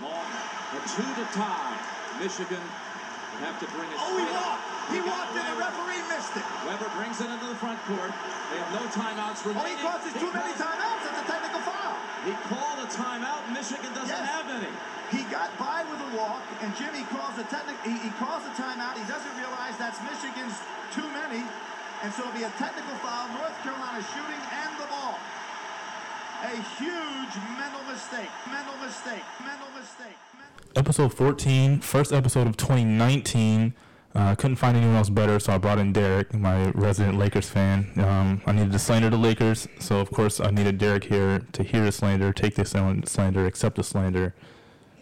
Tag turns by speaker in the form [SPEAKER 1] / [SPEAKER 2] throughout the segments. [SPEAKER 1] Long, a two to tie. Michigan would have to bring it.
[SPEAKER 2] Oh, he
[SPEAKER 1] straight.
[SPEAKER 2] walked. He
[SPEAKER 1] got
[SPEAKER 2] walked and the
[SPEAKER 1] Weber.
[SPEAKER 2] referee missed it.
[SPEAKER 1] Weber brings it into the front court. They have no timeouts
[SPEAKER 2] Oh, he
[SPEAKER 1] remaining.
[SPEAKER 2] calls it too many
[SPEAKER 1] because
[SPEAKER 2] timeouts. It's a technical foul.
[SPEAKER 1] He called a timeout. Michigan doesn't
[SPEAKER 2] Yes.
[SPEAKER 1] have any.
[SPEAKER 2] He got by with a walk, and Jimmy calls a technical. He, he calls a timeout. He doesn't realize that's Michigan's too many, and so it'll be a technical foul. North Carolina shooting and the ball. A huge mental mistake. Mental mistake. Mental mistake. Mental-
[SPEAKER 3] episode 14, first episode of 2019. Uh, I couldn't find anyone else better, so I brought in Derek, my resident Lakers fan. Um, I needed to slander the Lakers, so of course I needed Derek here to hear the slander, take the slan- slander, accept the slander,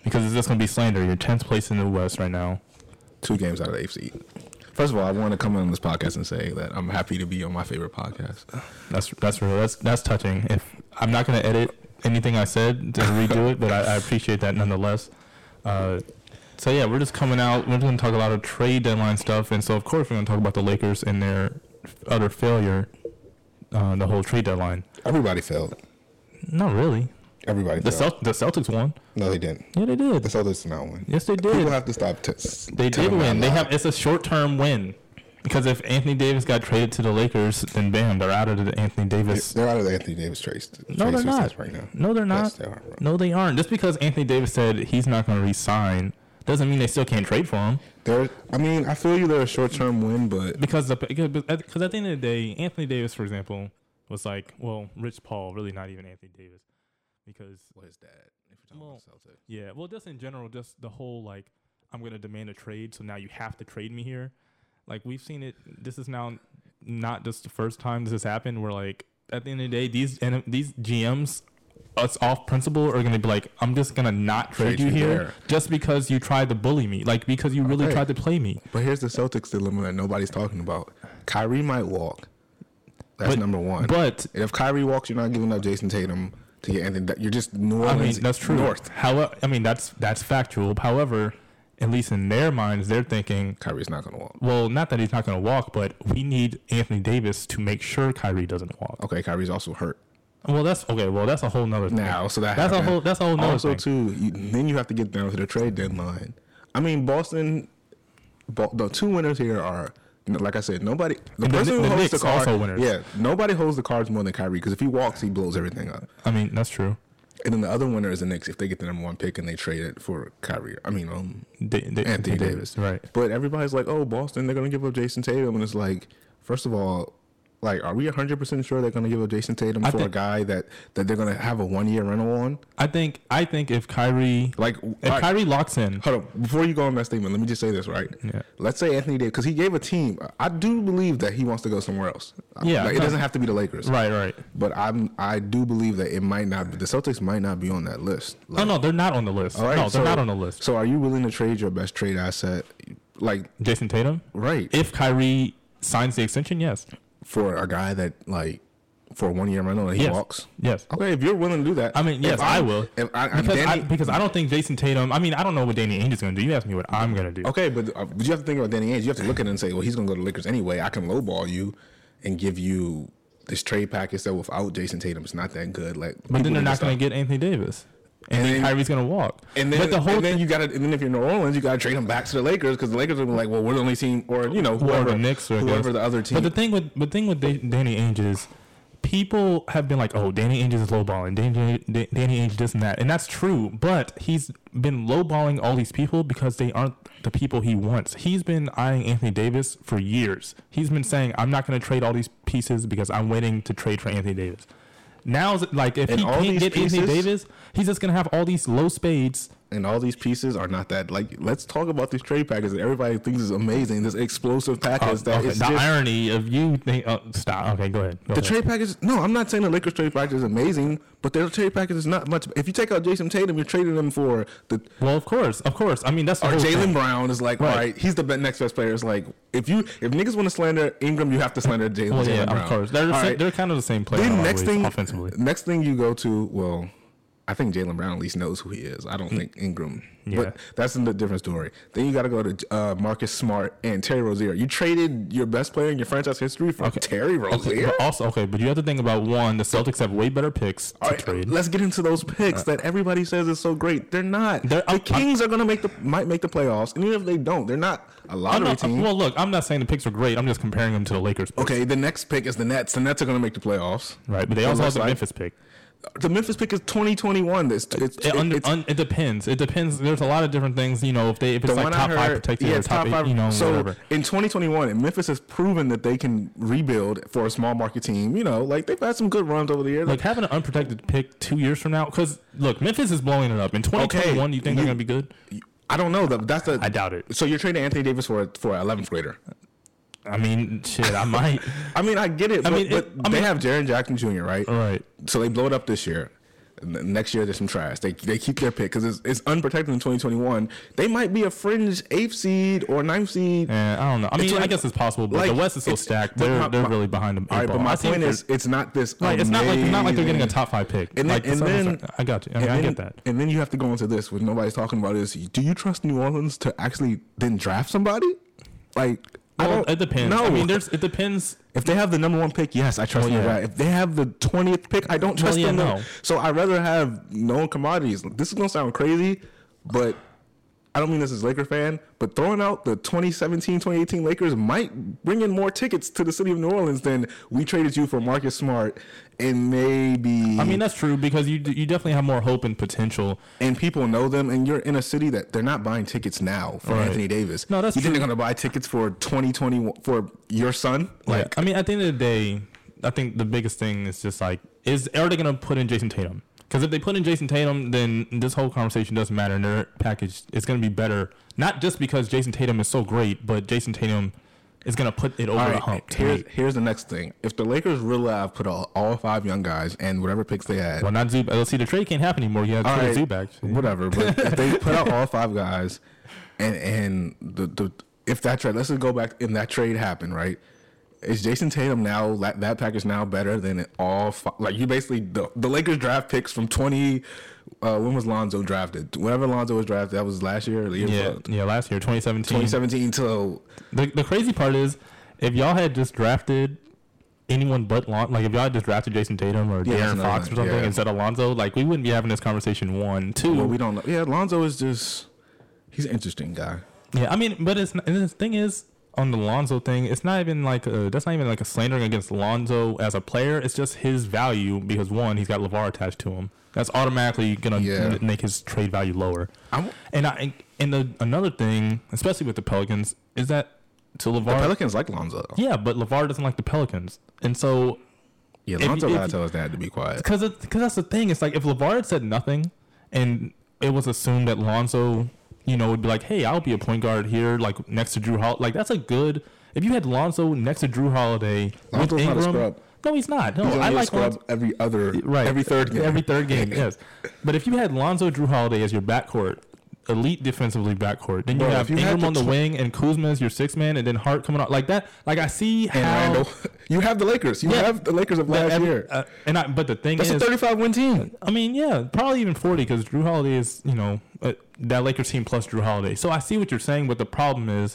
[SPEAKER 3] because it's just going to be slander. You're 10th place in the West right now.
[SPEAKER 4] two games out of the eighth seed. First of all, I want to come on this podcast and say that I'm happy to be on my favorite podcast.
[SPEAKER 3] That's that's real. That's that's touching. If I'm not going to edit anything I said to redo it, but I, I appreciate that nonetheless. Uh, so yeah, we're just coming out. We're going to talk a lot of trade deadline stuff, and so of course we're going to talk about the Lakers and their utter failure. Uh, the whole trade deadline.
[SPEAKER 5] Everybody failed.
[SPEAKER 3] Not really.
[SPEAKER 5] Everybody
[SPEAKER 3] The
[SPEAKER 5] failed.
[SPEAKER 3] Celt- the Celtics won.
[SPEAKER 5] no, they didn't.
[SPEAKER 3] Yeah, they
[SPEAKER 5] The
[SPEAKER 3] did.
[SPEAKER 5] Celtics did not win.
[SPEAKER 3] Yes, they did.
[SPEAKER 5] People have to stop. T-
[SPEAKER 3] They did win. They have. It's a short term win because if Anthony Davis got traded to the Lakers, then bam, they're out of the Anthony Davis.
[SPEAKER 5] They're out of the Anthony Davis trace.
[SPEAKER 3] No, they're
[SPEAKER 5] trace
[SPEAKER 3] not.
[SPEAKER 5] Right now.
[SPEAKER 3] No, they're not.
[SPEAKER 5] Yes, they are, bro.
[SPEAKER 3] No, they aren't. Just because Anthony Davis said he's not going to resign doesn't mean they still can't trade for him.
[SPEAKER 5] They're. I mean, I feel you. They're a short term win, but
[SPEAKER 3] Because the because at the end of the day, Anthony Davis, for example, was like, well, Rich Paul, really not even Anthony Davis, because
[SPEAKER 4] Well, his dad. If you're talking
[SPEAKER 3] Well-
[SPEAKER 4] about the Celtics.
[SPEAKER 3] yeah, well, just in general, just the whole like, I'm going to demand a trade, so now you have to trade me here. Like we've seen it. This is now not just the first time this has happened. Where like at the end of the day, these and these GMs, us off principle, are going to be like, I'm just going to not trade,
[SPEAKER 5] Trade
[SPEAKER 3] you
[SPEAKER 5] you
[SPEAKER 3] here
[SPEAKER 5] there.
[SPEAKER 3] just because you tried to bully me, like because
[SPEAKER 4] Oh,
[SPEAKER 3] you really
[SPEAKER 5] Okay.
[SPEAKER 3] tried to play me.
[SPEAKER 5] But here's the Celtics dilemma that nobody's talking about. Kyrie might walk. That's
[SPEAKER 3] But-
[SPEAKER 5] number one.
[SPEAKER 3] but-
[SPEAKER 5] and if Kyrie walks, you're not giving up Jason Tatum to get Anthony. You're just New
[SPEAKER 3] I
[SPEAKER 5] Orleans.
[SPEAKER 3] mean, that's true.
[SPEAKER 5] North.
[SPEAKER 3] However, I mean that's that's factual. However, at least in their minds, they're thinking,
[SPEAKER 5] Kyrie's not gonna walk.
[SPEAKER 3] well, not that he's not going to walk, but we need Anthony Davis to make sure Kyrie doesn't walk.
[SPEAKER 5] Okay, Kyrie's also hurt.
[SPEAKER 3] Well, that's okay. Well, that's a whole nother thing.
[SPEAKER 5] now. So that
[SPEAKER 3] that's
[SPEAKER 5] happened.
[SPEAKER 3] a whole that's a whole nother
[SPEAKER 5] also
[SPEAKER 3] thing.
[SPEAKER 5] too. You, then you have to get down to the trade deadline. I mean, Boston. Bo- the two winners here are, like I said, nobody. The
[SPEAKER 3] And the
[SPEAKER 5] person
[SPEAKER 3] Kn-
[SPEAKER 5] who
[SPEAKER 3] the
[SPEAKER 5] holds
[SPEAKER 3] Knicks
[SPEAKER 5] the card,
[SPEAKER 3] also winners.
[SPEAKER 5] yeah, nobody holds the cards more than Kyrie because if he walks, he blows everything up.
[SPEAKER 3] I mean, that's true.
[SPEAKER 5] And then the other winner is the Knicks if they get the number one pick and they trade it for Kyrie. I mean, um,
[SPEAKER 3] Da- da-
[SPEAKER 5] Anthony Davis,
[SPEAKER 3] right?
[SPEAKER 5] But everybody's like, oh, Boston, they're gonna give up Jason Tatum, and it's like, first of all, like, are we hundred percent sure they're gonna give up Jason Tatum
[SPEAKER 3] I
[SPEAKER 5] for a
[SPEAKER 3] think-
[SPEAKER 5] guy that that they're gonna have a one year rental on?
[SPEAKER 3] I think I think if Kyrie
[SPEAKER 5] Like,
[SPEAKER 3] if
[SPEAKER 5] I-
[SPEAKER 3] Kyrie locks in,
[SPEAKER 5] Hold on. Before you go on that statement, let me just say this, right?
[SPEAKER 3] Yeah.
[SPEAKER 5] Let's say Anthony Davis, because he gave a team. I do believe that he wants to go somewhere else.
[SPEAKER 3] Yeah,
[SPEAKER 5] Like, it
[SPEAKER 3] no.
[SPEAKER 5] doesn't have to be the Lakers.
[SPEAKER 3] right, right.
[SPEAKER 5] But I'm I do believe that it might not. The Celtics might not be on that list.
[SPEAKER 3] Oh, No, no, they're not on the list.
[SPEAKER 5] All right,
[SPEAKER 3] no, they're
[SPEAKER 5] so-
[SPEAKER 3] not on the list.
[SPEAKER 5] So are you willing to trade your best trade asset, like
[SPEAKER 3] Jason Tatum,
[SPEAKER 5] right,
[SPEAKER 3] if Kyrie signs the extension, yes,
[SPEAKER 5] for a guy that like for one year rental and he
[SPEAKER 3] yes,
[SPEAKER 5] walks?
[SPEAKER 3] yes.
[SPEAKER 5] Okay, if you're willing to do that,
[SPEAKER 3] I mean, yes,
[SPEAKER 5] If
[SPEAKER 3] I
[SPEAKER 5] I'm-
[SPEAKER 3] will.
[SPEAKER 5] If I, I'm
[SPEAKER 3] because, I,
[SPEAKER 5] Danny,
[SPEAKER 3] because I don't think Jason Tatum. I mean, I don't know what Danny Ainge is going to do. You ask me what I'm going to do.
[SPEAKER 5] Okay, but, uh, but you have to think about Danny Ainge. You have to look at it and say, well, he's going to go to the Lakers anyway. I can lowball you and give you this trade package that without Jason Tatum, it's not that good. Like,
[SPEAKER 3] but then they're not going to get Anthony Davis, and,
[SPEAKER 5] And
[SPEAKER 3] then,
[SPEAKER 5] then-
[SPEAKER 3] Kyrie's going to walk.
[SPEAKER 5] And then,
[SPEAKER 3] but the whole
[SPEAKER 5] and then
[SPEAKER 3] thing,
[SPEAKER 5] you got to, and then if you're New Orleans, you got to trade him back to the Lakers because the Lakers are like, well, we're the only team, or you know,
[SPEAKER 3] or
[SPEAKER 5] whoever
[SPEAKER 3] the Knicks, or I
[SPEAKER 5] whoever
[SPEAKER 3] guess.
[SPEAKER 5] the other team.
[SPEAKER 3] But the thing with the thing with Da- Danny Ainge is people have been like, "Oh, Danny Ainge is lowballing. Danny, Da- Danny Ainge this and that," and that's true. But he's been lowballing all these people because they aren't the people he wants. He's been eyeing Anthony Davis for years. He's been saying, "I'm not going to trade all these pieces because I'm waiting to trade for Anthony Davis." Now, is it- like if
[SPEAKER 5] And
[SPEAKER 3] he
[SPEAKER 5] all
[SPEAKER 3] can't
[SPEAKER 5] these
[SPEAKER 3] get Anthony
[SPEAKER 5] pieces-
[SPEAKER 3] Davis, he's just going to have all these low spades.
[SPEAKER 5] and all these pieces are not that. Like, let's talk about this trade package that everybody thinks is amazing. This explosive
[SPEAKER 3] Oh,
[SPEAKER 5] package that
[SPEAKER 3] okay,
[SPEAKER 5] is
[SPEAKER 3] the
[SPEAKER 5] just.
[SPEAKER 3] irony of you think. Oh, stop. Okay, go ahead. Go
[SPEAKER 5] The
[SPEAKER 3] ahead.
[SPEAKER 5] trade package, no, I'm not saying the Lakers trade package is amazing, but their trade package is not much. If you take out Jason Tatum, you're trading him for the
[SPEAKER 3] Well, of course, of course. I mean, that's the
[SPEAKER 5] Or
[SPEAKER 3] whole
[SPEAKER 5] Jalen
[SPEAKER 3] thing.
[SPEAKER 5] Brown is like,
[SPEAKER 3] Right.
[SPEAKER 5] all right, he's the be- next best player. It's like, if you if niggas want to slander Ingram, you have to slander Jalen
[SPEAKER 3] Well,
[SPEAKER 5] Jalen
[SPEAKER 3] yeah,
[SPEAKER 5] Brown.
[SPEAKER 3] of course. They're the
[SPEAKER 5] All
[SPEAKER 3] same,
[SPEAKER 5] right.
[SPEAKER 3] they're kind of the same player. in a
[SPEAKER 5] Then
[SPEAKER 3] lot of
[SPEAKER 5] next
[SPEAKER 3] ways,
[SPEAKER 5] thing,
[SPEAKER 3] offensively,
[SPEAKER 5] next thing you go to, well, I think Jalen Brown at least knows who he is. I don't think Ingram.
[SPEAKER 3] Hmm. Yeah.
[SPEAKER 5] But that's a different story. Then you got to go to uh, Marcus Smart and Terry Rozier. You traded your best player in your franchise history for Terry
[SPEAKER 3] Okay,
[SPEAKER 5] Rozier.
[SPEAKER 3] but also okay, but you have to think about one. The Celtics have way better picks to
[SPEAKER 5] All right,
[SPEAKER 3] trade. Uh,
[SPEAKER 5] let's get into those picks that everybody says is so great. They're not.
[SPEAKER 3] They're- uh,
[SPEAKER 5] the Kings are going to make the might make the playoffs, and even if they don't, they're not a
[SPEAKER 3] I'm
[SPEAKER 5] lottery
[SPEAKER 3] not-
[SPEAKER 5] team.
[SPEAKER 3] well, look, I'm not saying the picks are great. I'm just comparing them to the Lakers. Picks,
[SPEAKER 5] okay, the next pick is the Nets. The Nets are going to make the playoffs.
[SPEAKER 3] Right, but they
[SPEAKER 5] It
[SPEAKER 3] also have
[SPEAKER 5] looks
[SPEAKER 3] the
[SPEAKER 5] like-
[SPEAKER 3] Memphis pick.
[SPEAKER 5] The Memphis pick is 2021. It's, it's,
[SPEAKER 3] It, Uh, under,
[SPEAKER 5] it's-
[SPEAKER 3] un, it depends. It depends. There's a lot of different things. You know, if they if it's
[SPEAKER 5] the
[SPEAKER 3] like
[SPEAKER 5] one
[SPEAKER 3] top
[SPEAKER 5] I
[SPEAKER 3] five
[SPEAKER 5] heard-
[SPEAKER 3] protected
[SPEAKER 5] yeah,
[SPEAKER 3] or top, eight, you know,
[SPEAKER 5] so
[SPEAKER 3] whatever.
[SPEAKER 5] in 2021, and Memphis has proven that they can rebuild for a small market team. You know, like they've had some good runs over the years.
[SPEAKER 3] Like having an unprotected pick two years from now, because look, Memphis is blowing it up. In 2021, you think they're
[SPEAKER 5] you-
[SPEAKER 3] gonna be good?
[SPEAKER 5] I don't know. That that's the
[SPEAKER 3] I doubt it.
[SPEAKER 5] So you're trading Anthony Davis for a- for an 11th grader.
[SPEAKER 3] I mean, shit, I might.
[SPEAKER 5] I mean, I get it.
[SPEAKER 3] I
[SPEAKER 5] but,
[SPEAKER 3] mean, it-
[SPEAKER 5] but
[SPEAKER 3] I
[SPEAKER 5] they
[SPEAKER 3] mean-
[SPEAKER 5] have Jaron Jackson Jr. Right.
[SPEAKER 3] All right.
[SPEAKER 5] So they blow it up this year. And then Next year, there's some trash. They, they keep their pick because it's, it's unprotected in 2021. They might be a fringe eighth seed or ninth seed.
[SPEAKER 3] Eh, I don't know. I mean,
[SPEAKER 5] like-
[SPEAKER 3] I guess it's possible, but the
[SPEAKER 5] like,
[SPEAKER 3] West is so
[SPEAKER 5] it's-
[SPEAKER 3] stacked.
[SPEAKER 5] but
[SPEAKER 3] They're
[SPEAKER 5] my-
[SPEAKER 3] they're
[SPEAKER 5] my-
[SPEAKER 3] really behind them.
[SPEAKER 5] All right, but my point is, it's not this.
[SPEAKER 3] Like, it's not like it's not like they're getting a
[SPEAKER 5] amazing-
[SPEAKER 3] top five pick.
[SPEAKER 5] And then,
[SPEAKER 3] like,
[SPEAKER 5] and
[SPEAKER 3] so it's
[SPEAKER 5] then-
[SPEAKER 3] like- I got you. I, mean,
[SPEAKER 5] and
[SPEAKER 3] I
[SPEAKER 5] then-
[SPEAKER 3] get that.
[SPEAKER 5] And then you have to go into this, which nobody's talking about. Is do you trust New Orleans to actually then draft somebody? Like, I
[SPEAKER 3] Well,
[SPEAKER 5] don't.
[SPEAKER 3] it depends.
[SPEAKER 5] oh, No,
[SPEAKER 3] I mean, there's it depends.
[SPEAKER 5] if they have the number one pick, yes, I trust
[SPEAKER 3] Well,
[SPEAKER 5] them.
[SPEAKER 3] yeah.
[SPEAKER 5] Right? If they have the twentieth pick, I don't trust
[SPEAKER 3] yeah,
[SPEAKER 5] them. to-
[SPEAKER 3] no.
[SPEAKER 5] So I would rather have known commodities. This is gonna sound crazy, but I don't mean this as a Laker fan, but throwing out the 2017-2018 Lakers might bring in more tickets to the city of New Orleans than we traded you for Marcus Smart and maybe
[SPEAKER 3] I mean, that's true because you d- you definitely have more hope and potential.
[SPEAKER 5] and people know them, and you're in a city that they're not buying tickets now for
[SPEAKER 3] Right.
[SPEAKER 5] Anthony Davis.
[SPEAKER 3] No, that's
[SPEAKER 5] you think
[SPEAKER 3] true.
[SPEAKER 5] they're gonna buy tickets for 2020 for your son?
[SPEAKER 3] Like,
[SPEAKER 5] Like,
[SPEAKER 3] I mean, at the end of the day, I think the biggest thing is just like, is are they going to put in Jason Tatum? Because if they put in Jason Tatum, then this whole conversation doesn't matter. And their package is going to be better, not just because Jason Tatum is so great, but Jason Tatum is going to put it over
[SPEAKER 5] all
[SPEAKER 3] the
[SPEAKER 5] right,
[SPEAKER 3] hump. to
[SPEAKER 5] here's
[SPEAKER 3] me.
[SPEAKER 5] here's the next thing. If the Lakers really have put all, all five young guys and whatever picks they had,
[SPEAKER 3] well, not Zubac. Let's see, the trade can't happen anymore. You have
[SPEAKER 5] all
[SPEAKER 3] to
[SPEAKER 5] right,
[SPEAKER 3] trade Zubac.
[SPEAKER 5] whatever. But if they put out all five guys, and and the the if that trade, let's just go back. If that trade happened, right? Is Jason Tatum now that, that package now better than all five, like you basically the, the Lakers draft picks from twenty? Uh, when was Lonzo drafted? Whenever Lonzo was drafted, that was last year, or the year
[SPEAKER 3] Yeah, yeah. Last year, 2017.
[SPEAKER 5] twenty seventeen till
[SPEAKER 3] The, the crazy part is, if y'all had just drafted anyone but Lon, like if y'all had just drafted Jason Tatum or
[SPEAKER 5] Yeah, that's
[SPEAKER 3] Darren
[SPEAKER 5] another
[SPEAKER 3] Fox or
[SPEAKER 5] thing,
[SPEAKER 3] something
[SPEAKER 5] yeah.
[SPEAKER 3] instead of Lonzo, like we wouldn't be having this conversation. One, two.
[SPEAKER 5] well, we don't know. Yeah, Lonzo is just he's an interesting guy.
[SPEAKER 3] yeah, I mean, but it's not, and the thing is on the Lonzo thing, it's not even like a, that's not even like a slandering against Lonzo as a player. It's just his value because one, he's got Levar attached to him. That's automatically gonna
[SPEAKER 5] Yeah.
[SPEAKER 3] m- make his trade value lower.
[SPEAKER 5] I'm-
[SPEAKER 3] and I and the, another thing, especially with the Pelicans, is that to Levar.
[SPEAKER 5] The Pelicans like Lonzo.
[SPEAKER 3] Yeah, but Lavar doesn't like the Pelicans, and so
[SPEAKER 5] Yeah,
[SPEAKER 3] If-
[SPEAKER 5] Lonzo
[SPEAKER 3] if-
[SPEAKER 5] gotta tell his dad to be quiet.
[SPEAKER 3] because because that's the thing. It's like if Lavar had said nothing, and it was assumed that Lonzo, you know, would be like, "Hey, I'll be a point guard here, like next to Drew Hall." Like that's a good. If you had Lonzo next to Drew Holiday with
[SPEAKER 5] Lonzo's not a
[SPEAKER 3] Ingram,
[SPEAKER 5] scrub.
[SPEAKER 3] no, he's not. No,
[SPEAKER 5] He's only
[SPEAKER 3] I
[SPEAKER 5] a
[SPEAKER 3] like
[SPEAKER 5] scrub
[SPEAKER 3] Lonzo.
[SPEAKER 5] every other
[SPEAKER 3] Right,
[SPEAKER 5] every third game.
[SPEAKER 3] Every third game, yes. But if you had Lonzo, Drew Holiday as your backcourt, elite defensively backcourt, then you
[SPEAKER 5] Bro,
[SPEAKER 3] have
[SPEAKER 5] if you had
[SPEAKER 3] Ingram
[SPEAKER 5] the
[SPEAKER 3] on the
[SPEAKER 5] tw-
[SPEAKER 3] wing and Kuzma as your sixth man, and then Hart coming out like that. Like I see
[SPEAKER 5] and
[SPEAKER 3] how.
[SPEAKER 5] Randall. You have the Lakers. You
[SPEAKER 3] Yeah.
[SPEAKER 5] have the Lakers of
[SPEAKER 3] But
[SPEAKER 5] last
[SPEAKER 3] every-
[SPEAKER 5] year.
[SPEAKER 3] uh, and I, but the thing
[SPEAKER 5] That's a
[SPEAKER 3] is,
[SPEAKER 5] 35 win team.
[SPEAKER 3] I mean, yeah, probably even 40 because Drew Holiday is, you know, uh, that Lakers team plus Drew Holiday. So I see what you're saying, but the problem is,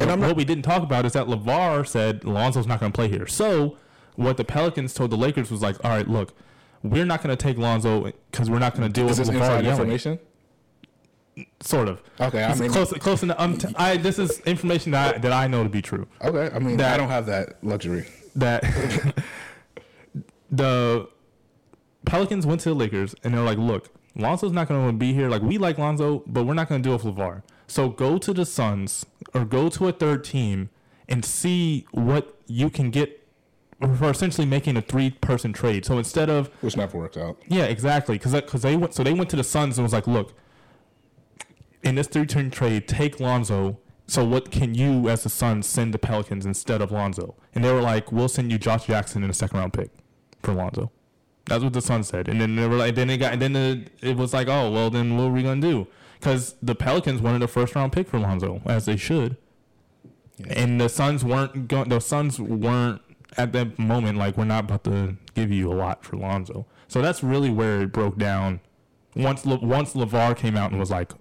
[SPEAKER 5] And I'm not-
[SPEAKER 3] what we didn't talk about is that LeVar said Lonzo's not going to play here. So what the Pelicans told the Lakers was like, all right, look, we're not going to take Lonzo because we're not going to deal
[SPEAKER 5] Is
[SPEAKER 3] with
[SPEAKER 5] this
[SPEAKER 3] LeVar
[SPEAKER 5] inside
[SPEAKER 3] yelling.
[SPEAKER 5] information?
[SPEAKER 3] Sort of.
[SPEAKER 5] Okay, I
[SPEAKER 3] It's
[SPEAKER 5] mean-
[SPEAKER 3] close, close enough. I'm t- I, this is information that I, that I know to be true.
[SPEAKER 5] Okay, I mean,
[SPEAKER 3] That-
[SPEAKER 5] I don't have that luxury.
[SPEAKER 3] that the Pelicans went to the Lakers and they're like, look, Lonzo's not going to be here. Like, we like Lonzo, but we're not going to deal with LeVar. So go to the Suns or go to a third team and see what you can get for essentially making a three person trade. So instead of
[SPEAKER 5] Which never worked out.
[SPEAKER 3] yeah, exactly. Because they went, so they went to the Suns and was like, look, in this three turn trade, take Lonzo. So what can you, as the Suns, send the Pelicans instead of Lonzo? And they were like, we'll send you Josh Jackson in a second round pick for Lonzo. That's what the Suns said. And then they were like, then they got, and then the, it was like, oh well, then what are we gonna do? Because the Pelicans wanted a first round pick for Lonzo, as they should. And the Suns weren't going. The Suns weren't at that moment like we're not about to give you a lot for Lonzo. So that's really where it broke down Once Le- once Levar came out and was like,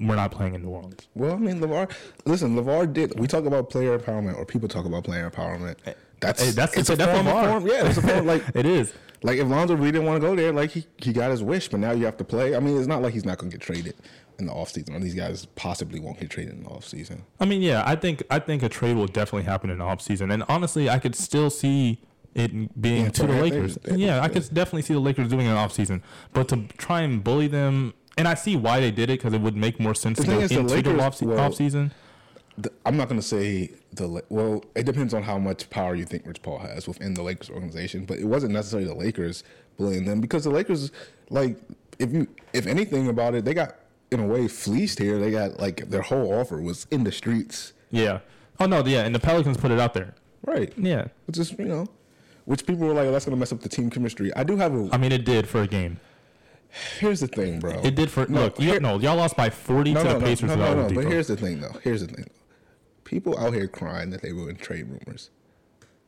[SPEAKER 3] "We're not playing in New Orleans."
[SPEAKER 5] Well, I mean, Levar. Listen, Levar did. We talk about player empowerment, or people talk about player empowerment. That's
[SPEAKER 3] Hey, that's
[SPEAKER 5] it's
[SPEAKER 3] the-
[SPEAKER 5] a
[SPEAKER 3] that's
[SPEAKER 5] form of
[SPEAKER 3] LeVar.
[SPEAKER 5] form. Yeah, it's a form. Like
[SPEAKER 3] It is.
[SPEAKER 5] like if Lonzo really didn't want to go there, like he, he got his wish, but now you have to play. I mean, it's not like he's not going to get traded in the offseason, or these guys possibly won't get traded in the offseason.
[SPEAKER 3] I mean, yeah, I think I think a trade will definitely happen in the offseason. And honestly, I could still see it being
[SPEAKER 5] Yeah,
[SPEAKER 3] to the
[SPEAKER 5] I think
[SPEAKER 3] Lakers.
[SPEAKER 5] that-
[SPEAKER 3] yeah, I could definitely see the Lakers doing it in the offseason. But to try and bully them, and I see why they did it because it would make more sense
[SPEAKER 5] The
[SPEAKER 3] to go
[SPEAKER 5] thing is,
[SPEAKER 3] into
[SPEAKER 5] the
[SPEAKER 3] the
[SPEAKER 5] Lakers
[SPEAKER 3] offse-
[SPEAKER 5] will-
[SPEAKER 3] offseason.
[SPEAKER 5] The- I'm not going to say the La- well. It depends on how much power you think Rich Paul has within the Lakers organization, but it wasn't necessarily the Lakers bullying them because the Lakers, like, if you if anything about it, they got in a way fleeced here. They got like their whole offer was in the streets,
[SPEAKER 3] Yeah. Oh no, yeah, and the Pelicans put it out there.
[SPEAKER 5] right?
[SPEAKER 3] Yeah.
[SPEAKER 5] Which is you know, which people were like, "Oh, that's going to mess up the team chemistry. I do have a
[SPEAKER 3] I mean, it did for a game.
[SPEAKER 5] Here's the thing, bro.
[SPEAKER 3] It did for look. You, no, y'all lost by forty
[SPEAKER 5] no,
[SPEAKER 3] to
[SPEAKER 5] no,
[SPEAKER 3] the
[SPEAKER 5] no,
[SPEAKER 3] Pacers.
[SPEAKER 5] no,
[SPEAKER 3] without
[SPEAKER 5] no, no.
[SPEAKER 3] Oladipo.
[SPEAKER 5] But here's the thing, though. Here's the thing. People out here crying that they were in trade rumors,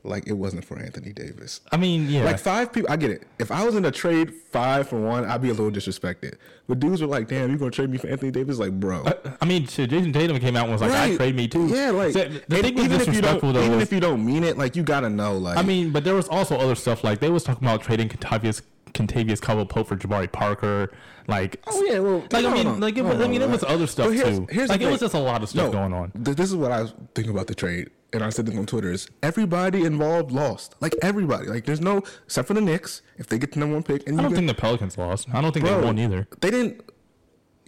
[SPEAKER 5] like it wasn't for Anthony Davis.
[SPEAKER 3] I mean, yeah,
[SPEAKER 5] Like five people, I get it. If I was in a trade five for one, I'd be a little disrespected. But dudes were like, "Damn, you gonna trade me for Anthony Davis?" Like, bro,
[SPEAKER 3] Uh, I mean, shit, Jason Tatum came out and was like, "I
[SPEAKER 5] Right.
[SPEAKER 3] trade me too."
[SPEAKER 5] Yeah, like
[SPEAKER 3] the, the
[SPEAKER 5] and
[SPEAKER 3] thing was
[SPEAKER 5] even if you don't,
[SPEAKER 3] disrespectful though.
[SPEAKER 5] even
[SPEAKER 3] was-
[SPEAKER 5] if you don't mean it, like you gotta know, like
[SPEAKER 3] I mean, but there was also other stuff like they was talking about trading Contavious Contavious Caldwell Pope for Jabari Parker. Like,
[SPEAKER 5] Oh yeah, well,
[SPEAKER 3] like I
[SPEAKER 5] no,
[SPEAKER 3] mean,
[SPEAKER 5] no,
[SPEAKER 3] like it
[SPEAKER 5] no,
[SPEAKER 3] was, I
[SPEAKER 5] no,
[SPEAKER 3] mean, it
[SPEAKER 5] no.
[SPEAKER 3] was other stuff
[SPEAKER 5] But here's-
[SPEAKER 3] too.
[SPEAKER 5] here's the
[SPEAKER 3] like it was
[SPEAKER 5] thing.
[SPEAKER 3] just a lot of stuff
[SPEAKER 5] No,
[SPEAKER 3] going on.
[SPEAKER 5] th- this is what I was thinking about the trade, and I said this on Twitter: is everybody involved lost? Like everybody. Like there's no except for the Knicks if they get the number one pick.
[SPEAKER 3] I
[SPEAKER 5] And you
[SPEAKER 3] don't
[SPEAKER 5] get-
[SPEAKER 3] think the Pelicans lost. I don't think
[SPEAKER 5] Bro,
[SPEAKER 3] they won either.
[SPEAKER 5] They didn't.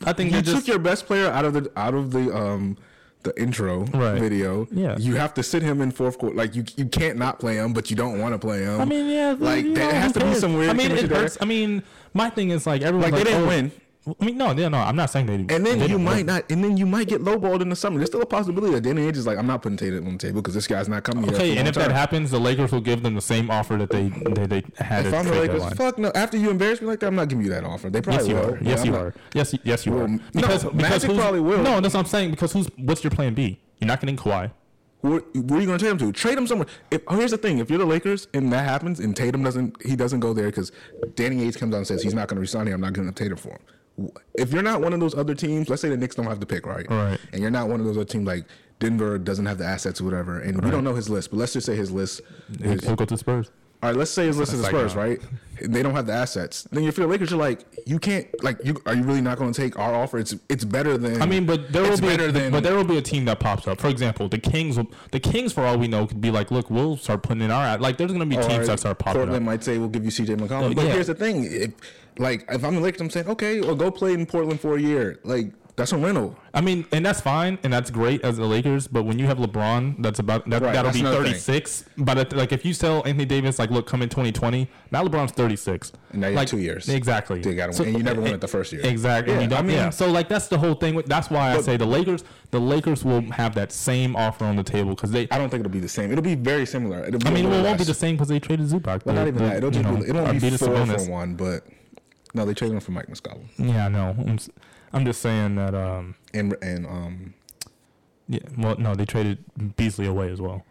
[SPEAKER 3] I think
[SPEAKER 5] You
[SPEAKER 3] they
[SPEAKER 5] took
[SPEAKER 3] just
[SPEAKER 5] your best player out of the out of the um the intro
[SPEAKER 3] Right.
[SPEAKER 5] video.
[SPEAKER 3] Yeah.
[SPEAKER 5] you have to sit him in fourth quarter. Like you you can't not play him, but you don't want to play him.
[SPEAKER 3] I mean, yeah,
[SPEAKER 5] like
[SPEAKER 3] you
[SPEAKER 5] there
[SPEAKER 3] know,
[SPEAKER 5] has
[SPEAKER 3] who
[SPEAKER 5] to be
[SPEAKER 3] cares?
[SPEAKER 5] some weird.
[SPEAKER 3] I mean,
[SPEAKER 5] chemistry
[SPEAKER 3] it
[SPEAKER 5] there.
[SPEAKER 3] hurts. I mean, my thing is like everyone's
[SPEAKER 5] Like, they didn't
[SPEAKER 3] oh,
[SPEAKER 5] win.
[SPEAKER 3] I mean, no, yeah, no, I'm not saying they didn't.
[SPEAKER 5] And then
[SPEAKER 3] they
[SPEAKER 5] you
[SPEAKER 3] didn't
[SPEAKER 5] might
[SPEAKER 3] win.
[SPEAKER 5] not, and then you might get lowballed in the summer. There's still a possibility that Danny Ainge is like, I'm not putting Tatum on the table because this guy's not coming here. for
[SPEAKER 3] Okay,
[SPEAKER 5] a
[SPEAKER 3] and
[SPEAKER 5] long
[SPEAKER 3] if
[SPEAKER 5] time.
[SPEAKER 3] that happens, the Lakers will give them the same offer that they that they had at
[SPEAKER 5] if I'm
[SPEAKER 3] the
[SPEAKER 5] the
[SPEAKER 3] trade
[SPEAKER 5] Lakers,
[SPEAKER 3] deadline.
[SPEAKER 5] fuck no. After you embarrass me like that, I'm not giving you that offer. They
[SPEAKER 3] Yes,
[SPEAKER 5] probably
[SPEAKER 3] you
[SPEAKER 5] will.
[SPEAKER 3] are.
[SPEAKER 5] but
[SPEAKER 3] Yes,
[SPEAKER 5] I'm
[SPEAKER 3] you
[SPEAKER 5] not-
[SPEAKER 3] are. Yes, yes, you
[SPEAKER 5] Well,
[SPEAKER 3] are.
[SPEAKER 5] no,
[SPEAKER 3] Because, because
[SPEAKER 5] Magic
[SPEAKER 3] who's-
[SPEAKER 5] probably will.
[SPEAKER 3] No, that's what I'm saying. Because who's what's your plan B? You're not getting Kawhi.
[SPEAKER 5] Where, where are you going to trade him to? Trade him somewhere. If oh, here's the thing, if you're the Lakers and that happens, and Tatum doesn't, he doesn't go there because Danny Ainge comes out and says he's not going to resign here. I'm not giving up Tatum for him. Wh- If you're not one of those other teams, let's say the Knicks don't have the pick, right?
[SPEAKER 3] Right.
[SPEAKER 5] And you're not one of those other teams like Denver doesn't have the assets or whatever, and we don't know his list, but let's just say his list is
[SPEAKER 3] He'll go to Spurs.
[SPEAKER 5] All right, let's say it's listed as
[SPEAKER 3] That's like,
[SPEAKER 5] Spurs,
[SPEAKER 3] uh,
[SPEAKER 5] right? And They don't have the assets. Then if you're the Lakers, you're like, you can't, like, you are you really not going to take our offer? It's it's better than.
[SPEAKER 3] I mean, but there will
[SPEAKER 5] it's
[SPEAKER 3] be
[SPEAKER 5] better than.
[SPEAKER 3] but there will be a team that pops up. For example, the Kings. will- The Kings, for all we know, could be like, look, we'll start putting in our ad." like. There's gonna be
[SPEAKER 5] or
[SPEAKER 3] teams that start popping
[SPEAKER 5] Portland
[SPEAKER 3] up.
[SPEAKER 5] might say we'll give you CJ McCollum, but
[SPEAKER 3] yeah.
[SPEAKER 5] here's the thing: if like if I'm the Lakers, I'm saying okay, well go play in Portland for a year. Like that's a rental.
[SPEAKER 3] I mean, and that's fine, and that's great as the Lakers. But when you have LeBron, that's about that,
[SPEAKER 5] Right,
[SPEAKER 3] that'll
[SPEAKER 5] that's
[SPEAKER 3] be
[SPEAKER 5] another
[SPEAKER 3] 36. But if, like, if you sell Anthony Davis, like, look, come in 2020, now LeBron's 36.
[SPEAKER 5] And now you have
[SPEAKER 3] like,
[SPEAKER 5] two years.
[SPEAKER 3] exactly. eh,
[SPEAKER 5] They gotta win. And you never won it the first year.
[SPEAKER 3] Exactly. and
[SPEAKER 5] Yeah,
[SPEAKER 3] you don't-
[SPEAKER 5] I mean-
[SPEAKER 3] yeah. So like, that's the whole thing. with- That's why I say the Lakers. The Lakers will have that same offer on the table because they.
[SPEAKER 5] I don't think it'll be the same. It'll be very similar. It'll be
[SPEAKER 3] I mean,
[SPEAKER 5] a
[SPEAKER 3] it
[SPEAKER 5] little
[SPEAKER 3] won't be
[SPEAKER 5] less.
[SPEAKER 3] the same because they traded Zubac.
[SPEAKER 5] Well, not even that. It'll just be, it
[SPEAKER 3] uh,
[SPEAKER 5] won't be four
[SPEAKER 3] Sabonis.
[SPEAKER 5] for one, but no, they traded him for Mike Muscala
[SPEAKER 3] Yeah, I know. I'm, s- I'm just saying that. Um,
[SPEAKER 5] and and um.
[SPEAKER 3] yeah. Well, no, they traded Beasley away as well.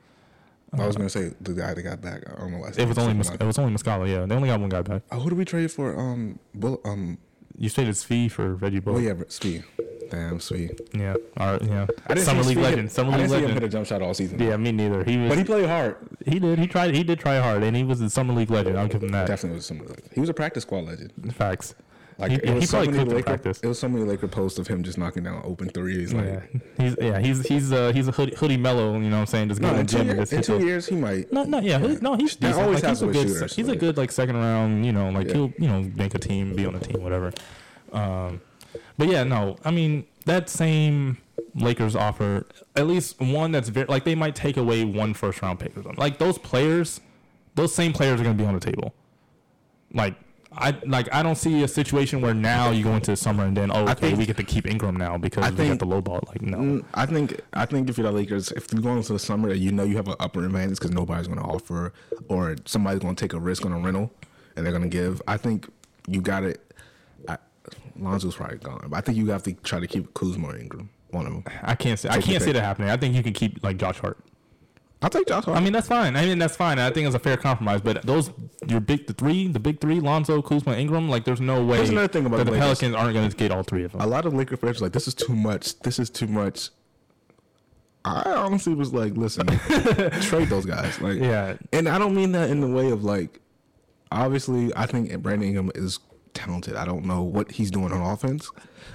[SPEAKER 5] I was gonna say the guy that got back. I don't know. Last
[SPEAKER 3] Uh-huh. It was only Mus-
[SPEAKER 5] Muscala.
[SPEAKER 3] it was only Muscala. Yeah, they only got one guy back.
[SPEAKER 5] Oh, who do we trade for? Um, Bull, um,
[SPEAKER 3] You stated his fee for Reggie Bull.
[SPEAKER 5] oh yeah, Sweet. Damn, Sweet.
[SPEAKER 3] yeah. All right, yeah. Summer
[SPEAKER 5] see
[SPEAKER 3] League
[SPEAKER 5] Svi-
[SPEAKER 3] legend. Summer
[SPEAKER 5] I
[SPEAKER 3] League
[SPEAKER 5] didn't see him hit a
[SPEAKER 3] legend.
[SPEAKER 5] jump shot all season.
[SPEAKER 3] Yeah, me neither. He was.
[SPEAKER 5] but he played hard.
[SPEAKER 3] he, did. He tried. He did try hard, and he was a summer league legend. I'll give him that.
[SPEAKER 5] Definitely was somebody. He was a practice squad legend.
[SPEAKER 3] Facts.
[SPEAKER 5] Like
[SPEAKER 3] he,
[SPEAKER 5] it was
[SPEAKER 3] he
[SPEAKER 5] so
[SPEAKER 3] probably
[SPEAKER 5] many
[SPEAKER 3] cooked in
[SPEAKER 5] Laker.
[SPEAKER 3] practice.
[SPEAKER 5] It was so many Laker posts of him just knocking down open threes. Like,
[SPEAKER 3] Yeah. He's yeah. He's he's uh he's a hoodie, hoodie mellow. You know what I'm saying? Just
[SPEAKER 5] no,
[SPEAKER 3] get
[SPEAKER 5] in
[SPEAKER 3] in the
[SPEAKER 5] two,
[SPEAKER 3] gym and
[SPEAKER 5] years,
[SPEAKER 3] just
[SPEAKER 5] in
[SPEAKER 3] hit
[SPEAKER 5] two
[SPEAKER 3] those-
[SPEAKER 5] years he might.
[SPEAKER 3] No, no, yeah, Hoodie- no, he's
[SPEAKER 5] That
[SPEAKER 3] decent.
[SPEAKER 5] always
[SPEAKER 3] Like, he's
[SPEAKER 5] happens
[SPEAKER 3] a
[SPEAKER 5] with
[SPEAKER 3] good,
[SPEAKER 5] shooters,
[SPEAKER 3] he's a
[SPEAKER 5] like-
[SPEAKER 3] good like second round. You know, like
[SPEAKER 5] Yeah.
[SPEAKER 3] he'll you know make a team, be on a team, whatever. Um, but yeah, no, I mean that same Lakers offer at least one that's very like they might take away one first round pick or something. Like those players, those same players are going to be on the table. Like. I like I don't see a situation where now you go into the summer and then oh okay
[SPEAKER 5] think-
[SPEAKER 3] we get to keep Ingram now because
[SPEAKER 5] I
[SPEAKER 3] we got
[SPEAKER 5] think-
[SPEAKER 3] the low ball like no
[SPEAKER 5] Mm, I think I think if you're the Lakers, if you go into the summer, you know you have an upper advantage because nobody's going to offer or somebody's going to take a risk on a rental and they're going to give. I think you got it. I, Lonzo's probably gone, but I think you have to try to keep Kuzma or Ingram, one of them.
[SPEAKER 3] I can't see I
[SPEAKER 5] Take the
[SPEAKER 3] can't see
[SPEAKER 5] pick.
[SPEAKER 3] that happening I think you can keep like Josh Hart
[SPEAKER 5] I'll take Josh Hart.
[SPEAKER 3] I mean, that's fine. I mean, that's fine. I think it's a fair compromise. But those, your big the three, the big three, Lonzo, Kuzma, Ingram, like there's no way
[SPEAKER 5] Here's another thing about
[SPEAKER 3] that
[SPEAKER 5] the
[SPEAKER 3] the
[SPEAKER 5] Lakers.
[SPEAKER 3] Pelicans aren't going to get all three of them.
[SPEAKER 5] a lot of Laker fans were like, this is too much. This is too much. I honestly was like, listen, trade those guys. Like,
[SPEAKER 3] Yeah.
[SPEAKER 5] And I don't mean that in the way of like, obviously, I think Brandon Ingram is talented. I don't know what he's doing on offense.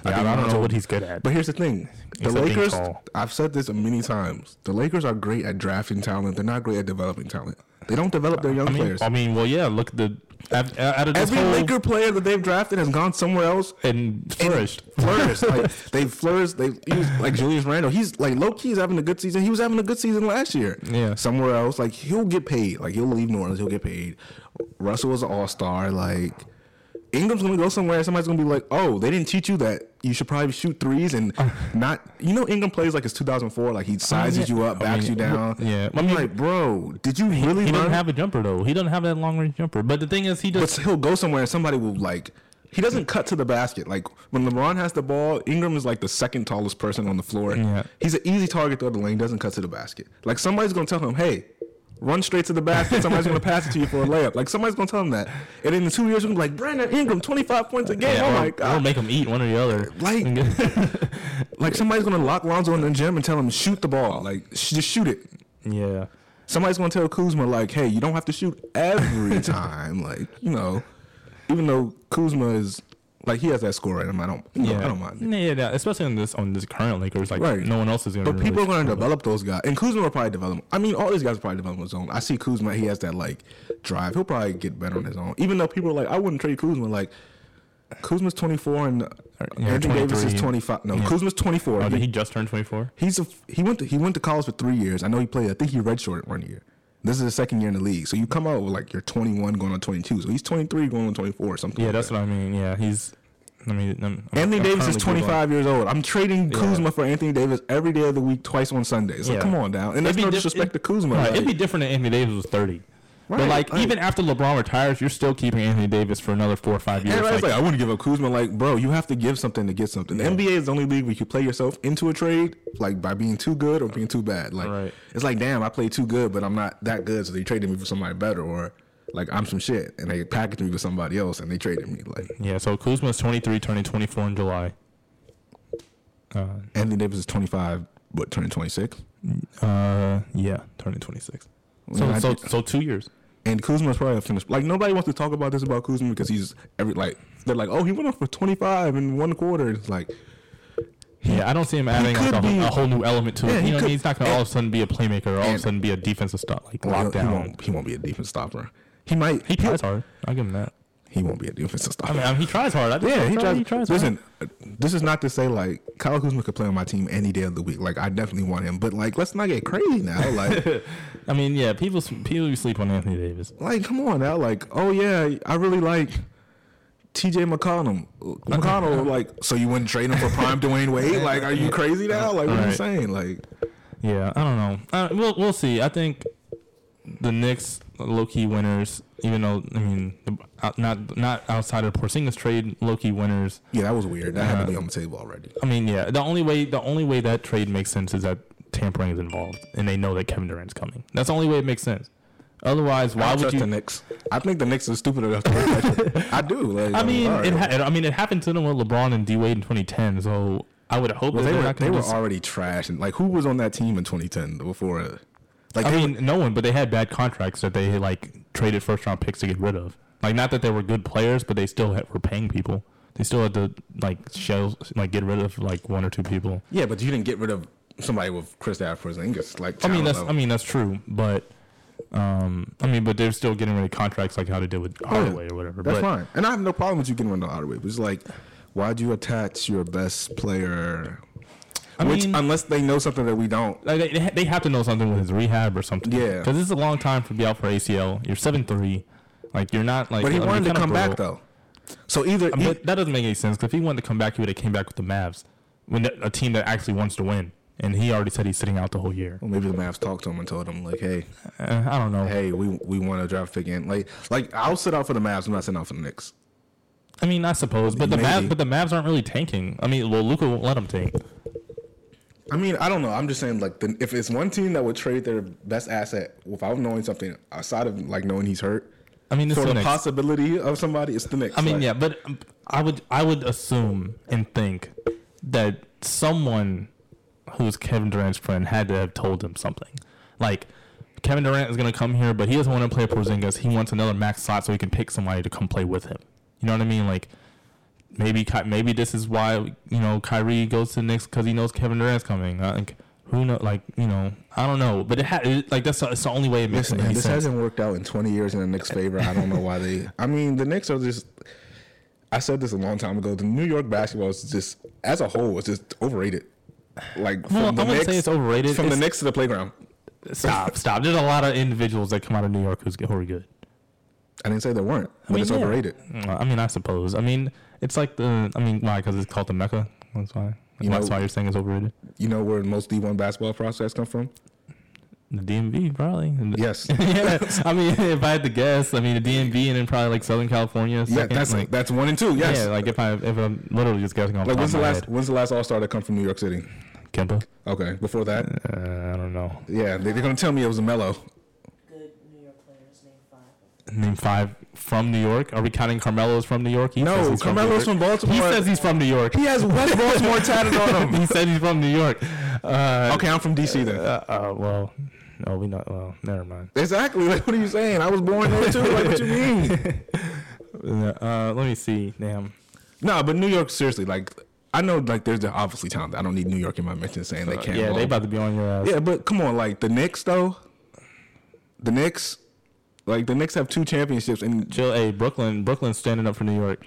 [SPEAKER 3] Yeah,
[SPEAKER 5] think
[SPEAKER 3] I don't know
[SPEAKER 5] Lonzo-
[SPEAKER 3] what he's good at.
[SPEAKER 5] But here's the thing the
[SPEAKER 3] Except being
[SPEAKER 5] Lakers,
[SPEAKER 3] tall.
[SPEAKER 5] I've said this many times, the Lakers are great at drafting talent. They're not great at developing talent. They don't develop their young
[SPEAKER 3] I mean,
[SPEAKER 5] players.
[SPEAKER 3] I mean, well, yeah. Look, at the out out of this
[SPEAKER 5] Every
[SPEAKER 3] whole
[SPEAKER 5] Laker player that they've drafted has gone somewhere else
[SPEAKER 3] and
[SPEAKER 5] and
[SPEAKER 3] flourished.
[SPEAKER 5] Flourished. like they flourished. They he was like Julius Randle. He's like low key is having a good season. He was having a good season last year.
[SPEAKER 3] Yeah.
[SPEAKER 5] Somewhere else, like he'll get paid. Like he'll leave New Orleans. He'll get paid. Russell was an all star. Like Ingram's gonna go somewhere. and Somebody's gonna be like, oh, they didn't teach you that. You should probably shoot threes and not. You know, Ingram plays like it's 2004. Like he sizes
[SPEAKER 3] yeah.
[SPEAKER 5] you up,
[SPEAKER 3] I
[SPEAKER 5] backs
[SPEAKER 3] mean,
[SPEAKER 5] you down.
[SPEAKER 3] wh- yeah. I
[SPEAKER 5] I'm
[SPEAKER 3] mean,
[SPEAKER 5] like, bro, did you really
[SPEAKER 3] He
[SPEAKER 5] learn?
[SPEAKER 3] doesn't have a jumper though. He doesn't have that long range jumper. But the thing is, he
[SPEAKER 5] but
[SPEAKER 3] just
[SPEAKER 5] he'll go somewhere and somebody will like he doesn't cut to the basket. Like when LeBron has the ball, Ingram is like the second tallest person on the floor.
[SPEAKER 3] Yeah.
[SPEAKER 5] He's an easy target through the lane, doesn't cut to the basket. Like somebody's gonna tell him, Hey, run straight to the basket, somebody's gonna pass it to you for a layup. Like somebody's gonna tell him that. And then in two years we're gonna be like, Brandon Ingram, twenty five points a game.
[SPEAKER 3] yeah,
[SPEAKER 5] oh
[SPEAKER 3] or,
[SPEAKER 5] my
[SPEAKER 3] or
[SPEAKER 5] god.
[SPEAKER 3] make him eat one or the other.
[SPEAKER 5] Like- like somebody's gonna lock Lonzo in the gym and tell him shoot the ball. Like sh- just shoot it.
[SPEAKER 3] yeah.
[SPEAKER 5] Somebody's gonna tell Kuzma like, "Hey, you don't have to shoot every time." like, you know, even though Kuzma is like he has that score in him, I don't, you know,
[SPEAKER 3] Yeah,
[SPEAKER 5] I don't mind. it.
[SPEAKER 3] Yeah, yeah, yeah, especially on this on this current Lakers, like
[SPEAKER 5] Right.
[SPEAKER 3] no one else is gonna.
[SPEAKER 5] But
[SPEAKER 3] really
[SPEAKER 5] people are gonna
[SPEAKER 3] score.
[SPEAKER 5] develop those guys, and Kuzma will probably develop. I mean, all these guys will probably develop on his own. I see Kuzma; he has that like drive. He'll probably get better on his own. Even though people are like, "I wouldn't trade Kuzma." Like, Kuzma's twenty four, and
[SPEAKER 3] yeah,
[SPEAKER 5] Anthony Davis
[SPEAKER 3] 23.
[SPEAKER 5] is twenty five. No,
[SPEAKER 3] Yeah.
[SPEAKER 5] Kuzma's twenty four.
[SPEAKER 3] Oh, did he just turned twenty four.
[SPEAKER 5] He's a, he went to he went to college for three years. I know he played. I think he redshirted one year. This is his second year in the league. So you come out with like you're 21 going on 22. So he's 23 going on 24 or something.
[SPEAKER 3] Yeah,
[SPEAKER 5] like
[SPEAKER 3] that's
[SPEAKER 5] that.
[SPEAKER 3] what I mean. Yeah, he's. I mean, I'm, I'm-
[SPEAKER 5] Anthony
[SPEAKER 3] I'm
[SPEAKER 5] Davis is
[SPEAKER 3] currently Googling.
[SPEAKER 5] 25 years old. I'm trading
[SPEAKER 3] Yeah.
[SPEAKER 5] Kuzma for Anthony Davis every day of the week, twice on Sundays. Like,
[SPEAKER 3] Yeah.
[SPEAKER 5] come on down. And
[SPEAKER 3] It'd
[SPEAKER 5] that's
[SPEAKER 3] be
[SPEAKER 5] no
[SPEAKER 3] diff-
[SPEAKER 5] disrespect
[SPEAKER 3] it-
[SPEAKER 5] to Kuzma.
[SPEAKER 3] right,
[SPEAKER 5] like,
[SPEAKER 3] it'd be different if Anthony Davis was thirty. but
[SPEAKER 5] Right,
[SPEAKER 3] like
[SPEAKER 5] right.
[SPEAKER 3] even after LeBron retires, you're still keeping Anthony Davis for another four or five years.
[SPEAKER 5] Everybody's
[SPEAKER 3] like-
[SPEAKER 5] like, I wouldn't give up Kuzma. Like, bro, you have to give something to get something. The NBA is the only league where you play yourself into a trade, like by being too good or being too bad. Like,
[SPEAKER 3] Right.
[SPEAKER 5] it's like, damn, I played too good, but I'm not that good, so they traded me for somebody better, or like I'm some shit, and they packaged me with somebody else, and they traded me. Like,
[SPEAKER 3] yeah, so Kuzma's 23, turning 24 in July.
[SPEAKER 5] Anthony Davis is 25, but turning 26,
[SPEAKER 3] Uh, yeah, turning 26.
[SPEAKER 5] Yeah,
[SPEAKER 3] So,
[SPEAKER 5] I
[SPEAKER 3] so,
[SPEAKER 5] did-
[SPEAKER 3] so two years.
[SPEAKER 5] and Kuzma's probably a finished. Like, nobody wants to talk about this about Kuzma because he's every like they're like, oh, he went off for 25 in one quarter. It's like.
[SPEAKER 3] Yeah, I don't see him adding like
[SPEAKER 5] could
[SPEAKER 3] a, whole-
[SPEAKER 5] be-
[SPEAKER 3] a whole new element to
[SPEAKER 5] Yeah,
[SPEAKER 3] it.
[SPEAKER 5] he
[SPEAKER 3] You know, what I
[SPEAKER 5] could-
[SPEAKER 3] mean? he's not gonna all of a sudden be a playmaker, or all of a
[SPEAKER 5] and-
[SPEAKER 3] sudden be a defensive stop like
[SPEAKER 5] Well, he'll- He
[SPEAKER 3] lockdown.
[SPEAKER 5] won't, he won't be a defense stopper. He might.
[SPEAKER 3] He tries hard. I give him that.
[SPEAKER 5] He won't be a defensive
[SPEAKER 3] I
[SPEAKER 5] stopper.
[SPEAKER 3] mean, I mean, he tries hard. I just
[SPEAKER 5] Yeah, he
[SPEAKER 3] try-
[SPEAKER 5] tries.
[SPEAKER 3] He tries hard.
[SPEAKER 5] listen, uh, this is not to say like Kyle Kuzma could play on my team any day of the week. Like I definitely want him, but like let's not get crazy now. Like,
[SPEAKER 3] I mean, yeah, people people sleep on Anthony Davis.
[SPEAKER 5] like come on now. Like oh yeah, I really like T.J. McConnell. McConnell like so you wouldn't trade him for prime Dwayne Wade? Like are you crazy now? Like what are you
[SPEAKER 3] Right.
[SPEAKER 5] saying? Like
[SPEAKER 3] Yeah, I don't know. Uh, we'll we'll see. I think the Knicks low key winners, even though I mean, the, out- not not outside of Porzingis trade, low key winners.
[SPEAKER 5] yeah, that was weird. That had to be on the table already.
[SPEAKER 3] I mean, yeah, the only way the only way that trade makes sense is that tampering is involved, and they know that Kevin Durant's coming. That's the only way it makes sense. Otherwise,
[SPEAKER 5] I
[SPEAKER 3] why
[SPEAKER 5] don't
[SPEAKER 3] would
[SPEAKER 5] trust
[SPEAKER 3] you?
[SPEAKER 5] the Knicks? I think the Knicks are stupid enough to make that shit. I do. Like,
[SPEAKER 3] I
[SPEAKER 5] I'm
[SPEAKER 3] mean,
[SPEAKER 5] sorry.
[SPEAKER 3] it ha- it- I mean, it happened to them with LeBron and D Wade in 2010. So I would hope
[SPEAKER 5] Well,
[SPEAKER 3] that
[SPEAKER 5] they
[SPEAKER 3] they're
[SPEAKER 5] were
[SPEAKER 3] not
[SPEAKER 5] they
[SPEAKER 3] gonna
[SPEAKER 5] were
[SPEAKER 3] just-
[SPEAKER 5] already trash, and like who was on that team in 2010 before? Uh, like
[SPEAKER 3] I
[SPEAKER 5] they
[SPEAKER 3] mean, no one, but they had bad contracts that they like traded first round picks to get rid of. Like, not that they were good players, but they still had, were paying people. They still had to like shell, like get rid of like one or two people.
[SPEAKER 5] Yeah, but you didn't get rid of somebody with Chris Porzingis. Like
[SPEAKER 3] I mean, that's
[SPEAKER 5] level.
[SPEAKER 3] I mean that's true, but um, I mean, but they're still getting rid of contracts like how they did with Hardaway or whatever.
[SPEAKER 5] Oh, That's
[SPEAKER 3] but
[SPEAKER 5] fine, and I have no problem with you getting rid of Hardaway. But it's like, why'd you attach your best player?
[SPEAKER 3] I
[SPEAKER 5] Which um,
[SPEAKER 3] mean-
[SPEAKER 5] unless they know something that we don't.
[SPEAKER 3] Like they- they, ha- they have to know something with his rehab or something.
[SPEAKER 5] Yeah.
[SPEAKER 3] because this is a long time to be out for ACL. You're seven three, like you're not like.
[SPEAKER 5] But he
[SPEAKER 3] I mean,
[SPEAKER 5] wanted to
[SPEAKER 3] kinda
[SPEAKER 5] come back
[SPEAKER 3] broke.
[SPEAKER 5] though, so either e-
[SPEAKER 3] But that doesn't make any sense because if he wanted to come back, he would have came back with the Mavs, when the, a team that actually wants to win. And he already said he's sitting out the whole year.
[SPEAKER 5] well, maybe the Mavs talked to him and told him like, hey,
[SPEAKER 3] Uh, I don't know.
[SPEAKER 5] hey, we we want to draft pick in. Like like I'll sit out for the Mavs. I'm not sitting out for the Knicks.
[SPEAKER 3] I mean, I suppose, but the
[SPEAKER 5] Maybe.
[SPEAKER 3] Mavs, but the Mavs aren't really tanking. I mean, well, Luca won't let him tank.
[SPEAKER 5] I mean, I don't know. I'm just saying, like, the, if it's one team that would trade their best asset without knowing something outside of like knowing he's hurt,
[SPEAKER 3] I mean, it's
[SPEAKER 5] for
[SPEAKER 3] the
[SPEAKER 5] the
[SPEAKER 3] Knicks.
[SPEAKER 5] possibility of somebody, it's the Knicks.
[SPEAKER 3] I mean,
[SPEAKER 5] Like,
[SPEAKER 3] yeah, but um, I would I would assume and think that someone who's Kevin Durant's friend had to have told him something. Like Kevin Durant is going to come here, but he doesn't want to play Porzingis. He wants another max slot so he can pick somebody to come play with him. You know what I mean? Like maybe Ky- maybe this is why you know Kyrie goes to the Knicks because he knows Kevin Durant's coming. Like who know? Like you know, I don't know. But it had it, like that's it's the only way it makes
[SPEAKER 5] Listen, man,
[SPEAKER 3] any
[SPEAKER 5] this
[SPEAKER 3] sense.
[SPEAKER 5] hasn't worked out in 20 years in the Knicks' favor. I don't know why they. I mean, the Knicks are just. I said this a long time ago. The New York basketball is just, as a whole, is just overrated. Like from
[SPEAKER 3] Well, I
[SPEAKER 5] the
[SPEAKER 3] wouldn't
[SPEAKER 5] Knicks,
[SPEAKER 3] say it's overrated.
[SPEAKER 5] From
[SPEAKER 3] It's-
[SPEAKER 5] the Knicks to the playground,
[SPEAKER 3] Stop, stop. There's a lot of individuals that come out of New York who's who are good.
[SPEAKER 5] I didn't say they weren't, but
[SPEAKER 3] mean,
[SPEAKER 5] it's
[SPEAKER 3] yeah.
[SPEAKER 5] overrated.
[SPEAKER 3] Uh, I mean, I suppose. I mean, it's like the. I mean, why? Because it's called the Mecca. That's why.
[SPEAKER 5] You
[SPEAKER 3] that's
[SPEAKER 5] know-
[SPEAKER 3] why you're saying it's overrated.
[SPEAKER 5] You know where most D1 basketball prospects come from?
[SPEAKER 3] The DMV, probably.
[SPEAKER 5] Yes.
[SPEAKER 3] yeah. I mean, if I had to guess, I mean, the DMV and then probably like Southern California.
[SPEAKER 5] yeah,
[SPEAKER 3] second,
[SPEAKER 5] that's
[SPEAKER 3] like,
[SPEAKER 5] that's one and two. Yes.
[SPEAKER 3] yeah. Like if I if I'm literally just guessing off
[SPEAKER 5] like
[SPEAKER 3] the
[SPEAKER 5] when's
[SPEAKER 3] top
[SPEAKER 5] the
[SPEAKER 3] of my
[SPEAKER 5] last
[SPEAKER 3] head.
[SPEAKER 5] when's the last All Star to come from New York City?
[SPEAKER 3] Kemba.
[SPEAKER 5] Okay, before that,
[SPEAKER 3] Uh, I don't know.
[SPEAKER 5] yeah, they, they're gonna tell me it was a mellow.
[SPEAKER 6] good New York players named five.
[SPEAKER 3] Name five from New York. Are we counting Carmelo's from New York? He
[SPEAKER 5] No,
[SPEAKER 3] says he's New
[SPEAKER 5] Carmelo's
[SPEAKER 3] York.
[SPEAKER 5] from Baltimore.
[SPEAKER 3] He says he's from New York.
[SPEAKER 5] He has West Baltimore tatted on him.
[SPEAKER 3] he said he's from New York. Uh,
[SPEAKER 5] Okay, I'm from DC then.
[SPEAKER 3] Uh, uh, well, no, we not. Well, never mind.
[SPEAKER 5] Exactly. Like, what are you saying? I was born there too. Like, what you mean?
[SPEAKER 3] Uh, let me see. Damn.
[SPEAKER 5] no, but New York, seriously. Like, I know, like, there's obviously talent. I don't need New York in my mention saying they can't.
[SPEAKER 3] yeah,
[SPEAKER 5] ball.
[SPEAKER 3] they about to be on your ass.
[SPEAKER 5] yeah, but come on, like the Knicks though. The Knicks, like the Knicks have two championships, and
[SPEAKER 3] Chill. Hey, Brooklyn. Brooklyn's standing up for New York.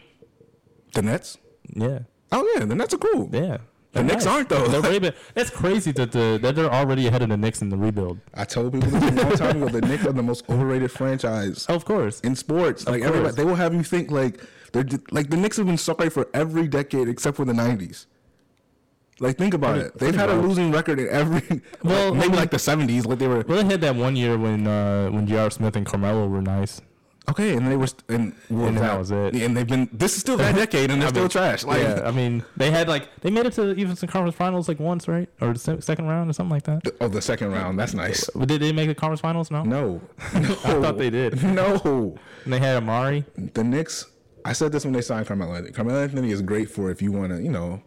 [SPEAKER 5] the Nets.
[SPEAKER 3] Yeah.
[SPEAKER 5] Oh yeah, the Nets are cool.
[SPEAKER 3] Yeah.
[SPEAKER 5] The Knicks aren't, though.
[SPEAKER 3] They're way be- That's crazy that the that they're already ahead of the Knicks in the rebuild.
[SPEAKER 5] I told people this a long time ago. The Knicks are the most overrated franchise
[SPEAKER 3] Oh, Of course.
[SPEAKER 5] in sports. Like everybody,
[SPEAKER 3] course.
[SPEAKER 5] they will have you think like they're d- like the Knicks have been sorry for every decade except for the '90s. Like think about it, they've had a losing record in every.
[SPEAKER 3] Well, um,
[SPEAKER 5] Well,
[SPEAKER 3] I
[SPEAKER 5] maybe
[SPEAKER 3] mean-
[SPEAKER 5] like the '70s, like they were
[SPEAKER 3] Well, they had that one year when uh, when J.R. Smith and Carmelo were nice.
[SPEAKER 5] okay, and they were st- and well,
[SPEAKER 3] And that was it.
[SPEAKER 5] And they've been this is still that decade, and they're still trash. Like
[SPEAKER 3] yeah, I mean, they had like they made it to the Evenson Conference Finals like once, right, or the se- second round or something like that.
[SPEAKER 5] oh, the second round, that's nice.
[SPEAKER 3] But did they make the conference finals? No.
[SPEAKER 5] No,
[SPEAKER 3] I thought they did.
[SPEAKER 5] No,
[SPEAKER 3] And they had Amari.
[SPEAKER 5] the Knicks. I said this when they signed Carmelo Anthony. Carmelo Anthony is great for if you want to, you know,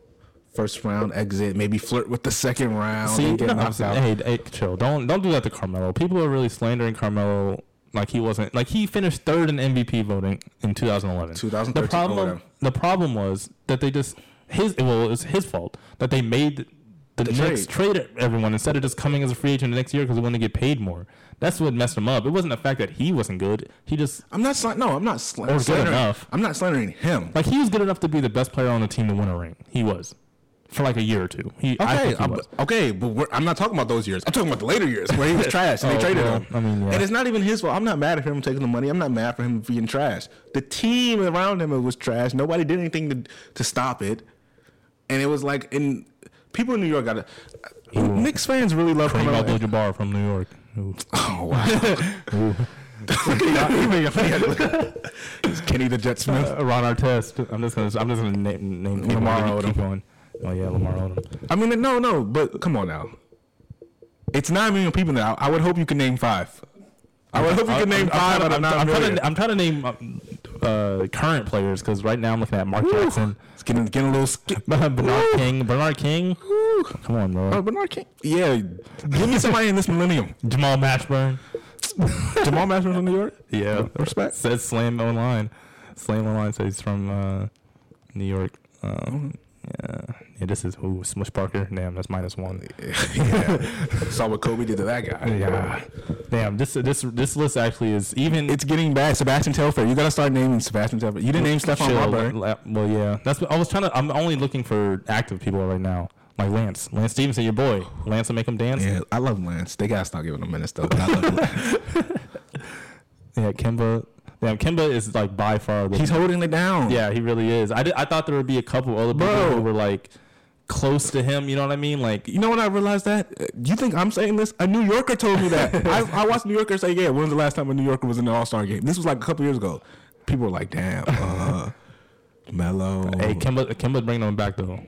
[SPEAKER 5] first round exit, maybe flirt with the second round.
[SPEAKER 3] See,
[SPEAKER 5] and get
[SPEAKER 3] no,
[SPEAKER 5] knocked out.
[SPEAKER 3] Hey, hey, chill. Don't don't do that to Carmelo. People are really slandering Carmelo like he wasn't like he finished third in MVP voting in 2011.
[SPEAKER 5] 2013,
[SPEAKER 3] The
[SPEAKER 5] oh,
[SPEAKER 3] problem
[SPEAKER 5] whatever.
[SPEAKER 3] the problem was that they just his well it was his fault that they made the, Knicks trade everyone instead of just coming as a free agent the next year because they wanted to get paid more. That's what messed him up. It wasn't the fact that he wasn't good. He just
[SPEAKER 5] I'm not sl- no, I'm not sl-
[SPEAKER 3] Oh, good
[SPEAKER 5] slandering.
[SPEAKER 3] enough.
[SPEAKER 5] I'm not slandering him.
[SPEAKER 3] like he was good enough to be the best player on the team to win a ring. He was for like a year or two. He I
[SPEAKER 5] Okay,
[SPEAKER 3] think he
[SPEAKER 5] I'm,
[SPEAKER 3] was.
[SPEAKER 5] okay, but we're, I'm not talking about those years. I'm talking about the later years where he was trash and they
[SPEAKER 3] Oh,
[SPEAKER 5] traded
[SPEAKER 3] well,
[SPEAKER 5] him.
[SPEAKER 3] I mean, yeah.
[SPEAKER 5] and it's not even his fault. I'm not mad at him taking the money. I'm not mad for him being trash. The team around him was trash. Nobody did anything to to stop it, and it was like and people in New York got to. Knicks fans really love
[SPEAKER 3] Kareem
[SPEAKER 5] Carmelo.
[SPEAKER 3] Abdul-Jabbar from New York. Ooh.
[SPEAKER 5] Oh wow! He's Kenny the Jet Smith.
[SPEAKER 3] Uh, Ron Artest. I'm just gonna I'm just gonna name name people.
[SPEAKER 5] Lamar
[SPEAKER 3] Keep-
[SPEAKER 5] Odom.
[SPEAKER 3] Keep going. Oh yeah, Lamar Odom.
[SPEAKER 5] I mean, no, no, but come on now. It's nine million people now. I would hope you can name five. I would hope you can name five out of
[SPEAKER 3] I'm, try-
[SPEAKER 5] nine
[SPEAKER 3] I'm trying
[SPEAKER 5] million.
[SPEAKER 3] to, I'm trying to name um, uh, current players because right now I'm looking at Mark Jackson,
[SPEAKER 5] It's getting, getting a little. Sk-
[SPEAKER 3] Bernard King, Bernard King. Come on, bro.
[SPEAKER 5] Oh, Bernard King. Yeah, give me somebody in this millennium.
[SPEAKER 3] Jamal Mashburn.
[SPEAKER 5] Jamal Mashburn from New York.
[SPEAKER 3] Yeah,
[SPEAKER 5] respect.
[SPEAKER 3] Says Slam Online. Slam Online says he's from uh, New York. Um, yeah. yeah, this is who Smush Parker. Damn, that's minus one.
[SPEAKER 5] yeah, saw what Kobe did to that guy.
[SPEAKER 3] Yeah, damn. This this this list actually is even
[SPEAKER 5] It's getting bad. Sebastian Telfair. You gotta start naming Sebastian Telfair. You didn't name Stephon
[SPEAKER 3] Chill,
[SPEAKER 5] Marbury.
[SPEAKER 3] la- la- Well, yeah, that's. What, I was trying to. I'm only looking for active people right now, like Lance, Lance Stevenson, your boy. Lance will make him dance. Yeah,
[SPEAKER 5] Yeah, I love Lance. They gotta stop giving him minutes though. But I love Lance.
[SPEAKER 3] Kimba. Damn, Kimba is like by far. The,
[SPEAKER 5] He's holding it down.
[SPEAKER 3] yeah, he really is. I did, I thought there would be a couple other people
[SPEAKER 5] Bro.
[SPEAKER 3] who were like close to him. You know what I mean? Like
[SPEAKER 5] You know when I realized that? Uh, You think I'm saying this? A New Yorker told me that. I, I watched New Yorker say, yeah, when was the last time a New Yorker was in the All Star game? This was like a couple years ago. People were like, damn, uh, Mello.
[SPEAKER 3] Hey, Kimba, Kimba's bringing him back though.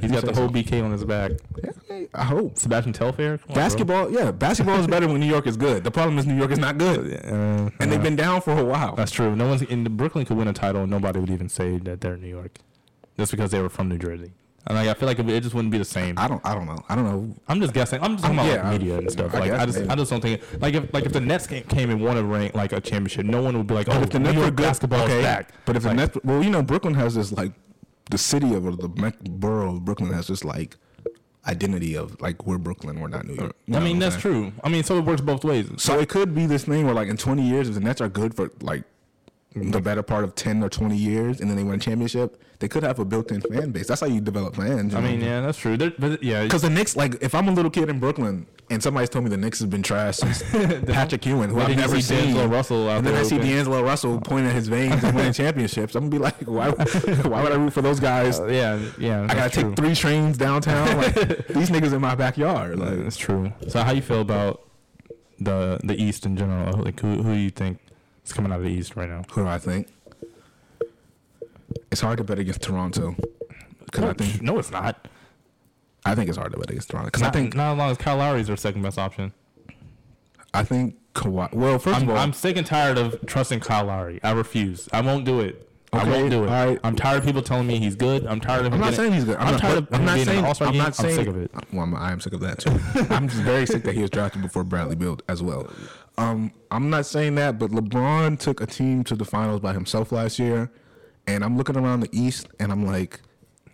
[SPEAKER 3] He's got the
[SPEAKER 5] say
[SPEAKER 3] whole BK on his back.
[SPEAKER 5] Yeah, hey, I hope.
[SPEAKER 3] Sebastian Telfair. Come on, bro.
[SPEAKER 5] Basketball, yeah, basketball is better when New York is good. The problem is New York is not good,
[SPEAKER 3] Uh,
[SPEAKER 5] and they've been down for a while.
[SPEAKER 3] That's true. No one's in Brooklyn could win a title. and Nobody would even say that they're New York, just because they were from New Jersey. And like I feel like it just wouldn't be the same.
[SPEAKER 5] I don't, I don't know, I don't know.
[SPEAKER 3] I'm just guessing. I'm just talking about
[SPEAKER 5] Yeah,
[SPEAKER 3] like,
[SPEAKER 5] I-
[SPEAKER 3] media and stuff.
[SPEAKER 5] I
[SPEAKER 3] like I
[SPEAKER 5] guess
[SPEAKER 3] just,
[SPEAKER 5] maybe.
[SPEAKER 3] I just don't think like if like if the Nets came, came and won a ring like a championship, no one would be like, oh,
[SPEAKER 5] If the
[SPEAKER 3] New
[SPEAKER 5] Nets were
[SPEAKER 3] York
[SPEAKER 5] good,
[SPEAKER 3] basketball
[SPEAKER 5] okay,
[SPEAKER 3] is back.
[SPEAKER 5] But if
[SPEAKER 3] Like,
[SPEAKER 5] the Nets, well, you know, Brooklyn has this like the city of or the me- borough of Brooklyn has this like identity of like we're Brooklyn, we're not New York. You
[SPEAKER 3] I
[SPEAKER 5] know
[SPEAKER 3] mean
[SPEAKER 5] what I'm
[SPEAKER 3] that's
[SPEAKER 5] saying?
[SPEAKER 3] true. I mean, so it works both ways.
[SPEAKER 5] So it could be this thing where like in 20 years, if the Nets are good for like the better part of 10 or 20 years, and then they win a championship, they could have a built-in fan base. That's how you develop fans.
[SPEAKER 3] I mean, yeah, that's true. There, but yeah,
[SPEAKER 5] Mm-hmm. Because the Knicks, like, if I'm a little kid in Brooklyn and somebody's told me the Knicks has been trash since Patrick Ewing, who
[SPEAKER 3] When
[SPEAKER 5] I've
[SPEAKER 3] did you
[SPEAKER 5] never
[SPEAKER 3] see
[SPEAKER 5] seen,
[SPEAKER 3] D'Angelo Russell out
[SPEAKER 5] and then
[SPEAKER 3] there
[SPEAKER 5] I see
[SPEAKER 3] open?
[SPEAKER 5] D'Angelo Russell pointing at his veins and winning championships, I'm gonna be like, why? Why would I root for those guys?
[SPEAKER 3] Oh, yeah, yeah.
[SPEAKER 5] I gotta
[SPEAKER 3] that's true.
[SPEAKER 5] take three trains downtown. Like, these niggas in my backyard.
[SPEAKER 3] Yeah,
[SPEAKER 5] Like,
[SPEAKER 3] that's true. So how you feel about the the East in general? Like who who do you think is coming out of the East right now?
[SPEAKER 5] who do I think? It's hard to bet against Toronto. Because I think
[SPEAKER 3] no, it's not.
[SPEAKER 5] I think it's hard to bet against Toronto. Because I
[SPEAKER 3] Not,
[SPEAKER 5] think
[SPEAKER 3] not as long as Kyle Lowry's their second best option.
[SPEAKER 5] I think Kawhi. Well, 1st
[SPEAKER 3] I'm,
[SPEAKER 5] of all,
[SPEAKER 3] I'm sick and tired of trusting Kyle Lowry. I refuse. I won't do it. I
[SPEAKER 5] Okay,
[SPEAKER 3] won't do it.
[SPEAKER 5] all right.
[SPEAKER 3] I'm tired of people telling me he's good. I'm tired of. him
[SPEAKER 5] I'm not
[SPEAKER 3] getting-
[SPEAKER 5] saying he's good.
[SPEAKER 3] I'm,
[SPEAKER 5] not,
[SPEAKER 3] tired of.
[SPEAKER 5] but I'm
[SPEAKER 3] him
[SPEAKER 5] not
[SPEAKER 3] being
[SPEAKER 5] saying.
[SPEAKER 3] an All-Star
[SPEAKER 5] I'm
[SPEAKER 3] game.
[SPEAKER 5] not saying.
[SPEAKER 3] I'm sick of it.
[SPEAKER 5] Well, I'm, I am sick of that too. I'm just very sick that he was drafted before Bradley Beal as well. Um, I'm not saying that, but LeBron took a team to the finals by himself last year, and I'm looking around the East, and I'm like,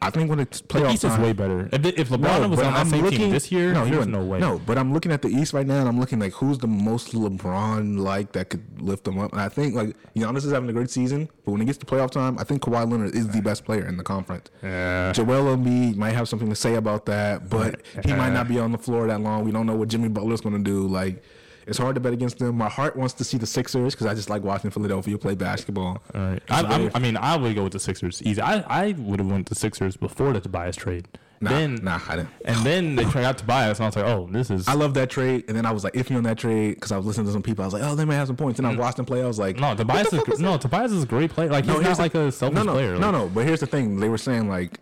[SPEAKER 5] I think when it's playoff
[SPEAKER 3] The East is
[SPEAKER 5] time-
[SPEAKER 3] way better. If, if LeBron was
[SPEAKER 5] but
[SPEAKER 3] on that same team this year,
[SPEAKER 5] No, he
[SPEAKER 3] there's
[SPEAKER 5] wouldn't.
[SPEAKER 3] no way.
[SPEAKER 5] No, but I'm looking at the East right now, and I'm looking like who's the most LeBron like that could lift them up. And I think like Giannis is having a great season, but when it gets to playoff time, I think Kawhi Leonard is the best player in the conference.
[SPEAKER 3] Yeah.
[SPEAKER 5] Joel Embiid might have something to say about that, but he might not be on the floor that long. We don't know what Jimmy Butler's going to do. Like. It's hard to bet against them. My heart wants to see the Sixers because I just like watching Philadelphia play basketball.
[SPEAKER 3] All right. I, I'm, I mean, I would go with the Sixers. Easy. I, I would have went the Sixers before the Tobias trade.
[SPEAKER 5] Nah,
[SPEAKER 3] then
[SPEAKER 5] nah, I didn't.
[SPEAKER 3] And then they tried out Tobias, and I was like, oh, this is.
[SPEAKER 5] I love that trade, and then I was like iffy on that trade because I was listening to some people. I was like, oh, they may have some points. And I watched them play. I was like,
[SPEAKER 3] Mm. no,
[SPEAKER 5] what the
[SPEAKER 3] Tobias is
[SPEAKER 5] fuck
[SPEAKER 3] gr-
[SPEAKER 5] was that?
[SPEAKER 3] no Tobias is a great player. Like he's
[SPEAKER 5] here's
[SPEAKER 3] not
[SPEAKER 5] the-
[SPEAKER 3] like a selfish
[SPEAKER 5] no, no,
[SPEAKER 3] player.
[SPEAKER 5] No,
[SPEAKER 3] like-
[SPEAKER 5] no. But here's the thing: they were saying like,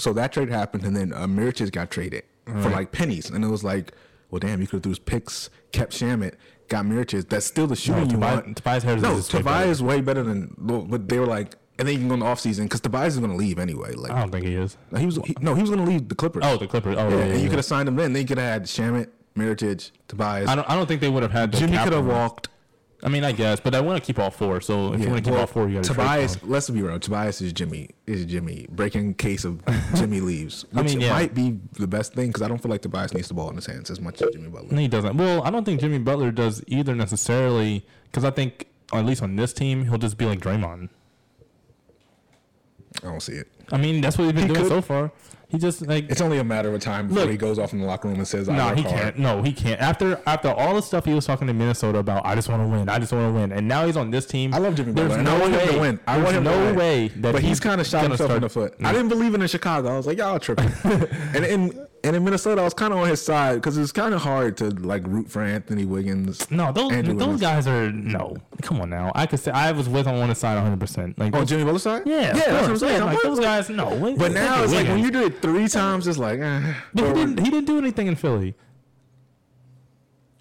[SPEAKER 5] so that trade happened, and then uh, Miritich got traded for like pennies, and it was like, well, damn, you could have threw his picks, kept Shamit, got Miritich. That's still the shooting you
[SPEAKER 3] Tobi-
[SPEAKER 5] want.
[SPEAKER 3] Tobias Harris
[SPEAKER 5] no,
[SPEAKER 3] is just way
[SPEAKER 5] Tobias is way better than. well, But they were like, and then you can go in the offseason because Tobias is going to leave anyway. Like
[SPEAKER 3] I don't think he is.
[SPEAKER 5] he was, he, no, he was going to leave the Clippers.
[SPEAKER 3] Uh, Oh, the Clippers. Oh, yeah.
[SPEAKER 5] and you
[SPEAKER 3] yeah.
[SPEAKER 5] could have signed him then. They could have had Shamit, Miritich, Tobias.
[SPEAKER 3] I don't. I don't think they would have had. The
[SPEAKER 5] Jimmy
[SPEAKER 3] cap
[SPEAKER 5] could have
[SPEAKER 3] room.
[SPEAKER 5] walked.
[SPEAKER 3] I mean, I guess, but I want to keep all four. So if you
[SPEAKER 5] Yeah,
[SPEAKER 3] want to keep
[SPEAKER 5] well,
[SPEAKER 3] all four, you got to
[SPEAKER 5] Tobias. Let's be real. Tobias is Jimmy. Is Jimmy breaking case of Jimmy leaves? Which
[SPEAKER 3] mean, yeah.
[SPEAKER 5] might be the best thing because I don't feel like Tobias needs the ball in his hands as much as Jimmy Butler.
[SPEAKER 3] No, he doesn't. Well, I don't think Jimmy Butler does either necessarily, because I think at least on this team, he'll just be like Draymond.
[SPEAKER 5] I don't see it.
[SPEAKER 3] I mean, that's what he's been
[SPEAKER 5] He
[SPEAKER 3] doing
[SPEAKER 5] could-
[SPEAKER 3] so far. He just like
[SPEAKER 5] It's only a matter of time before
[SPEAKER 3] Look-
[SPEAKER 5] he goes off in the locker room and says, "I
[SPEAKER 3] No,
[SPEAKER 5] work
[SPEAKER 3] he
[SPEAKER 5] hard."
[SPEAKER 3] can't. No, he can't. After after all the stuff he was talking to Minnesota about, I just want to win. I just want to win. And now he's on this team.
[SPEAKER 5] I love Jimmy
[SPEAKER 3] There's
[SPEAKER 5] Butler. and
[SPEAKER 3] No
[SPEAKER 5] I want
[SPEAKER 3] way,
[SPEAKER 5] him to win. I
[SPEAKER 3] there's
[SPEAKER 5] want him
[SPEAKER 3] no
[SPEAKER 5] to win.
[SPEAKER 3] way that
[SPEAKER 5] but he's,
[SPEAKER 3] he's
[SPEAKER 5] kind of shot
[SPEAKER 3] gonna
[SPEAKER 5] himself in the
[SPEAKER 3] start-
[SPEAKER 5] foot. I didn't believe in in Chicago. I was like, y'all tripping. and in and in Minnesota, I was kind of on his side because it's kind of hard to like root for Anthony Wiggins.
[SPEAKER 3] No, those
[SPEAKER 5] Andrew
[SPEAKER 3] those
[SPEAKER 5] Wiggins.
[SPEAKER 3] guys are no. Come on now. I could say I was with him on the side 100. percent Like
[SPEAKER 5] Oh, Jimmy Butler's side?
[SPEAKER 3] yeah,
[SPEAKER 5] yeah,
[SPEAKER 3] of
[SPEAKER 5] that's what I'm
[SPEAKER 3] course.
[SPEAKER 5] saying.
[SPEAKER 3] Yeah,
[SPEAKER 5] I'm
[SPEAKER 3] like
[SPEAKER 5] like,
[SPEAKER 3] those guys, no. Wait,
[SPEAKER 5] But now it's like when
[SPEAKER 3] Wiggins.
[SPEAKER 5] you do it three times, it's like, eh.
[SPEAKER 3] But he didn't. He didn't do anything in Philly.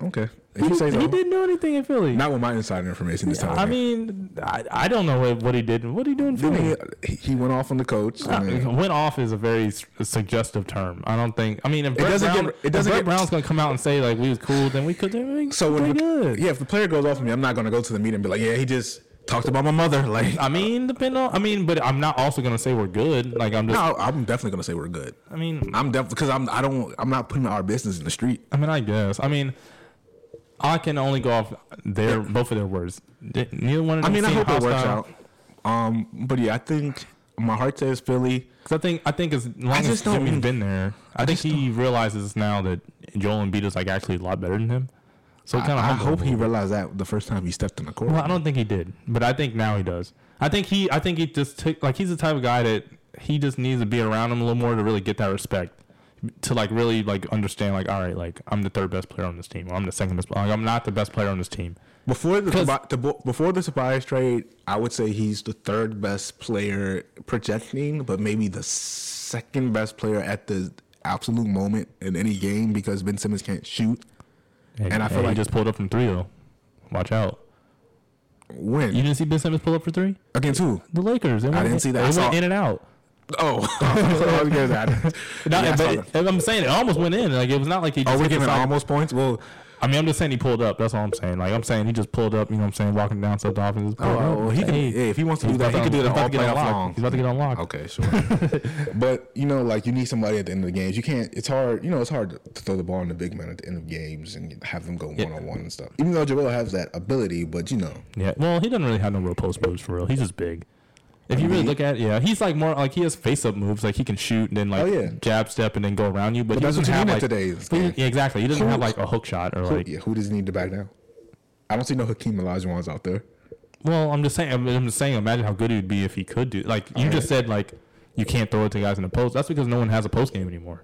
[SPEAKER 5] okay. If
[SPEAKER 3] He,
[SPEAKER 5] you say
[SPEAKER 3] he
[SPEAKER 5] so.
[SPEAKER 3] didn't do anything in Philly.
[SPEAKER 5] Not with my insider information this time.
[SPEAKER 3] I mean, I, I don't know what, what he did. What did he do in Philly?
[SPEAKER 5] Then he, he went off on the coach.
[SPEAKER 3] Uh,
[SPEAKER 5] and then-
[SPEAKER 3] went off is a very s- suggestive term. I don't think. I mean, if Brett,
[SPEAKER 5] doesn't
[SPEAKER 3] Brown,
[SPEAKER 5] get- it
[SPEAKER 3] if
[SPEAKER 5] doesn't
[SPEAKER 3] Brett
[SPEAKER 5] get-
[SPEAKER 3] Brown's gonna come out and say like we was cool, then we could. Then we
[SPEAKER 5] so when
[SPEAKER 3] pretty
[SPEAKER 5] the,
[SPEAKER 3] good.
[SPEAKER 5] yeah, if the player goes off on me, I'm not gonna go to the meeting and be like, yeah, he just talked about my mother. Like,
[SPEAKER 3] I mean, depend on. I mean, but I'm not also gonna say we're good. Like I'm just.
[SPEAKER 5] no, I'm definitely gonna say we're good.
[SPEAKER 3] I mean,
[SPEAKER 5] I'm definitely because I'm I don't I'm not putting our business in the street.
[SPEAKER 3] I mean, I guess. I mean, I can only go off their both of their words. Di- Neither one. Of
[SPEAKER 5] I
[SPEAKER 3] them
[SPEAKER 5] mean, I
[SPEAKER 3] seem
[SPEAKER 5] hope it works
[SPEAKER 3] hostile.
[SPEAKER 5] out. Um, but yeah, I think my heart says Philly.
[SPEAKER 3] 'Cause I think I think as long as
[SPEAKER 5] just don't-
[SPEAKER 3] Jimmy's been there, I, think he realizes now that Joel Embiid is like actually a lot better than him. So
[SPEAKER 5] I,
[SPEAKER 3] kind of
[SPEAKER 5] I hope he realized that the first time he stepped in the court.
[SPEAKER 3] Well, I don't think he did, but I think now he does. I think he, I think he just took like he's the type of guy that he just needs to be around him a little more to really get that respect, to like really like understand like all right, like I'm the third best player on this team, or I'm the second best, like I'm not the best player on this team.
[SPEAKER 5] Before the
[SPEAKER 3] 'Cause-
[SPEAKER 5] Tobi- Tobo- before the Tobias trade, I would say he's the third best player projecting, but maybe the second best player at the absolute moment in any game because Ben Simmons can't shoot.
[SPEAKER 3] and I feel like he just pulled up from three though. Watch out.
[SPEAKER 5] When
[SPEAKER 3] You didn't see Ben Simmons pull up for three?
[SPEAKER 5] against who?
[SPEAKER 3] The Lakers. They went-
[SPEAKER 5] didn't see
[SPEAKER 3] They
[SPEAKER 5] that. I
[SPEAKER 3] went
[SPEAKER 5] saw-
[SPEAKER 3] in and out.
[SPEAKER 5] Oh, I was gonna say, I didn't-
[SPEAKER 3] Not,
[SPEAKER 5] Yeah, I saw
[SPEAKER 3] but
[SPEAKER 5] that.
[SPEAKER 3] it- I'm saying it almost went in. Like it was not like he. Just
[SPEAKER 5] oh, we're
[SPEAKER 3] hit the
[SPEAKER 5] giving
[SPEAKER 3] side-
[SPEAKER 5] almost points. Well,
[SPEAKER 3] I mean, I'm just saying he pulled up. That's all I'm saying. Like I'm saying he just pulled up. You know what I'm saying? Walking down to the offense.
[SPEAKER 5] oh, well, he can.
[SPEAKER 3] Hey,
[SPEAKER 5] yeah, if he wants to
[SPEAKER 3] he's
[SPEAKER 5] do that,
[SPEAKER 3] about
[SPEAKER 5] he
[SPEAKER 3] to-
[SPEAKER 5] can do
[SPEAKER 3] he's
[SPEAKER 5] that
[SPEAKER 3] about
[SPEAKER 5] all
[SPEAKER 3] to get
[SPEAKER 5] playoff
[SPEAKER 3] unlocked.
[SPEAKER 5] long.
[SPEAKER 3] He's about to get unlocked.
[SPEAKER 5] Okay, sure. but you know, like you need somebody at the end of the games. You can't. It's hard. You know, it's hard to, to throw the ball in the big men at the end of games and have them go one on one and stuff. Even though Joel has that ability, but you know,
[SPEAKER 3] Yeah. Well, he doesn't really have no real post moves for real. He's just big. If you really look at it, yeah, he's like more like he has face up moves. Like he can shoot and then like
[SPEAKER 5] Oh, yeah.
[SPEAKER 3] jab step and then go around you. But, he
[SPEAKER 5] that's what
[SPEAKER 3] doesn't
[SPEAKER 5] you
[SPEAKER 3] have
[SPEAKER 5] need in
[SPEAKER 3] like
[SPEAKER 5] today's
[SPEAKER 3] but he-
[SPEAKER 5] game.
[SPEAKER 3] yeah, exactly. He doesn't have
[SPEAKER 5] Who-
[SPEAKER 3] like a hook shot or like.
[SPEAKER 5] yeah, who does he need to back down? I don't see no Hakeem Olajuwon's out there.
[SPEAKER 3] Well, I'm just saying. I'm I'm just saying. Imagine how good he'd be if he could do. Like you just said, like you can't throw it to guys in the post. That's because no one has a post game anymore.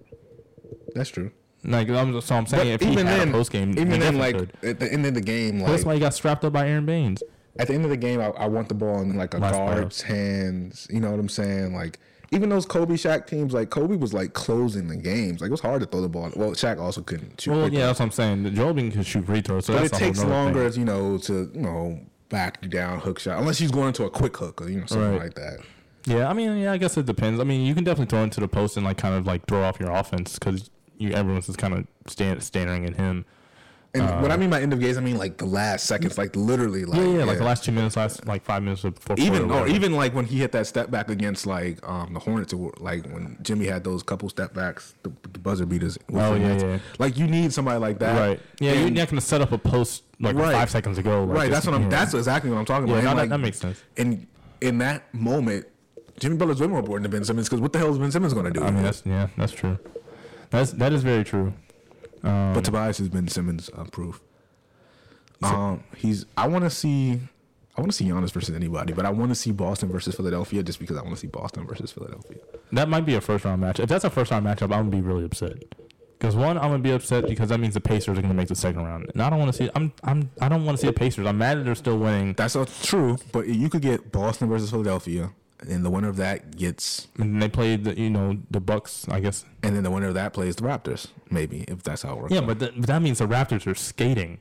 [SPEAKER 5] That's true.
[SPEAKER 3] Like I'm, so I'm
[SPEAKER 5] But
[SPEAKER 3] saying, if he
[SPEAKER 5] even
[SPEAKER 3] had
[SPEAKER 5] then,
[SPEAKER 3] a post game,
[SPEAKER 5] even then, like at the end of the game, like
[SPEAKER 3] that's why he got strapped up by Aaron Baines.
[SPEAKER 5] at the end of the game, I, I want the ball in like a
[SPEAKER 3] Last
[SPEAKER 5] guard's hands. You know what I'm saying? Like even those Kobe Shaq teams, like Kobe was like closing the games. Like it was hard to throw the ball. Well, Shaq also couldn't shoot.
[SPEAKER 3] Well,
[SPEAKER 5] free
[SPEAKER 3] yeah,
[SPEAKER 5] throws.
[SPEAKER 3] that's what I'm saying. The Joel Embiid can shoot free throws, so
[SPEAKER 5] but
[SPEAKER 3] that's
[SPEAKER 5] it
[SPEAKER 3] a whole
[SPEAKER 5] takes
[SPEAKER 3] nother
[SPEAKER 5] longer,
[SPEAKER 3] Thing.
[SPEAKER 5] as you know, to you know back you down hook shot unless she's going into a quick hook or you know something
[SPEAKER 3] Right.
[SPEAKER 5] like that.
[SPEAKER 3] Yeah, I mean, yeah, I guess it depends. I mean, you can definitely throw into the post and like kind of like throw off your offense because you everyone's just kind of stand, standing in him.
[SPEAKER 5] And what I mean by end of games, I mean like the last seconds, like literally, like
[SPEAKER 3] Uh, Yeah, yeah, like the last two minutes, last like five minutes before
[SPEAKER 5] even
[SPEAKER 3] quarter,
[SPEAKER 5] or
[SPEAKER 3] whatever.
[SPEAKER 5] even like when he hit that step back against like um the Hornets, or, like when Jimmy had those couple step backs, the, the buzzer beaters. with
[SPEAKER 3] Oh,
[SPEAKER 5] the
[SPEAKER 3] yeah,
[SPEAKER 5] Nets.
[SPEAKER 3] yeah.
[SPEAKER 5] Like you need somebody like that,
[SPEAKER 3] right. Yeah,
[SPEAKER 5] And-
[SPEAKER 3] you're not gonna set up a post like
[SPEAKER 5] Right.
[SPEAKER 3] five seconds ago. Like,
[SPEAKER 5] right.
[SPEAKER 3] just-
[SPEAKER 5] That's what I'm.
[SPEAKER 3] yeah.
[SPEAKER 5] That's exactly what I'm talking
[SPEAKER 3] Yeah,
[SPEAKER 5] about.
[SPEAKER 3] no,
[SPEAKER 5] And,
[SPEAKER 3] that-
[SPEAKER 5] like,
[SPEAKER 3] that makes sense.
[SPEAKER 5] In in that moment, Jimmy Butler's way more important than Ben Simmons because what the hell is Ben Simmons going to do?
[SPEAKER 3] I mean, that's yeah, that's true. That's that is very true.
[SPEAKER 5] but Tobias is Ben Simmons uh, proof. Um, he's. I want to see. I want to see Giannis versus anybody, but I want to see Boston versus Philadelphia just because I want to see Boston versus Philadelphia.
[SPEAKER 3] That might be a first round match. If that's a first round matchup, I'm gonna be really upset. Because one, I'm gonna be upset because that means the Pacers are gonna make the second round, and I don't want to see. I'm I'm I don't want to see the Pacers. I'm mad that they're still winning,
[SPEAKER 5] That's all true, but you could get Boston versus Philadelphia, and the winner of that gets,
[SPEAKER 3] and they played the you know the Bucks. I guess.
[SPEAKER 5] and then the winner of that plays the Raptors, maybe if that's how it works.
[SPEAKER 3] Yeah, but, th- but that means the Raptors are skating.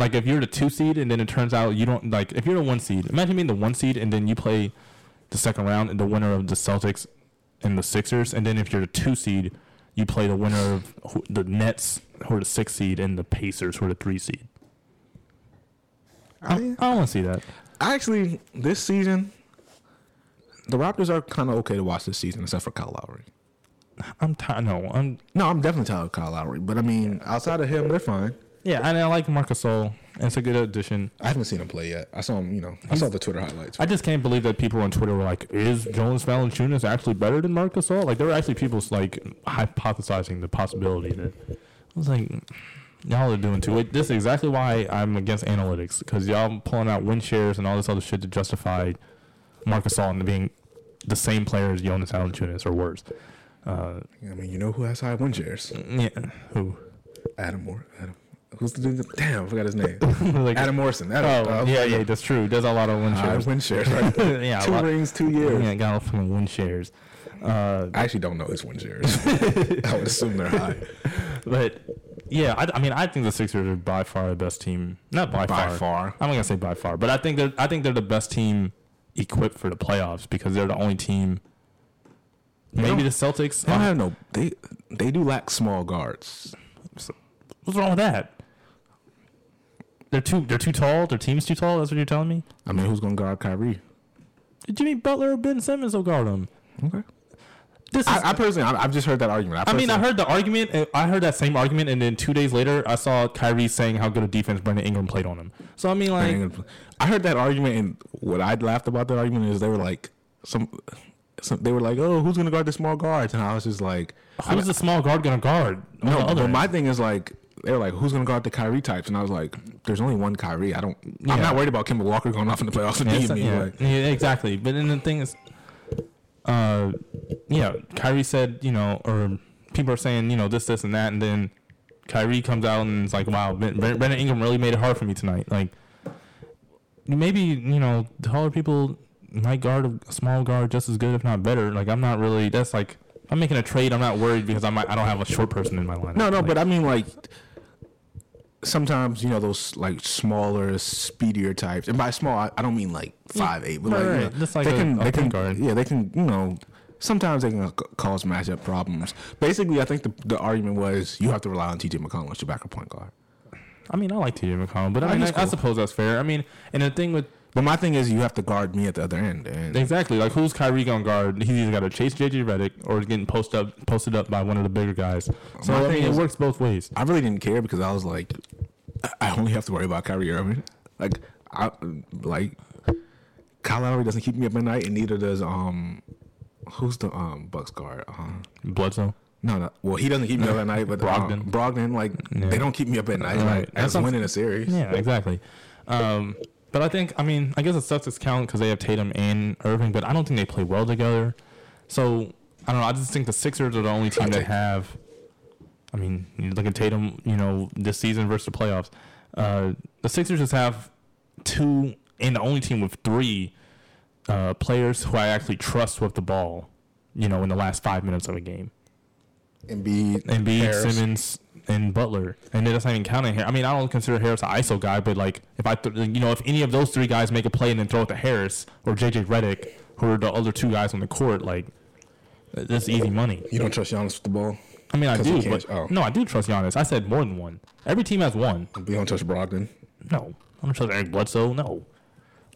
[SPEAKER 3] Like if you're the two seed and then it turns out you don't like if you're the one seed. Imagine being the one seed and then you play the second round and the winner of the Celtics and the Sixers, and then if you're the two seed, you play the winner of who- the Nets who are the six seed and the Pacers who are the three seed. I, I don't want to see that.
[SPEAKER 5] actually this season, the Raptors are kind of okay to watch this season, except for Kyle Lowry.
[SPEAKER 3] I'm tired. No, I'm
[SPEAKER 5] No, I'm definitely tired of Kyle Lowry, but I mean, outside of him, they're fine.
[SPEAKER 3] yeah, and I like Marcus Sol. It's a good addition.
[SPEAKER 5] I haven't seen him play yet. I saw him, you know, I saw the Twitter highlights.
[SPEAKER 3] I just can't believe that people on Twitter were like, "Is Jonas Valanciunas actually better than Marcus Gasol?" Like there were actually people like hypothesizing the possibility that I was like, "Y'all are doing too." Wait, this is exactly why I'm against analytics because y'all pulling out win shares and all this other shit to justify Marcus Gasol and being the same player as Jonas Valanciunas or worse.
[SPEAKER 5] I mean, you know who has high win shares?
[SPEAKER 3] Yeah, who?
[SPEAKER 5] Adam Moore. Adam. Who's the dude? that- Damn, I forgot his name.
[SPEAKER 3] Like-
[SPEAKER 5] Adam Morrison. Adam,
[SPEAKER 3] Oh,
[SPEAKER 5] uh,
[SPEAKER 3] yeah, yeah, that's true. There's a lot of win
[SPEAKER 5] High
[SPEAKER 3] shares.
[SPEAKER 5] win shares. Right there.
[SPEAKER 3] Yeah, a
[SPEAKER 5] two
[SPEAKER 3] lot-
[SPEAKER 5] rings, two years.
[SPEAKER 3] Yeah, got all fucking win shares. Uh,
[SPEAKER 5] I actually don't know his win shares. I would assume they're high.
[SPEAKER 3] But yeah, I, I mean, I think the Sixers are by far the best team. Not by,
[SPEAKER 5] By
[SPEAKER 3] far.
[SPEAKER 5] far.
[SPEAKER 3] I'm not gonna say by far, but I think they're I think they're the best team equipped for the playoffs because they're the only team. Maybe
[SPEAKER 5] don't-
[SPEAKER 3] the Celtics.
[SPEAKER 5] I
[SPEAKER 3] um,
[SPEAKER 5] don't know. They they do lack small guards.
[SPEAKER 3] what's wrong with that? They're too they're too tall. Their team's too tall. That's what you're telling me.
[SPEAKER 5] I mean, who's gonna guard Kyrie?
[SPEAKER 3] Jimmy Butler or Ben Simmons will guard them.
[SPEAKER 5] Okay.
[SPEAKER 3] This is,
[SPEAKER 5] I, I personally, I, I've just heard that argument.
[SPEAKER 3] I mean, I heard the argument. uh, I heard that same argument, and then two days later, I saw Kyrie saying how good a defense Brandon Ingram played on him. So I mean, like,
[SPEAKER 5] personally- I heard that argument, and what I laughed about that argument is they were like some. some they were like, "Oh, who's gonna guard the small guards?" And I was just like, I
[SPEAKER 3] who's
[SPEAKER 5] mean,
[SPEAKER 3] the small guard gonna guard? on
[SPEAKER 5] No,
[SPEAKER 3] the
[SPEAKER 5] but
[SPEAKER 3] end?
[SPEAKER 5] my thing is like they were like, "Who's gonna guard the Kyrie types?" And I was like, "There's only one Kyrie. I don't. I'm
[SPEAKER 3] Yeah.
[SPEAKER 5] not worried about Kimball Walker going off in the playoffs and
[SPEAKER 3] Yeah,
[SPEAKER 5] beating
[SPEAKER 3] it's-
[SPEAKER 5] me."
[SPEAKER 3] yeah.
[SPEAKER 5] Like,
[SPEAKER 3] Yeah, exactly. But then the thing is, uh, yeah, Kyrie said, you know, or people are saying, you know, this, this, and that, and then Kyrie comes out and it's like, wow, Ben- Ben- Brandon Ingram really made it hard for me tonight. Like, maybe you know, taller people might guard a small guard just as good, if not better. Like, I'm not really. That's like If I'm making a trade, I'm not worried because I'm not- I don't have a short person in my lineup.
[SPEAKER 5] No, no,
[SPEAKER 3] Like,
[SPEAKER 5] but I mean like sometimes you know those like smaller, speedier types, and by small I, I don't mean like five eight, but
[SPEAKER 3] Right,
[SPEAKER 5] like, you
[SPEAKER 3] right.
[SPEAKER 5] know,
[SPEAKER 3] Just like
[SPEAKER 5] they
[SPEAKER 3] a-
[SPEAKER 5] can
[SPEAKER 3] a
[SPEAKER 5] they can
[SPEAKER 3] point guard.
[SPEAKER 5] yeah they can you know sometimes they can ca- cause matchup problems. Basically, I think the the argument was you have to rely on T.J. McConnell as your backup point guard.
[SPEAKER 3] I mean, I like TJ McConnell, but I, mean, I,
[SPEAKER 5] he's
[SPEAKER 3] I
[SPEAKER 5] cool.
[SPEAKER 3] suppose that's fair. I mean, and the thing with
[SPEAKER 5] But my thing is you have to guard me at the other end, and
[SPEAKER 3] exactly like who's Kyrie gonna guard? He's either got to chase JJ Redick or is getting posted up posted up by one of the bigger guys. So
[SPEAKER 5] My
[SPEAKER 3] I
[SPEAKER 5] thing
[SPEAKER 3] mean, it
[SPEAKER 5] is-
[SPEAKER 3] works both ways.
[SPEAKER 5] I really didn't care because I was like, I- I only have to worry about Kyrie Irving. Like, I like Kyle Lowry doesn't keep me up at night, and neither does um, who's the um Bucks guard? Um,
[SPEAKER 3] Bledsoe.
[SPEAKER 5] no, no. Well, he doesn't keep me up at night, but Brogden,
[SPEAKER 3] Brogdon.
[SPEAKER 5] Brogdon, like
[SPEAKER 3] Yeah.
[SPEAKER 5] they don't keep me up at night. Like,
[SPEAKER 3] Right. That
[SPEAKER 5] That's
[SPEAKER 3] sounds-
[SPEAKER 5] winning a series.
[SPEAKER 3] Yeah, exactly. Um, but I think, I mean, I guess the Celtics count because they have Tatum and Irving, but I don't think they play well together. So I don't know. I just think the Sixers are the only team that
[SPEAKER 5] Tatum.
[SPEAKER 3] have. I mean, you look at Tatum. You know, this season versus the playoffs, uh, the Sixers just have two and the only team with three uh, players who I actually trust with the ball. You know, in the last five minutes of a game.
[SPEAKER 5] Embiid,
[SPEAKER 3] Embiid,
[SPEAKER 5] Harris.
[SPEAKER 3] Simmons, and Butler, and it doesn't even count in here. I mean, I don't consider Harris an ISO guy, but like if I, th- you know, if any of those three guys make a play and then throw it to Harris or JJ Redick, who are the other two guys on the court, like that's easy money.
[SPEAKER 5] You don't trust Giannis with the ball.
[SPEAKER 3] I mean, I
[SPEAKER 5] 'Cause he
[SPEAKER 3] do,
[SPEAKER 5] can't-
[SPEAKER 3] but
[SPEAKER 5] oh.
[SPEAKER 3] no, I do trust Giannis. I said more than one. Every team has one.
[SPEAKER 5] You don't trust Brogdon.
[SPEAKER 3] No, I don't trust Eric Bledsoe. No,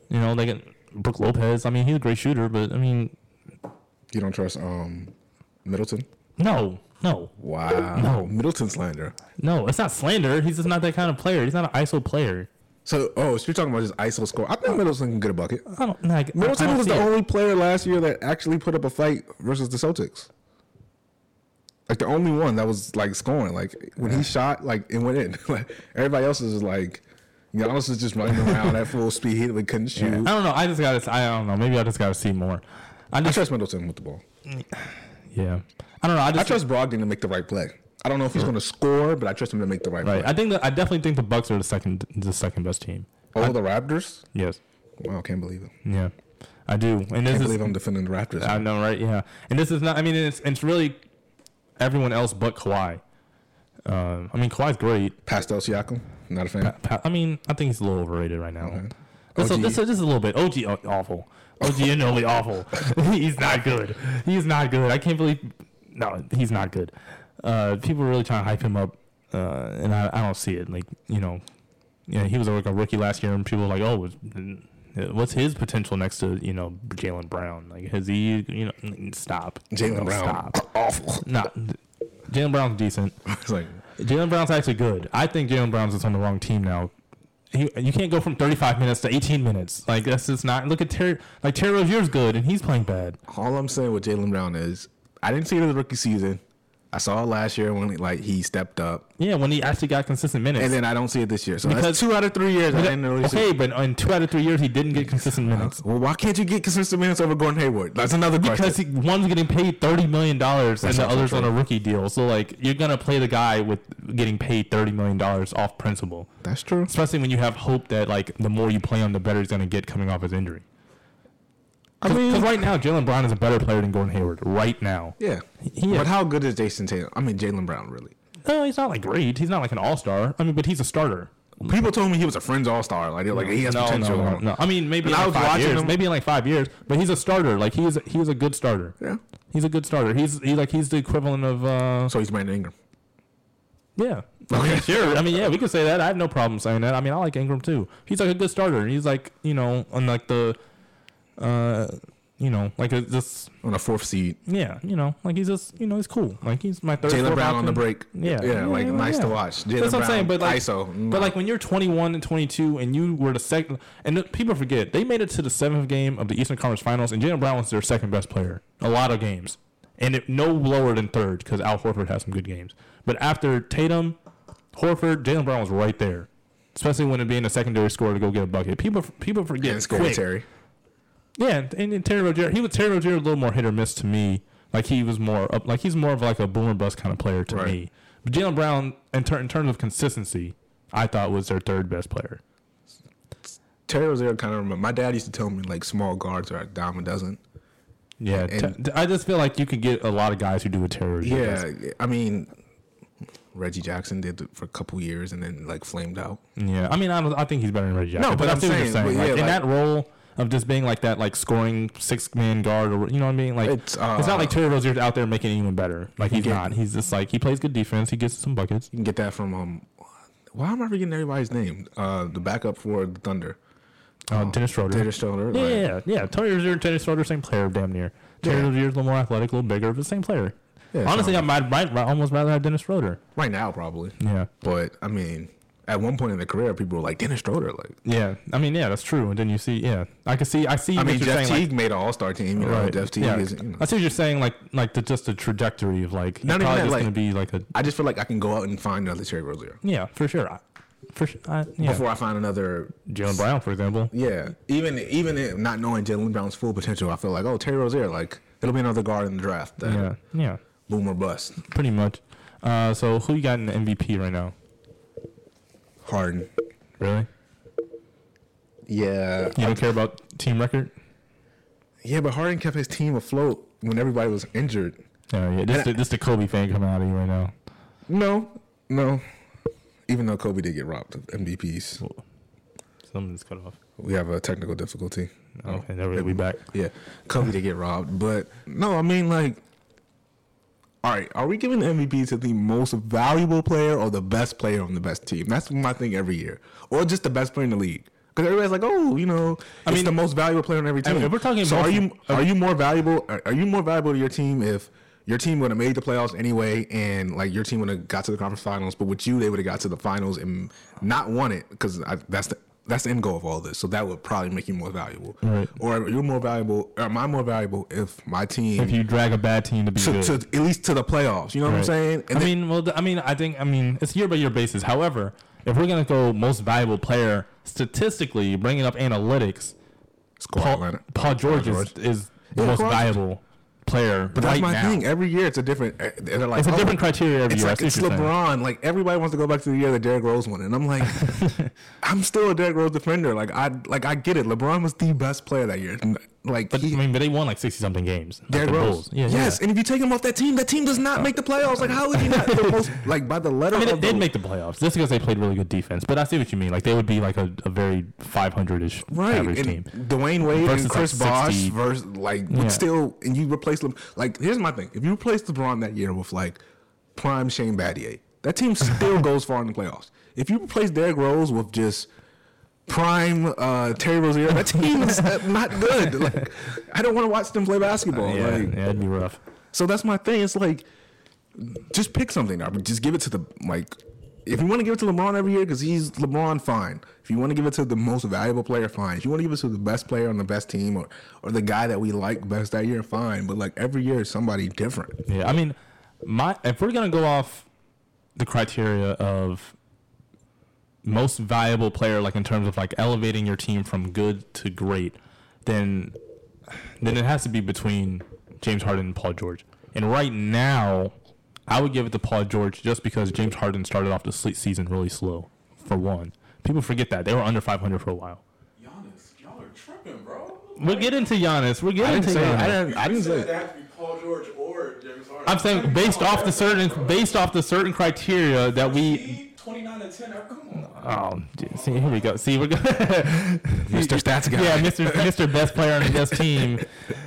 [SPEAKER 3] you know, they get Brooke Lopez. I mean, he's a great shooter, but I mean,
[SPEAKER 5] You don't trust um Middleton.
[SPEAKER 3] no, no,
[SPEAKER 5] Wow,
[SPEAKER 3] No.
[SPEAKER 5] Middleton slander.
[SPEAKER 3] no. It's not slander. He's just not that kind of player. He's not an ISO player.
[SPEAKER 5] So, oh, so you're talking about his ISO score. I think Middleton can get a bucket.
[SPEAKER 3] I don't like. I, I
[SPEAKER 5] Middleton
[SPEAKER 3] don't
[SPEAKER 5] was
[SPEAKER 3] see
[SPEAKER 5] the
[SPEAKER 3] it.
[SPEAKER 5] only player last year that actually put up a fight versus the Celtics. Like the only one that was like scoring. Like when he shot, like it went in. like everybody else is like, Giannis is just running around at full speed. We couldn't shoot.
[SPEAKER 3] I don't know. I just got to. I don't know. Maybe I just got to see more. I
[SPEAKER 5] Mm-hmm. I
[SPEAKER 3] just.
[SPEAKER 5] trust Middleton with the ball.
[SPEAKER 3] yeah. I don't know. I just.
[SPEAKER 5] I trust Brogdon to make the right play. I don't know if he's going to score, but I trust him to make the right,
[SPEAKER 3] Right.
[SPEAKER 5] play.
[SPEAKER 3] I think that I definitely think the Bucks are the second the second best team.
[SPEAKER 5] Oh, the Raptors!
[SPEAKER 3] Yes.
[SPEAKER 5] Wow, can't believe it.
[SPEAKER 3] Yeah. I do. And this
[SPEAKER 5] Can't
[SPEAKER 3] is.
[SPEAKER 5] believe I'm defending the Raptors.
[SPEAKER 3] I know, right? Yeah. And this is not. I mean, it's it's really everyone else but Kawhi. Um, I mean, Kawhi's great.
[SPEAKER 5] Pastel Siakam, not a fan.
[SPEAKER 3] Pa- I mean, I think he's a little overrated right now. This,
[SPEAKER 5] OG.
[SPEAKER 3] this, this is a little bit OG aw- awful. OG Anoli awful. he's not good. He's not good. I can't believe. No, he's not good. Uh, people are really trying to hype him up, uh, and I, I don't see it. Like you know, yeah, he was like a rookie last year, and people were like, oh. it's- What's his potential next to you know Jalen Brown? Like has he you know stop
[SPEAKER 5] Jalen
[SPEAKER 3] No,
[SPEAKER 5] Brown,
[SPEAKER 3] stop
[SPEAKER 5] awful.
[SPEAKER 3] not Jalen Brown's decent.
[SPEAKER 5] it's like
[SPEAKER 3] Jalen Brown's actually good. I think Jalen Brown's just on the wrong team now. He, you can't go from 35 minutes to 18 minutes. Like that's just not. Look at Terry. Like Terry Rozier's good and he's playing bad.
[SPEAKER 5] All I'm saying with Jalen Brown is I didn't see it in the rookie season. I saw it last year when like he stepped up,
[SPEAKER 3] Yeah, when he actually got consistent minutes.
[SPEAKER 5] and then I don't see it this year. So
[SPEAKER 3] Because-
[SPEAKER 5] that's two out of three years
[SPEAKER 3] But-
[SPEAKER 5] I didn't really see.
[SPEAKER 3] okay, but in two out of three years he didn't get consistent minutes
[SPEAKER 5] Well, why can't you get consistent minutes over Gordon Hayward? That's another question.
[SPEAKER 3] because he, one's getting paid 30 million dollars and
[SPEAKER 5] That's
[SPEAKER 3] the
[SPEAKER 5] not so
[SPEAKER 3] other's on
[SPEAKER 5] true.
[SPEAKER 3] a rookie deal. So like you're gonna play the guy with getting paid 30 million dollars off principle,
[SPEAKER 5] that's true.
[SPEAKER 3] especially when you have hope that like the more you play him, the better he's gonna get coming off his injury.
[SPEAKER 5] I
[SPEAKER 3] Because
[SPEAKER 5] mean,
[SPEAKER 3] right now, Jalen Brown is a better player than Gordon Hayward. Right now.
[SPEAKER 5] yeah.
[SPEAKER 3] He-
[SPEAKER 5] But how good is Jason Tatum? I mean, Jalen Brown really.
[SPEAKER 3] No, he's not like great. He's not like an all star. I mean, but he's a starter.
[SPEAKER 5] People told me he was a friends all star. Like, they're like he has
[SPEAKER 3] no,
[SPEAKER 5] potential.
[SPEAKER 3] No, no, no. I mean, maybe in
[SPEAKER 5] And I
[SPEAKER 3] like
[SPEAKER 5] was
[SPEAKER 3] five
[SPEAKER 5] watching
[SPEAKER 3] years.
[SPEAKER 5] him.
[SPEAKER 3] Maybe in like five years. But he's a starter. Like he's he's a good starter.
[SPEAKER 5] Yeah.
[SPEAKER 3] He's a good starter. He's he, like he's the equivalent of uh
[SPEAKER 5] So he's Brandon Ingram.
[SPEAKER 3] yeah. Okay, sure. I mean, yeah, we can say that. I have no problem saying that. I mean, I like Ingram too. He's like a good starter. He's like you know on like the uh you know like a, just
[SPEAKER 5] on a fourth seed.
[SPEAKER 3] yeah you know like he's just you know he's cool. Like he's my third.
[SPEAKER 5] Jalen
[SPEAKER 3] fourth
[SPEAKER 5] Brown on the
[SPEAKER 3] option.
[SPEAKER 5] break.
[SPEAKER 3] Yeah.
[SPEAKER 5] Yeah, like
[SPEAKER 3] yeah,
[SPEAKER 5] nice
[SPEAKER 3] yeah.
[SPEAKER 5] to watch.
[SPEAKER 3] That's
[SPEAKER 5] Jalen
[SPEAKER 3] what I'm
[SPEAKER 5] Brown,
[SPEAKER 3] saying, but like,
[SPEAKER 5] ISO.
[SPEAKER 3] but like when you're 21 and 22, and you were the second, and the- people forget they made it to the seventh game of the Eastern Conference Finals, and Jalen Brown was their second best player. A lot of games, and it, no lower than third because Al Horford had some good games. But after Tatum, Horford, Jalen Brown was right there, especially when it being a secondary scorer to go get a bucket. People people forget
[SPEAKER 5] and
[SPEAKER 3] quick.
[SPEAKER 5] Terry.
[SPEAKER 3] Yeah, and, and, Terry Rozier, he was Terry Rozier a little more hit or miss to me. Like he was more up, like he's more of like a boomer bust kind of player to
[SPEAKER 5] Right.
[SPEAKER 3] me. But Jalen Brown, in, ter- in terms of consistency, I thought was their third best player.
[SPEAKER 5] Terry Rozier kind of remember. My dad used to tell me like small guards are a dime a dozen.
[SPEAKER 3] Yeah, te-
[SPEAKER 5] And-
[SPEAKER 3] I just feel like you could get a lot of guys who do a terror. job.
[SPEAKER 5] Yeah, I mean, Reggie Jackson did it for a couple years and then like flamed out.
[SPEAKER 3] yeah. I mean, I, don't, I think he's better than Reggie Jackson.
[SPEAKER 5] No, but
[SPEAKER 3] I
[SPEAKER 5] I'm
[SPEAKER 3] see what you're
[SPEAKER 5] saying, but
[SPEAKER 3] Like,
[SPEAKER 5] yeah,
[SPEAKER 3] in
[SPEAKER 5] like-
[SPEAKER 3] that role of just being like that, like scoring six man guard, or you know what I mean? Like it's,
[SPEAKER 5] It's, uh,
[SPEAKER 3] not like Terry Rozier's out there making anyone better. Like he's
[SPEAKER 5] get-
[SPEAKER 3] not. He's just like he plays good defense. He gets some buckets.
[SPEAKER 5] You can get that from um. Why am I forgetting everybody's name? Uh, the backup for the Thunder, Oh,
[SPEAKER 3] Uh, Dennis Schroeder.
[SPEAKER 5] Taylor Stoner.
[SPEAKER 3] yeah,
[SPEAKER 5] like-
[SPEAKER 3] yeah, yeah, yeah. Terry Rozier and Dennis Schroeder, same player, damn near. Terry
[SPEAKER 5] Yeah.
[SPEAKER 3] Rozier's a little more athletic, a little bigger, but same player.
[SPEAKER 5] Yeah,
[SPEAKER 3] Honestly, I might, might almost rather have Dennis Schroeder.
[SPEAKER 5] right now probably.
[SPEAKER 3] Yeah.
[SPEAKER 5] But I mean, at one point in the career, people were like Dennis Schroeder. Like,
[SPEAKER 3] Yeah, I mean, yeah, that's true. And then you see, yeah, I can see, I see.
[SPEAKER 5] I
[SPEAKER 3] what
[SPEAKER 5] mean,
[SPEAKER 3] you're
[SPEAKER 5] Jeff
[SPEAKER 3] saying,
[SPEAKER 5] Teague made an All Star team.
[SPEAKER 3] like,
[SPEAKER 5] You know,
[SPEAKER 3] right.
[SPEAKER 5] Jeff Teague
[SPEAKER 3] yeah.
[SPEAKER 5] is. You know,
[SPEAKER 3] I see what you're saying, like, like the just the trajectory of like, he's
[SPEAKER 5] Not even
[SPEAKER 3] probably
[SPEAKER 5] that,
[SPEAKER 3] just
[SPEAKER 5] like-
[SPEAKER 3] gonna be like a,
[SPEAKER 5] I just feel like I can go out and find another Terry Rozier
[SPEAKER 3] yeah, for sure, I, for sure, I, yeah.
[SPEAKER 5] before I find another.
[SPEAKER 3] Jalen Brown, for example,
[SPEAKER 5] Yeah, even even if not knowing Jalen Brown's full potential, I feel like oh Terry Rozier, like it'll be another guard in the draft. That
[SPEAKER 3] yeah, yeah,
[SPEAKER 5] boom or bust.
[SPEAKER 3] pretty much. Uh, so who you got in the MVP right now?
[SPEAKER 5] Harden.
[SPEAKER 3] Really?
[SPEAKER 5] Yeah,
[SPEAKER 3] You don't care about team record?
[SPEAKER 5] yeah, but Harden kept his team afloat when everybody was injured.
[SPEAKER 3] Oh, Yeah, yeah. This, the, this the Kobe fan coming out of you right now.
[SPEAKER 5] No, no. Even though Kobe did get robbed of MVPs,
[SPEAKER 3] Something's cut off.
[SPEAKER 5] we have a technical difficulty. Oh.
[SPEAKER 3] Okay, there we- we back.
[SPEAKER 5] Yeah, Kobe did get robbed, but no, I mean like, all right, are we giving the MVP to the most valuable player or the best player on the best team? That's my thing every year, or just the best player in the league. Because everybody's like, oh, you know, I mean,
[SPEAKER 3] mean-
[SPEAKER 5] the most valuable player on every
[SPEAKER 3] I
[SPEAKER 5] team.
[SPEAKER 3] mean, if we're talking
[SPEAKER 5] so
[SPEAKER 3] most-
[SPEAKER 5] are you are you more valuable? Are, are you more valuable to your team if your team would have made the playoffs anyway, and like your team would have got to the conference finals, but with you they would have got to the finals and not won it because that's the that's the end goal of all this. So that would probably make you more valuable,
[SPEAKER 3] Right.
[SPEAKER 5] or you're more valuable, or am I more valuable if my team
[SPEAKER 3] If you drag a bad team to be
[SPEAKER 5] to,
[SPEAKER 3] good,
[SPEAKER 5] to at least to the playoffs? You know what I'm
[SPEAKER 3] Right.
[SPEAKER 5] saying?
[SPEAKER 3] I
[SPEAKER 5] then-
[SPEAKER 3] mean, well, th- I mean, I think, I mean, it's year by year basis. However, if we're gonna go most valuable player statistically, bringing up analytics,
[SPEAKER 5] Kawhi
[SPEAKER 3] Paul,
[SPEAKER 5] Leonard.
[SPEAKER 3] Paul George is,
[SPEAKER 5] George.
[SPEAKER 3] is the
[SPEAKER 5] Yeah,
[SPEAKER 3] most
[SPEAKER 5] Kawhi-
[SPEAKER 3] valuable player
[SPEAKER 5] But that's
[SPEAKER 3] right
[SPEAKER 5] my
[SPEAKER 3] now.
[SPEAKER 5] thing. Every year, it's a different. eh, They're like,
[SPEAKER 3] It's a
[SPEAKER 5] oh,
[SPEAKER 3] different criteria every
[SPEAKER 5] it's
[SPEAKER 3] year.
[SPEAKER 5] Like,
[SPEAKER 3] I
[SPEAKER 5] it's
[SPEAKER 3] see what you're saying.
[SPEAKER 5] LeBron. Like everybody wants to go back to the year that Derrick Rose won, and I'm like, I'm still a Derrick Rose defender. Like I, like I get it. LeBron was the best player that year. And, Like
[SPEAKER 3] But
[SPEAKER 5] he,
[SPEAKER 3] I mean, but they won like sixty something games. like
[SPEAKER 5] Derrick
[SPEAKER 3] the
[SPEAKER 5] Rose.
[SPEAKER 3] Bulls. Yeah,
[SPEAKER 5] yes,
[SPEAKER 3] yeah.
[SPEAKER 5] and if you take him off that team, that team does not make the playoffs. Like how would he not? the most, like by the letter
[SPEAKER 3] I mean,
[SPEAKER 5] of
[SPEAKER 3] it
[SPEAKER 5] the
[SPEAKER 3] did make the playoffs just because they played really good defense. But I see what you mean. Like they would be like a, a very five hundred ish
[SPEAKER 5] Right,
[SPEAKER 3] average
[SPEAKER 5] and
[SPEAKER 3] team.
[SPEAKER 5] Dwayne Wade
[SPEAKER 3] Versus,
[SPEAKER 5] and Chris
[SPEAKER 3] like,
[SPEAKER 5] Bosh
[SPEAKER 3] 60.
[SPEAKER 5] versus like
[SPEAKER 3] Yeah.
[SPEAKER 5] would still, and you replace them. Like, here's my thing: if you replace LeBron that year with like prime Shane Battier, that team still goes far in the playoffs. If you replace Derrick Rose with just prime uh, Terry Rozier, that team is uh, not good. Like, I don't want to watch them play basketball.
[SPEAKER 3] Yeah,
[SPEAKER 5] like,
[SPEAKER 3] yeah, that'd be rough.
[SPEAKER 5] so that's my thing. It's like, just pick something. I mean, just give it to the like. If you want to give it to LeBron every year because he's LeBron, fine. If you want to give it to the most valuable player, fine. If you want to give it to the best player on the best team or or the guy that we like best that year, fine. But like every year, is somebody different.
[SPEAKER 3] Yeah, I mean, my if we're gonna go off the criteria of most valuable player, like in terms of like elevating your team from good to great, then then it has to be between James Harden and Paul George. And right now, I would give it to Paul George just because James Harden started off the sleep season really slow. For one, people forget that they were under 500 for a while.
[SPEAKER 1] Giannis, y'all are tripping, bro.
[SPEAKER 3] We're getting to Giannis. We're
[SPEAKER 5] I
[SPEAKER 3] getting
[SPEAKER 5] didn't
[SPEAKER 3] to
[SPEAKER 5] say. I
[SPEAKER 3] Giannis.
[SPEAKER 5] didn't. I
[SPEAKER 1] You
[SPEAKER 5] didn't
[SPEAKER 1] said
[SPEAKER 5] say.
[SPEAKER 1] that has to be Paul George or James Harden.
[SPEAKER 3] I'm saying based off the certain based off the certain criteria that we
[SPEAKER 1] He 29 and 10. Come on.
[SPEAKER 3] Oh, d- see, here we go. See, we're going.
[SPEAKER 5] Mr. Stats Guy.
[SPEAKER 3] yeah, Mr. Mr. Best Player on the Best Team.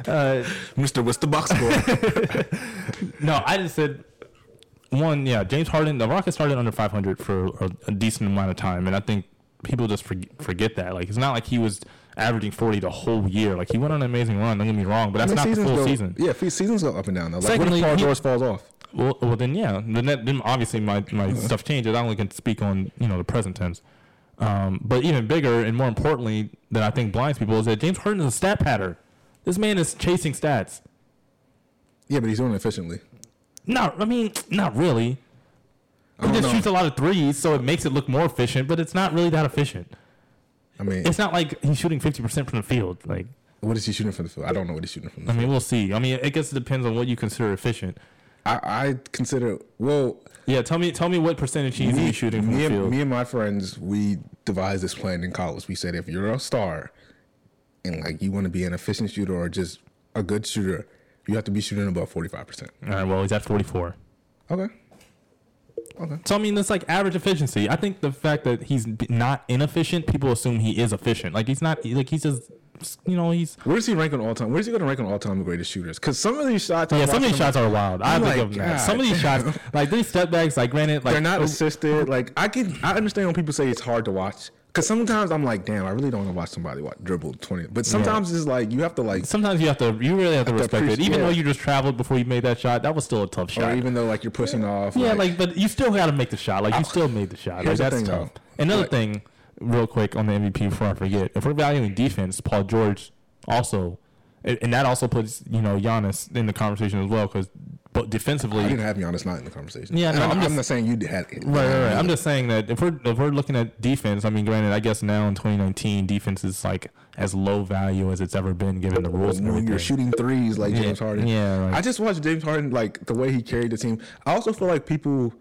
[SPEAKER 3] Uh,
[SPEAKER 5] Mr. What's the box score?
[SPEAKER 3] no, I just said one. Yeah, James Harden. The Rockets started under 500 for a, a decent amount of time, and I think people just forget, forget that. Like, it's not like he was averaging 40 the whole year. Like, he went on an amazing run. Don't get me wrong, but that's not the full
[SPEAKER 5] go,
[SPEAKER 3] season.
[SPEAKER 5] Yeah, fe- seasons go up and down. Though. Like,
[SPEAKER 3] Secondly,
[SPEAKER 5] what if
[SPEAKER 3] he-
[SPEAKER 5] Paul George falls off?
[SPEAKER 3] Well, well, then yeah, then, that, then obviously my, my stuff changes. I only can speak on you know the present tense. Um, but even bigger and more importantly that I think blinds people is that James Harden is a stat patter. This man is chasing stats.
[SPEAKER 5] Yeah, but he's doing it efficiently.
[SPEAKER 3] Not, I mean, not really. He
[SPEAKER 5] don't
[SPEAKER 3] just
[SPEAKER 5] know.
[SPEAKER 3] shoots a lot of threes, so it makes it look more efficient, but it's not really that efficient.
[SPEAKER 5] I mean,
[SPEAKER 3] It's not like he's shooting fifty percent from the field. Like,
[SPEAKER 5] what is he shooting from the field? I don't know what he's shooting from the
[SPEAKER 3] I mean, we'll see. I mean, I guess it depends on what you consider efficient.
[SPEAKER 5] I, I consider well.
[SPEAKER 3] Yeah, tell me, tell me what percentage he's
[SPEAKER 5] me,
[SPEAKER 3] shooting from
[SPEAKER 5] me
[SPEAKER 3] the
[SPEAKER 5] and,
[SPEAKER 3] field.
[SPEAKER 5] me and my friends, we devised this plan in college. We said if you're a star and like you want to be an efficient shooter or just a good shooter, you have to be shooting above forty five percent.
[SPEAKER 3] All right, well, he's at 44.
[SPEAKER 5] Okay. Okay.
[SPEAKER 3] So I mean, that's like average efficiency. I think the fact that he's b- not inefficient, people assume he is efficient. Like he's not. Like he's just, you know, he's
[SPEAKER 5] Where does he rank on all time? Where is he going to rank on all time greatest shooters? Because some of these shots, I'm
[SPEAKER 3] yeah. Some of these
[SPEAKER 5] watching him-
[SPEAKER 3] shots are wild. I
[SPEAKER 5] I'm
[SPEAKER 3] think
[SPEAKER 5] like,
[SPEAKER 3] of that.
[SPEAKER 5] God
[SPEAKER 3] Some of these shots,
[SPEAKER 5] damn.
[SPEAKER 3] like these step backs, like granted, like
[SPEAKER 5] they're not assisted. Like I can, I understand when people say it's hard to watch. Cause sometimes I'm like, damn, I really don't want to watch somebody watch dribble twenty. But sometimes it's like you have to like,
[SPEAKER 3] Sometimes you have to. You really have to
[SPEAKER 5] Have to
[SPEAKER 3] respect it.
[SPEAKER 5] appreciate- Oh,
[SPEAKER 3] Even though
[SPEAKER 5] yeah.
[SPEAKER 3] you just traveled before you made that shot, that was still a tough
[SPEAKER 5] or
[SPEAKER 3] shot.
[SPEAKER 5] even though like you're pushing off.
[SPEAKER 3] Yeah, like, but you still got to make the shot. Like, you still made the shot. Like,
[SPEAKER 5] Oh, Here's the
[SPEAKER 3] that's
[SPEAKER 5] thing,
[SPEAKER 3] tough.
[SPEAKER 5] though.
[SPEAKER 3] Another
[SPEAKER 5] Like-
[SPEAKER 3] thing, real quick on the MVP before I forget, if we're valuing defense, Paul George also, and and that also puts you know Giannis in the conversation as well because but defensively,
[SPEAKER 5] I
[SPEAKER 3] right,
[SPEAKER 5] didn't have Giannis not in the conversation.
[SPEAKER 3] Yeah,
[SPEAKER 5] And
[SPEAKER 3] no,
[SPEAKER 5] I'm,
[SPEAKER 3] I'm
[SPEAKER 5] I'm
[SPEAKER 3] just-
[SPEAKER 5] not saying you had. it.
[SPEAKER 3] right, right. I'm just saying that if we're if we're looking at defense, I mean, granted, I guess now in 2019, defense is like as low value as it's ever been given the rules and
[SPEAKER 5] when
[SPEAKER 3] everything.
[SPEAKER 5] you're shooting threes like
[SPEAKER 3] Yeah,
[SPEAKER 5] James Harden.
[SPEAKER 3] yeah, like-
[SPEAKER 5] I just watched James Harden like the way he carried the team. I also feel like people.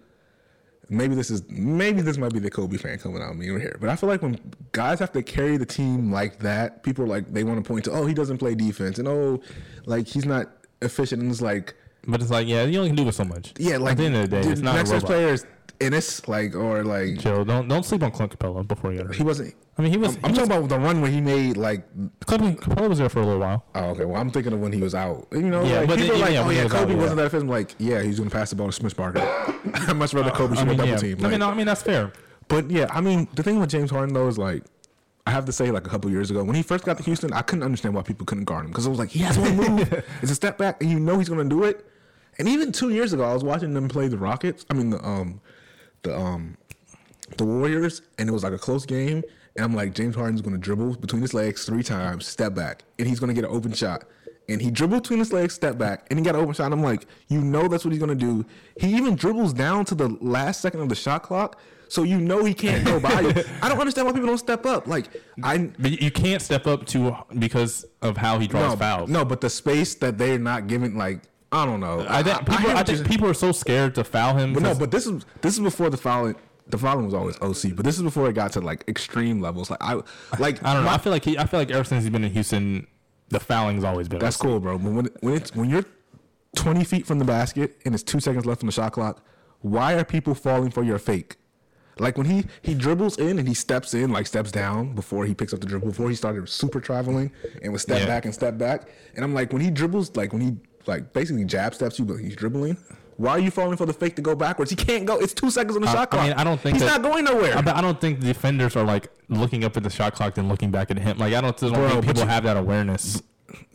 [SPEAKER 5] Maybe this is maybe this might be the Kobe fan coming out of me over here, but I feel like when guys have to carry the team like that, people are like they want to point to oh he doesn't play defense and oh like he's not efficient and it's like
[SPEAKER 3] But it's like, yeah, you only can do it so much.
[SPEAKER 5] yeah like
[SPEAKER 3] at the end of the day,
[SPEAKER 5] dude,
[SPEAKER 3] it's not a
[SPEAKER 5] next best
[SPEAKER 3] robot.
[SPEAKER 5] player is Ennis like or like
[SPEAKER 3] Chill. Don't don't sleep on Clint Capella before you.
[SPEAKER 5] he wasn't.
[SPEAKER 3] I mean, he was.
[SPEAKER 5] I'm
[SPEAKER 3] he
[SPEAKER 5] talking about the run where he made like
[SPEAKER 3] Clint Capella was there for a little while.
[SPEAKER 5] Oh, okay. Well, I'm thinking of when he was out. You know,
[SPEAKER 3] Yeah,
[SPEAKER 5] like,
[SPEAKER 3] but
[SPEAKER 5] people
[SPEAKER 3] then-
[SPEAKER 5] are like,
[SPEAKER 3] yeah,
[SPEAKER 5] oh
[SPEAKER 3] when he
[SPEAKER 5] yeah,
[SPEAKER 3] was
[SPEAKER 5] Kobe
[SPEAKER 3] out, yeah.
[SPEAKER 5] wasn't that efficient. Like, yeah, he's gonna pass the ball to Smith Parker. I'd much rather Kobe
[SPEAKER 3] Uh, I
[SPEAKER 5] shoot a
[SPEAKER 3] mean,
[SPEAKER 5] double
[SPEAKER 3] yeah.
[SPEAKER 5] team.
[SPEAKER 3] I
[SPEAKER 5] like-
[SPEAKER 3] mean, I mean, that's fair.
[SPEAKER 5] but yeah, I mean, the thing with James Harden though is like, I have to say, like a couple years ago when he first got to Houston, I couldn't understand why people couldn't guard him because I was like, he has one move, it's a step back, and you know he's gonna do it. And even two years ago, I was watching them play the Rockets. I mean, the um, the um, the Warriors, and it was like a close game. And I'm like, James Harden's going to dribble between his legs three times, step back, and he's going to get an open shot. And he dribbled between his legs, step back, and he got an open shot. I'm like, you know that's what he's going to do. He even dribbles down to the last second of the shot clock, so you know he can't go by you. I don't understand why people don't step up. Like, I
[SPEAKER 3] But you- you can't step up to because of how he draws
[SPEAKER 5] no,
[SPEAKER 3] fouls.
[SPEAKER 5] no, but the space that they're not giving, like, I don't know.
[SPEAKER 3] I think people.
[SPEAKER 5] hear
[SPEAKER 3] I,
[SPEAKER 5] what
[SPEAKER 3] think
[SPEAKER 5] you're-
[SPEAKER 3] people are so scared to foul him.
[SPEAKER 5] But no,
[SPEAKER 3] 'cause-
[SPEAKER 5] but this is this is before the fouling. The fouling was always OC, but this is before it got to like extreme levels. Like I, like
[SPEAKER 3] I don't know. I feel like he. I feel like ever since he's been in Houston, the fouling's always been.
[SPEAKER 5] That's cool, bro. But when when it's when you're 20 feet from the basket and it's two seconds left on the shot clock, why are people falling for your fake? Like when he he dribbles in and he steps in, like steps down before he picks up the dribble, before he started super traveling and would step
[SPEAKER 3] Yeah.
[SPEAKER 5] back and step back. And I'm like, when he dribbles, like when he like basically jab steps you, but he's dribbling. Why are you falling for the fake to go backwards? He can't go. It's two seconds on the
[SPEAKER 3] I-
[SPEAKER 5] shot clock.
[SPEAKER 3] I mean, I don't think
[SPEAKER 5] he's
[SPEAKER 3] that-
[SPEAKER 5] not going nowhere.
[SPEAKER 3] I, but I don't think the defenders are like looking up at the shot clock and looking back at him. Like I don't, I don't
[SPEAKER 5] Bro,
[SPEAKER 3] think
[SPEAKER 5] but
[SPEAKER 3] people
[SPEAKER 5] you-
[SPEAKER 3] have that awareness.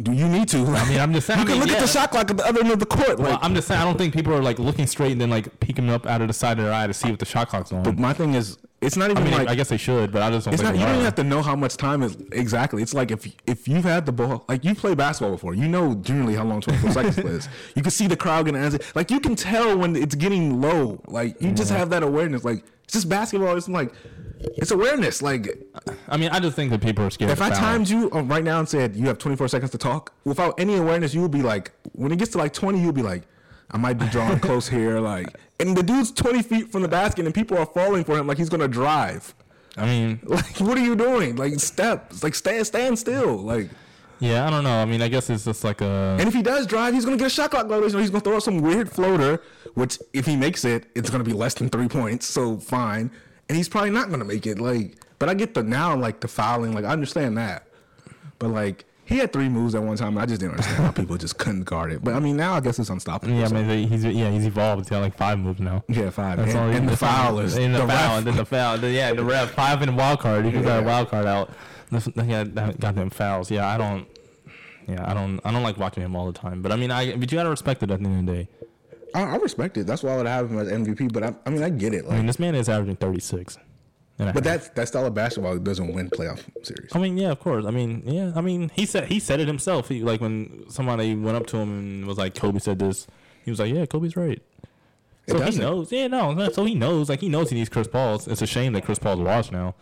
[SPEAKER 5] Do you need to? I
[SPEAKER 3] mean, I'm just saying-
[SPEAKER 5] You
[SPEAKER 3] I
[SPEAKER 5] can
[SPEAKER 3] mean,
[SPEAKER 5] look at
[SPEAKER 3] yeah.
[SPEAKER 5] the shot clock at the other end of the court.
[SPEAKER 3] Well,
[SPEAKER 5] like,
[SPEAKER 3] I'm just saying I don't think people are like looking straight and then like peeking up out of the side of their eye to see what the shot clock's on.
[SPEAKER 5] but my thing is, it's not even
[SPEAKER 3] I mean,
[SPEAKER 5] like
[SPEAKER 3] I guess they should, but I just don't.
[SPEAKER 5] It's
[SPEAKER 3] think
[SPEAKER 5] not.
[SPEAKER 3] they
[SPEAKER 5] You don't
[SPEAKER 3] are.
[SPEAKER 5] even have to know how much time is exactly. It's like if if you've had the ball, like you play basketball before, you know generally how long twenty four seconds is. You can see the crowd getting as like you can tell when it's getting low. Like you just have that awareness. Like it's just basketball. It's like it's awareness. Like
[SPEAKER 3] I mean, I just think that people are scared.
[SPEAKER 5] if
[SPEAKER 3] to
[SPEAKER 5] I
[SPEAKER 3] foul.
[SPEAKER 5] timed you um, right now and said you have twenty four seconds to talk without any awareness, you would be like, when it gets to like twenty, you'll be like. I might be drawing close here, like, and the dude's twenty feet from the basket, and people are falling for him, like he's gonna drive.
[SPEAKER 3] I mean,
[SPEAKER 5] Like, what are you doing? Like, step, like, stand, stand still. Like,
[SPEAKER 3] yeah, I don't know. I mean, I guess it's just like a.
[SPEAKER 5] and if he does drive, he's gonna get a shot clock violation. or He's gonna throw out some weird floater, which if he makes it, it's gonna be less than three points. So fine, and he's probably not gonna make it. Like, but I get the now, like the fouling. Like, I understand that, but like. He had three moves at one time. and I just didn't understand how people just couldn't guard it. But I mean, now I guess it's unstoppable.
[SPEAKER 3] Yeah, I
[SPEAKER 5] so-
[SPEAKER 3] mean, they- he's yeah, he's evolved. He's got like five moves now.
[SPEAKER 5] yeah, five.
[SPEAKER 3] That's
[SPEAKER 5] And,
[SPEAKER 3] all he-
[SPEAKER 5] and the
[SPEAKER 3] that's all-
[SPEAKER 5] foul is
[SPEAKER 3] and the,
[SPEAKER 5] the
[SPEAKER 3] foul,
[SPEAKER 5] ref.
[SPEAKER 3] and then the foul, then, yeah, the ref five and wild card. You just got a wild card out. That's, yeah, that goddamn fouls. Yeah, I don't. Yeah, I don't. I don't like watching him all the time. But I mean, I but you gotta respect it at the end of the day.
[SPEAKER 5] I, I respect it. That's why I would have him as MVP. But I, I mean, I get it.
[SPEAKER 3] I mean,
[SPEAKER 5] Like,
[SPEAKER 3] this man is averaging thirty six.
[SPEAKER 5] but that that style of basketball doesn't win playoff series.
[SPEAKER 3] I mean, yeah, of course. I mean, yeah, I mean, he said he said it himself. He like when somebody went up to him and was like, "Kobe said this." He was like, "Yeah, Kobe's right."
[SPEAKER 5] It
[SPEAKER 3] So he
[SPEAKER 5] doesn't.
[SPEAKER 3] knows. Yeah, no, no, so he knows. Like he knows he needs Chris Paul's. It's a shame that Chris Paul's lost now,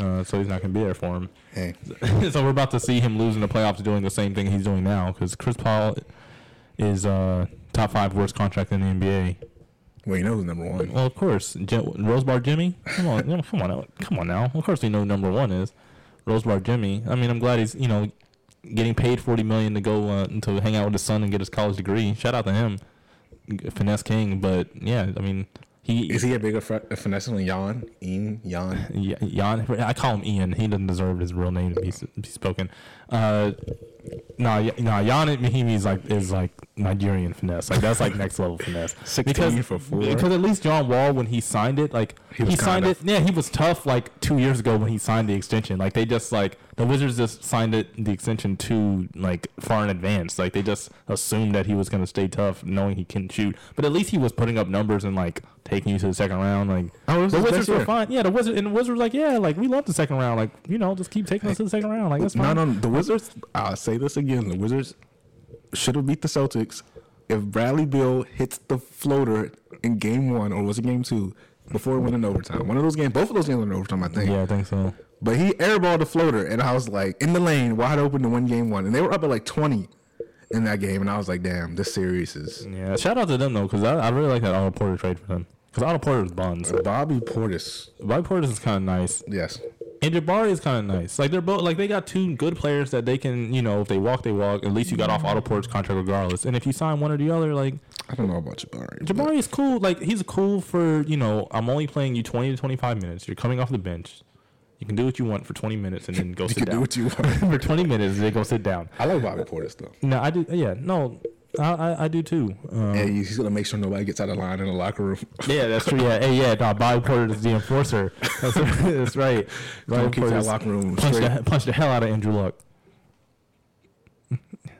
[SPEAKER 3] uh, so he's not gonna be there for him.
[SPEAKER 5] Hey.
[SPEAKER 3] so we're about to see him losing the playoffs, doing the same thing he's doing now because Chris Paul is uh, top five worst contract in the NBA.
[SPEAKER 5] Well, you know who's number one.
[SPEAKER 3] Well, of course, Je- Rosebar Jimmy. Come on, you know, come on, out, come on now. Of course, we know who number one is Rosebar Jimmy. I mean, I'm glad he's you know getting paid forty million to go uh, to hang out with his son and get his college degree. Shout out to him, finesse king. But yeah, I mean, he
[SPEAKER 5] Is he a bigger fr- finesse than Jan? Ian? Jan?
[SPEAKER 3] yeah, Jan. I call him Ian. He doesn't deserve his real name to be, be spoken. Uh, nah, y- nah, Jan Mahimi's like is like Nigerian finesse. Like that's like next level finesse.
[SPEAKER 5] 16 for four.
[SPEAKER 3] Because at least John Wall, when he signed it, like he,
[SPEAKER 5] was
[SPEAKER 3] signed
[SPEAKER 5] kinda-
[SPEAKER 3] it. Yeah, he was tough. Like two years ago when he signed the extension, like they just like the Wizards just signed it the extension too like far in advance. Like they just assumed that he was gonna stay tough, knowing he couldn't shoot. But at least he was putting up numbers and like taking you to the second round. Like
[SPEAKER 5] Oh, it was
[SPEAKER 3] the
[SPEAKER 5] his best
[SPEAKER 3] Wizards were
[SPEAKER 5] year.
[SPEAKER 3] fine. Yeah, the Wizards and the Wizards were like, yeah, like we love the second round. Like you know, just keep taking us to the second round. Like that's
[SPEAKER 5] No,
[SPEAKER 3] fine.
[SPEAKER 5] no, the Wizards. I'll say this again: the Wizards should have beat the Celtics if Bradley Bill hits the floater in Game One, or was it Game Two, before it went in overtime. One of those games, both of those games went in overtime, I think.
[SPEAKER 3] Yeah, I think so.
[SPEAKER 5] But he airballed the floater, and I was like, in the lane, wide open to win Game One, and they were up at like twenty in that game, and I was like, damn, this series is.
[SPEAKER 3] Yeah, shout out to them though, because I, I really like that Otto Porter trade for them. Because Otto Porter was buns.
[SPEAKER 5] Bobby Portis,
[SPEAKER 3] White Porter is kind of nice.
[SPEAKER 5] yes,
[SPEAKER 3] And Jabari is kind of nice. Like they're both like they got two good players that they can, you know, if they walk, they walk. At least you got off Otto Porter's contract regardless. And if you sign one or the other, like
[SPEAKER 5] I don't know about Jabari. but-
[SPEAKER 3] Jabari is cool. Like he's cool for you know. I'm only playing you 20 to 25 minutes. You're coming off the bench. You can do what you want for 20 minutes and then go sit
[SPEAKER 5] can do
[SPEAKER 3] down.
[SPEAKER 5] what you want.
[SPEAKER 3] for 20 minutes. and Then go sit down.
[SPEAKER 5] I like Bobby Portis though.
[SPEAKER 3] No, I do. Yeah, no, I I, I do too. Um,
[SPEAKER 5] And he's gonna make sure nobody gets out of line in the locker room.
[SPEAKER 3] yeah, that's true. Yeah, hey, yeah, no, Bobby Porter is the enforcer. That's, that's right. Bobby
[SPEAKER 5] Don't keep that
[SPEAKER 3] Porter's-
[SPEAKER 5] locker room
[SPEAKER 3] punch
[SPEAKER 5] straight.
[SPEAKER 3] the, punch the hell out of Andrew Luck.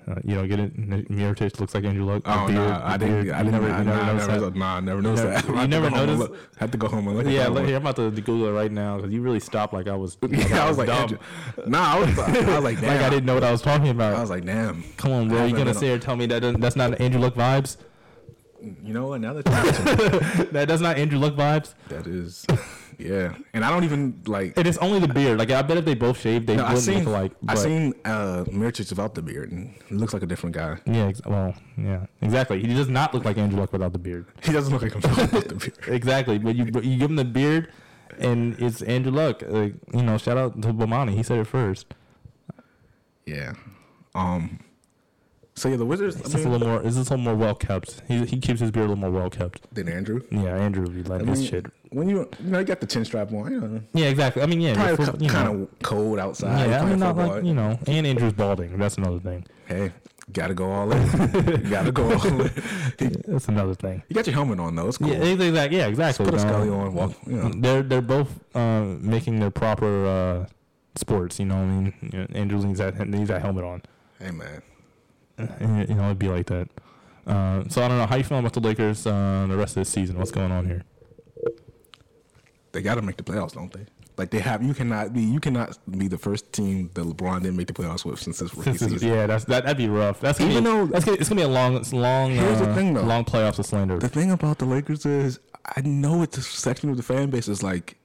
[SPEAKER 3] Uh, you don't get it. N- Mirotic looks like Andrew Luck. The
[SPEAKER 5] Oh
[SPEAKER 3] beard-
[SPEAKER 5] no, I
[SPEAKER 3] the
[SPEAKER 5] didn't.
[SPEAKER 3] beard.
[SPEAKER 5] I
[SPEAKER 3] You
[SPEAKER 5] didn't.
[SPEAKER 3] never,
[SPEAKER 5] I
[SPEAKER 3] you never noticed
[SPEAKER 5] never
[SPEAKER 3] that?
[SPEAKER 5] Nah, I never noticed
[SPEAKER 3] never-
[SPEAKER 5] that.
[SPEAKER 3] you
[SPEAKER 5] I have to
[SPEAKER 3] never
[SPEAKER 5] go home and
[SPEAKER 3] noticed?
[SPEAKER 5] look. I have to go home and look. at
[SPEAKER 3] Yeah,
[SPEAKER 5] that
[SPEAKER 3] look
[SPEAKER 5] one.
[SPEAKER 3] here. I'm about to Google it right now because you really stopped like I was.
[SPEAKER 5] Yeah, I was like,
[SPEAKER 3] dumb.
[SPEAKER 5] Andrew- nah, I was, I was like, damn.
[SPEAKER 3] like I didn't know what I was talking about.
[SPEAKER 5] I was like, damn.
[SPEAKER 3] Come on,
[SPEAKER 5] I
[SPEAKER 3] bro. You
[SPEAKER 5] haven't
[SPEAKER 3] gonna
[SPEAKER 5] been
[SPEAKER 3] sit here and tell me that doesn't- that's not Andrew Luck vibes?
[SPEAKER 5] You know what? Now that you mention it,
[SPEAKER 3] That that's not Andrew Luck vibes.
[SPEAKER 5] that is, yeah. And I don't even like.
[SPEAKER 3] And it's only the beard. Like I bet if they both shaved, they
[SPEAKER 5] No, I
[SPEAKER 3] wouldn't
[SPEAKER 5] seen.
[SPEAKER 3] look alike.
[SPEAKER 5] I
[SPEAKER 3] but-
[SPEAKER 5] seen uh, Miritich without the beard, and he looks like a different guy.
[SPEAKER 3] Yeah. Ex- well. Yeah. Exactly. He does not look like Andrew Luck without the beard.
[SPEAKER 5] He doesn't look like himself without the beard.
[SPEAKER 3] Exactly, but you but you give him the beard, and it's Andrew Luck. Like you know, shout out to Bomani. He said it first.
[SPEAKER 5] Yeah. Um. So yeah, the Wizards.
[SPEAKER 3] It's
[SPEAKER 5] I
[SPEAKER 3] just a
[SPEAKER 5] mean,
[SPEAKER 3] little more. It's just a little more well kept. He he keeps his beard a little more well kept.
[SPEAKER 5] then Andrew.
[SPEAKER 3] Yeah, Andrew would be like
[SPEAKER 5] I
[SPEAKER 3] this
[SPEAKER 5] mean,
[SPEAKER 3] shit.
[SPEAKER 5] When you you know you got the chin strap on, you know,
[SPEAKER 3] Yeah, exactly. I mean, yeah, you're
[SPEAKER 5] probably
[SPEAKER 3] fo- you know,
[SPEAKER 5] kind of cold outside.
[SPEAKER 3] Yeah, I
[SPEAKER 5] playing
[SPEAKER 3] mean, not
[SPEAKER 5] football.
[SPEAKER 3] like you know. And Andrew's balding. That's another thing.
[SPEAKER 5] Hey, gotta go all in. gotta go all in.
[SPEAKER 3] That's another thing.
[SPEAKER 5] You got your helmet on though. It's cool.
[SPEAKER 3] Yeah, exactly. Yeah, exactly.
[SPEAKER 5] Put a
[SPEAKER 3] dog.
[SPEAKER 5] scully on. Walk. You know.
[SPEAKER 3] They're they're both uh, making their proper uh, sports. You know, what I mean, you know, Andrew needs that needs that helmet on.
[SPEAKER 5] Hey man.
[SPEAKER 3] And, you know, it'd be like that. Uh, so I don't know how you feeling about the Lakers uh, the rest of this season. What's going on here?
[SPEAKER 5] They gotta make the playoffs, don't they? Like they have. You cannot be. You cannot be the first team that LeBron didn't make the playoffs with since his rookie
[SPEAKER 3] This is-
[SPEAKER 5] season.
[SPEAKER 3] yeah, that's that, that'd be rough. That's gonna
[SPEAKER 5] Even
[SPEAKER 3] be,
[SPEAKER 5] though-
[SPEAKER 3] that's gonna, it's gonna be a long, it's long,
[SPEAKER 5] Here's the
[SPEAKER 3] uh,
[SPEAKER 5] thing, though.
[SPEAKER 3] long playoffs with Slander.
[SPEAKER 5] The thing about the Lakers is, I know it's a section of the fan base is like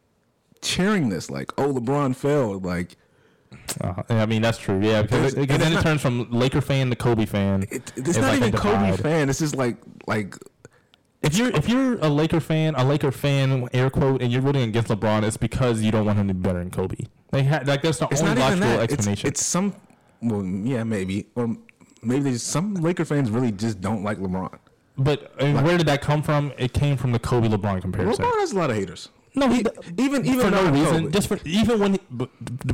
[SPEAKER 5] cheering this, like, "Oh, LeBron failed." Like
[SPEAKER 3] Uh, I mean, that's true. Yeah, because
[SPEAKER 5] There's-
[SPEAKER 3] it, because
[SPEAKER 5] and
[SPEAKER 3] then
[SPEAKER 5] it's
[SPEAKER 3] it
[SPEAKER 5] not-
[SPEAKER 3] turns from Laker fan to Kobe fan.
[SPEAKER 5] it, it's not
[SPEAKER 3] like a
[SPEAKER 5] even Kobe
[SPEAKER 3] divide.
[SPEAKER 5] fan. It's just like, like
[SPEAKER 3] If you're if you're a Laker fan, a Laker fan, air quote, and you're rooting against LeBron, it's because you don't want him to be better than Kobe. Like, ha- like that's the
[SPEAKER 5] It's
[SPEAKER 3] only
[SPEAKER 5] not even
[SPEAKER 3] logical
[SPEAKER 5] that. It's-
[SPEAKER 3] explanation.
[SPEAKER 5] It's, some. Well, yeah, maybe, or maybe there's some Laker fans really just don't like LeBron.
[SPEAKER 3] but I mean, where did that come from? It came from the Kobe LeBron comparison.
[SPEAKER 5] LeBron has a lot of haters.
[SPEAKER 3] No, he,
[SPEAKER 5] He- even- even
[SPEAKER 3] for no
[SPEAKER 5] not
[SPEAKER 3] reason.
[SPEAKER 5] Kobe.
[SPEAKER 3] Just for even when but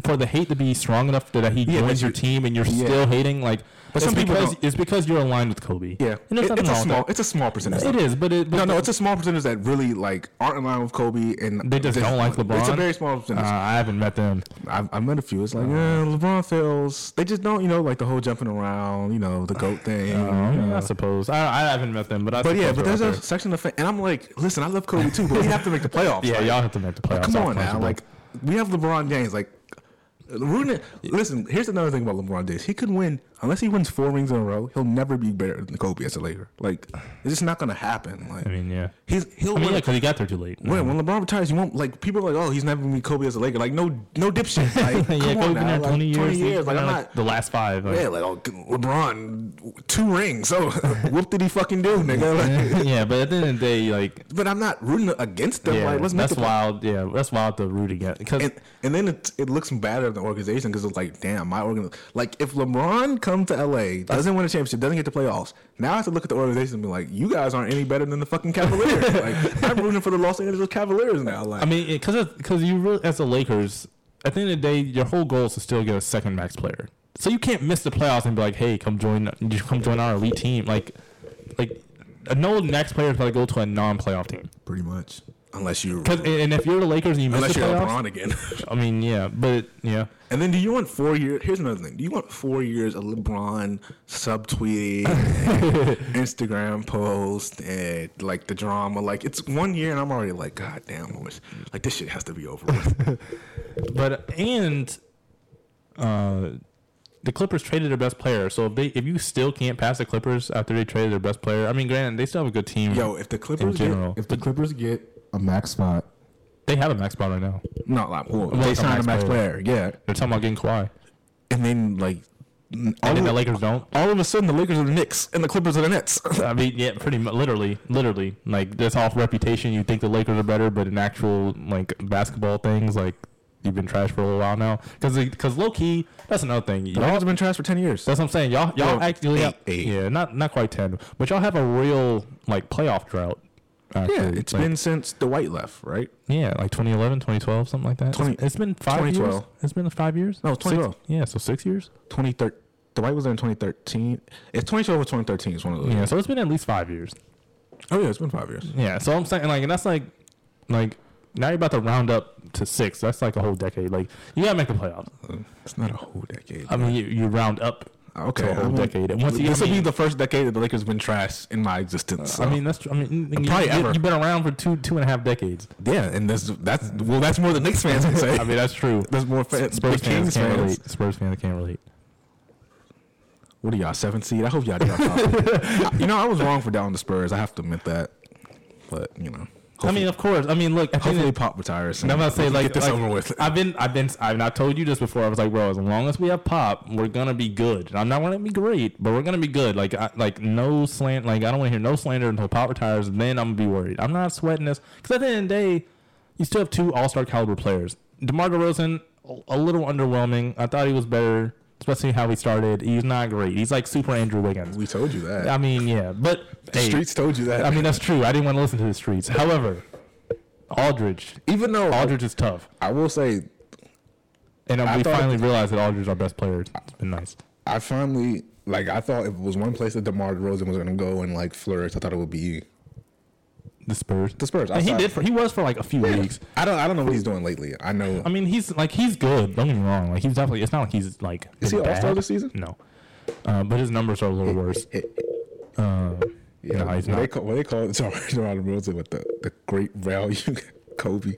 [SPEAKER 3] for the hate to be strong enough that he
[SPEAKER 5] Yeah,
[SPEAKER 3] joins
[SPEAKER 5] but
[SPEAKER 3] your
[SPEAKER 5] you-
[SPEAKER 3] team and you're
[SPEAKER 5] yeah.
[SPEAKER 3] still hating, like.
[SPEAKER 5] But
[SPEAKER 3] it's
[SPEAKER 5] some people
[SPEAKER 3] because
[SPEAKER 5] don't.
[SPEAKER 3] it's because you're aligned with Kobe.
[SPEAKER 5] Yeah,
[SPEAKER 3] and there's
[SPEAKER 5] It-
[SPEAKER 3] nothing
[SPEAKER 5] it's a
[SPEAKER 3] wrong
[SPEAKER 5] small.
[SPEAKER 3] with
[SPEAKER 5] It's a small percentage.
[SPEAKER 3] that. It is, but it. But
[SPEAKER 5] No, no, it's a small percentage that really like aren't in line with Kobe, and
[SPEAKER 3] They just don't like LeBron.
[SPEAKER 5] It's a very small percentage.
[SPEAKER 3] Uh, I haven't met them.
[SPEAKER 5] I've, I've met a few. It's like, yeah, LeBron fails. They just don't, you know, like the whole jumping around, you know, the goat thing. you know.
[SPEAKER 3] I suppose I, I haven't met them, but I.
[SPEAKER 5] But yeah,
[SPEAKER 3] suppose
[SPEAKER 5] but
[SPEAKER 3] they're Uh, out
[SPEAKER 5] there's a
[SPEAKER 3] there.
[SPEAKER 5] section of fans, and I'm like, listen, I love Kobe too, but we have to make the playoffs.
[SPEAKER 3] Yeah,
[SPEAKER 5] like,
[SPEAKER 3] y'all have to make the playoffs.
[SPEAKER 5] Come
[SPEAKER 3] I'll
[SPEAKER 5] on
[SPEAKER 3] punch
[SPEAKER 5] now,
[SPEAKER 3] you, bro.
[SPEAKER 5] like we have LeBron James. Like ruining. Listen, here's another thing about LeBron James. He could win unless he wins four rings in a row, he'll never be better than Kobe as a Laker. Like it's just not gonna happen. Like
[SPEAKER 3] I mean, yeah.
[SPEAKER 5] he's he'll
[SPEAKER 3] I mean,
[SPEAKER 5] win.
[SPEAKER 3] yeah, because he got there too late.
[SPEAKER 5] when, when LeBron retires, you won't like people are like, oh, he's never gonna be Kobe as a Laker. Like no, no dipshit. Like,
[SPEAKER 3] yeah, Kobe
[SPEAKER 5] come
[SPEAKER 3] been
[SPEAKER 5] on now,
[SPEAKER 3] there
[SPEAKER 5] like,
[SPEAKER 3] 20 years.
[SPEAKER 5] Twenty years.
[SPEAKER 3] he's
[SPEAKER 5] Like
[SPEAKER 3] been
[SPEAKER 5] I'm
[SPEAKER 3] there,
[SPEAKER 5] not.
[SPEAKER 3] the last five. Like,
[SPEAKER 5] Yeah, like oh, LeBron, two rings. So what did he fucking do, nigga? Like,
[SPEAKER 3] yeah, but at the end of the day, like,
[SPEAKER 5] but I'm not rooting against them.
[SPEAKER 3] yeah,
[SPEAKER 5] like let's make
[SPEAKER 3] that's
[SPEAKER 5] the
[SPEAKER 3] wild. Yeah, that's wild to root against. Because
[SPEAKER 5] and, and then it, it looks bad at the organization because it's like, damn, my organ. Like, if LeBron comes to LA, doesn't win a championship, doesn't get to playoffs, now I have to look at the organization and be like, you guys aren't any better than the fucking Cavaliers. like, I'm rooting for the Los Angeles Cavaliers now. Like,
[SPEAKER 3] I mean, because because you really, as the Lakers, at the end of the day, your whole goal is to still get a second max player. So you can't miss the playoffs and be like, hey, come join, you come join our elite team. Like, like a no max player is going to go to a non-playoff team.
[SPEAKER 5] pretty much, unless you,
[SPEAKER 3] 'Cause- and- and if you're the Lakers and you miss
[SPEAKER 5] unless
[SPEAKER 3] the
[SPEAKER 5] you're
[SPEAKER 3] playoffs,
[SPEAKER 5] LeBron again.
[SPEAKER 3] I mean, yeah, but yeah,
[SPEAKER 5] and then, do you want four years? Here's another thing: Do you want four years of LeBron subtweeting, and Instagram post, and like the drama? Like, it's one year, and I'm already like, God damn, I wish like this shit has to be over with.
[SPEAKER 3] but and uh, the Clippers traded their best player. So if they if you still can't pass the Clippers after they traded their best player, I mean, granted, they still have a good team.
[SPEAKER 5] Yo, if the Clippers
[SPEAKER 3] general.
[SPEAKER 5] get if the Clippers get a max spot,
[SPEAKER 3] they have a max spot right now.
[SPEAKER 5] not like well,
[SPEAKER 3] Like
[SPEAKER 5] they
[SPEAKER 3] a
[SPEAKER 5] sign a
[SPEAKER 3] max
[SPEAKER 5] max player. yeah,
[SPEAKER 3] They're talking about getting Kawhi.
[SPEAKER 5] and then like n- all,
[SPEAKER 3] And then
[SPEAKER 5] of,
[SPEAKER 3] the Lakers don't.
[SPEAKER 5] all of a sudden the Lakers are the Knicks and the Clippers are the Nets.
[SPEAKER 3] I mean, yeah, pretty much, literally, literally. Like that's off reputation. You think the Lakers are better, but in actual like basketball things, like you've been trash for a little while now. Because because low key, that's another thing. Y'all,
[SPEAKER 5] Lakers have been trash for ten years.
[SPEAKER 3] that's what I'm saying. Y'all y'all
[SPEAKER 5] Well,
[SPEAKER 3] actually
[SPEAKER 5] eight,
[SPEAKER 3] have-
[SPEAKER 5] eight.
[SPEAKER 3] yeah, not not quite ten, but y'all have a real like playoff drought. Actually.
[SPEAKER 5] yeah, it's
[SPEAKER 3] like,
[SPEAKER 5] been since Dwight left, right?
[SPEAKER 3] yeah, like 2011, 2012, something like that. It's-
[SPEAKER 5] 20
[SPEAKER 3] it's been five years.
[SPEAKER 5] 2012.
[SPEAKER 3] It's been five years.
[SPEAKER 5] No,
[SPEAKER 3] Six-
[SPEAKER 5] 2012.
[SPEAKER 3] yeah, so six years.
[SPEAKER 5] Twenty thirteen. Dwight was there in twenty thirteen. It's twenty twelve or twenty thirteen. It's one of those.
[SPEAKER 3] Yeah, so it's been at least five years.
[SPEAKER 5] Oh yeah, it's been five years.
[SPEAKER 3] Yeah, so I'm saying like, and that's like, like now you're about to round up to six. That's like a whole decade. Like you gotta make the playoffs.
[SPEAKER 5] It's not a whole decade. Ah,
[SPEAKER 3] I mean, you, you round up
[SPEAKER 5] Okay,
[SPEAKER 3] to a whole
[SPEAKER 5] I mean,
[SPEAKER 3] decade. And once you,
[SPEAKER 5] this
[SPEAKER 3] I
[SPEAKER 5] will be
[SPEAKER 3] mean,
[SPEAKER 5] the first decade that the Lakers been trash in my existence. so.
[SPEAKER 3] I mean that's. tr- I mean, you,
[SPEAKER 5] Probably
[SPEAKER 3] you,
[SPEAKER 5] ever.
[SPEAKER 3] You've been around for two two and a half decades.
[SPEAKER 5] yeah, and that's that's well, that's more than Knicks fans can say.
[SPEAKER 3] I mean, that's true.
[SPEAKER 5] There's more fans.
[SPEAKER 3] Spurs fans
[SPEAKER 5] Uh, Kings
[SPEAKER 3] can't
[SPEAKER 5] fans.
[SPEAKER 3] relate. Spurs fans can't relate.
[SPEAKER 5] What are y'all seven seed? I hope y'all drop out. you know, I was wrong for down the Spurs. I have to admit that. But you know,
[SPEAKER 3] I mean,
[SPEAKER 5] hopefully-
[SPEAKER 3] of course. I mean, look. I
[SPEAKER 5] hopefully
[SPEAKER 3] think that-
[SPEAKER 5] Pop retires.
[SPEAKER 3] I'm about to say
[SPEAKER 5] We can
[SPEAKER 3] like,
[SPEAKER 5] get this
[SPEAKER 3] like,
[SPEAKER 5] over with.
[SPEAKER 3] I've been I've been I've not told you this before. I was like, bro, as long as we have pop, we're gonna be good. And I'm not gonna be great, but we're gonna be good. Like I, like no slant. Like I don't want to hear no slander until pop retires. And then I'm gonna be worried. I'm not sweating this because at the end of the day, you still have two All Star caliber players. DeMar DeRozan, a- a little underwhelming. I thought he was better, especially how he started. He's not great. He's like super Andrew Wiggins.
[SPEAKER 5] we told you that.
[SPEAKER 3] I mean, yeah, but
[SPEAKER 5] the
[SPEAKER 3] hey,
[SPEAKER 5] streets told you that.
[SPEAKER 3] I mean, that's true. I didn't want to listen to the streets. However, Aldridge,
[SPEAKER 5] even though
[SPEAKER 3] Aldridge is tough.
[SPEAKER 5] I will say,
[SPEAKER 3] And uh,
[SPEAKER 5] I
[SPEAKER 3] we
[SPEAKER 5] thought-
[SPEAKER 3] finally realized that Aldridge's our best player. It's been nice.
[SPEAKER 5] I finally like. I thought if it was one place that DeMar DeRozan was going to go and like flourish, I thought it would be
[SPEAKER 3] The Spurs.
[SPEAKER 5] the Spurs. I
[SPEAKER 3] And he
[SPEAKER 5] thought-
[SPEAKER 3] did. For, he was for like a few weeks.
[SPEAKER 5] I don't. I don't know what he's doing lately. I know.
[SPEAKER 3] I mean, he's like he's good. Don't get me wrong. Like he's definitely. It's not like he's like.
[SPEAKER 5] Is he
[SPEAKER 3] bad.
[SPEAKER 5] All-Star this season?
[SPEAKER 3] No. Uh, but his numbers are a little worse. Uh,
[SPEAKER 5] Yeah,
[SPEAKER 3] no, he's
[SPEAKER 5] what They
[SPEAKER 3] not.
[SPEAKER 5] call, what they call it's already DeMar DeRozan with the, the great value, Kobe.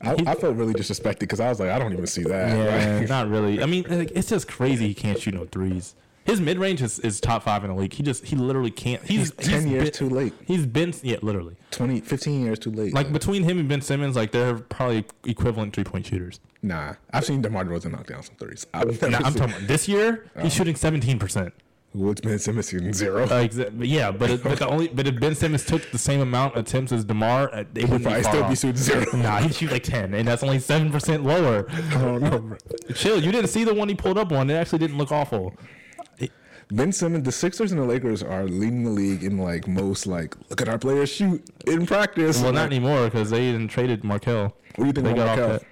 [SPEAKER 5] I, I felt really disrespected because I was like, I don't even see that.
[SPEAKER 3] Yeah,
[SPEAKER 5] Like,
[SPEAKER 3] not really. I mean, like, it's just crazy. He can't shoot no threes. His mid range is, is top five in the league. He just he literally can't. He's,
[SPEAKER 5] He's 10 years too late.
[SPEAKER 3] He's been yeah, literally.
[SPEAKER 5] 20, 15 years too late.
[SPEAKER 3] Like between him and Ben Simmons, like they're probably equivalent three point shooters.
[SPEAKER 5] nah, I've seen DeMar DeRozan knock down some threes. I've never
[SPEAKER 3] Now, I'm
[SPEAKER 5] seen
[SPEAKER 3] talking about this year.
[SPEAKER 5] Oh.
[SPEAKER 3] He's shooting seventeen percent.
[SPEAKER 5] Woods Ben Simmons shooting zero.
[SPEAKER 3] Uh, exa- but yeah, but it, but the only but if Ben Simmons took the same amount of attempts as Demar, uh, they wouldn't
[SPEAKER 5] Probably
[SPEAKER 3] be far
[SPEAKER 5] still be
[SPEAKER 3] off.
[SPEAKER 5] shooting zero.
[SPEAKER 3] Nah, he shoot like ten, and that's only seven percent lower.
[SPEAKER 5] I don't know. bro.
[SPEAKER 3] Chill, you didn't see the one he pulled up on. It actually didn't look awful.
[SPEAKER 5] Ben Simmons, the Sixers and the Lakers are leading the league in like most like look at our players shoot in practice.
[SPEAKER 3] Well,
[SPEAKER 5] Like,
[SPEAKER 3] not anymore because they didn't traded Markel.
[SPEAKER 5] What do you think
[SPEAKER 3] They
[SPEAKER 5] about
[SPEAKER 3] got off
[SPEAKER 5] Markel?
[SPEAKER 3] that.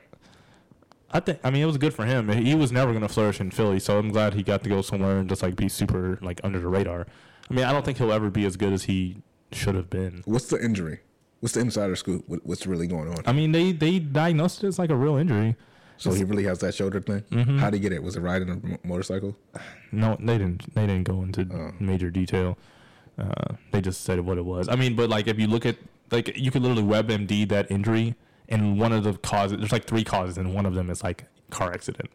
[SPEAKER 3] I think I mean it was good for him. He was never going to flourish in Philly, so I'm glad he got to go somewhere and just like be super like under the radar. I mean, I don't think he'll ever be as good as he should have been.
[SPEAKER 5] What's the injury? What's the insider scoop? What, what's really going on?
[SPEAKER 3] I mean, they they diagnosed it as like a real injury.
[SPEAKER 5] So he really has that shoulder thing.
[SPEAKER 3] Mm-hmm.
[SPEAKER 5] How did he get it? Was it riding a m- motorcycle?
[SPEAKER 3] No, they didn't. They didn't go into
[SPEAKER 5] Oh.
[SPEAKER 3] major detail. Uh, they just said what it was. I mean, but like if you look at like you could literally WebMD that injury, and one of the causes there's like three causes, and one of them is like car accident.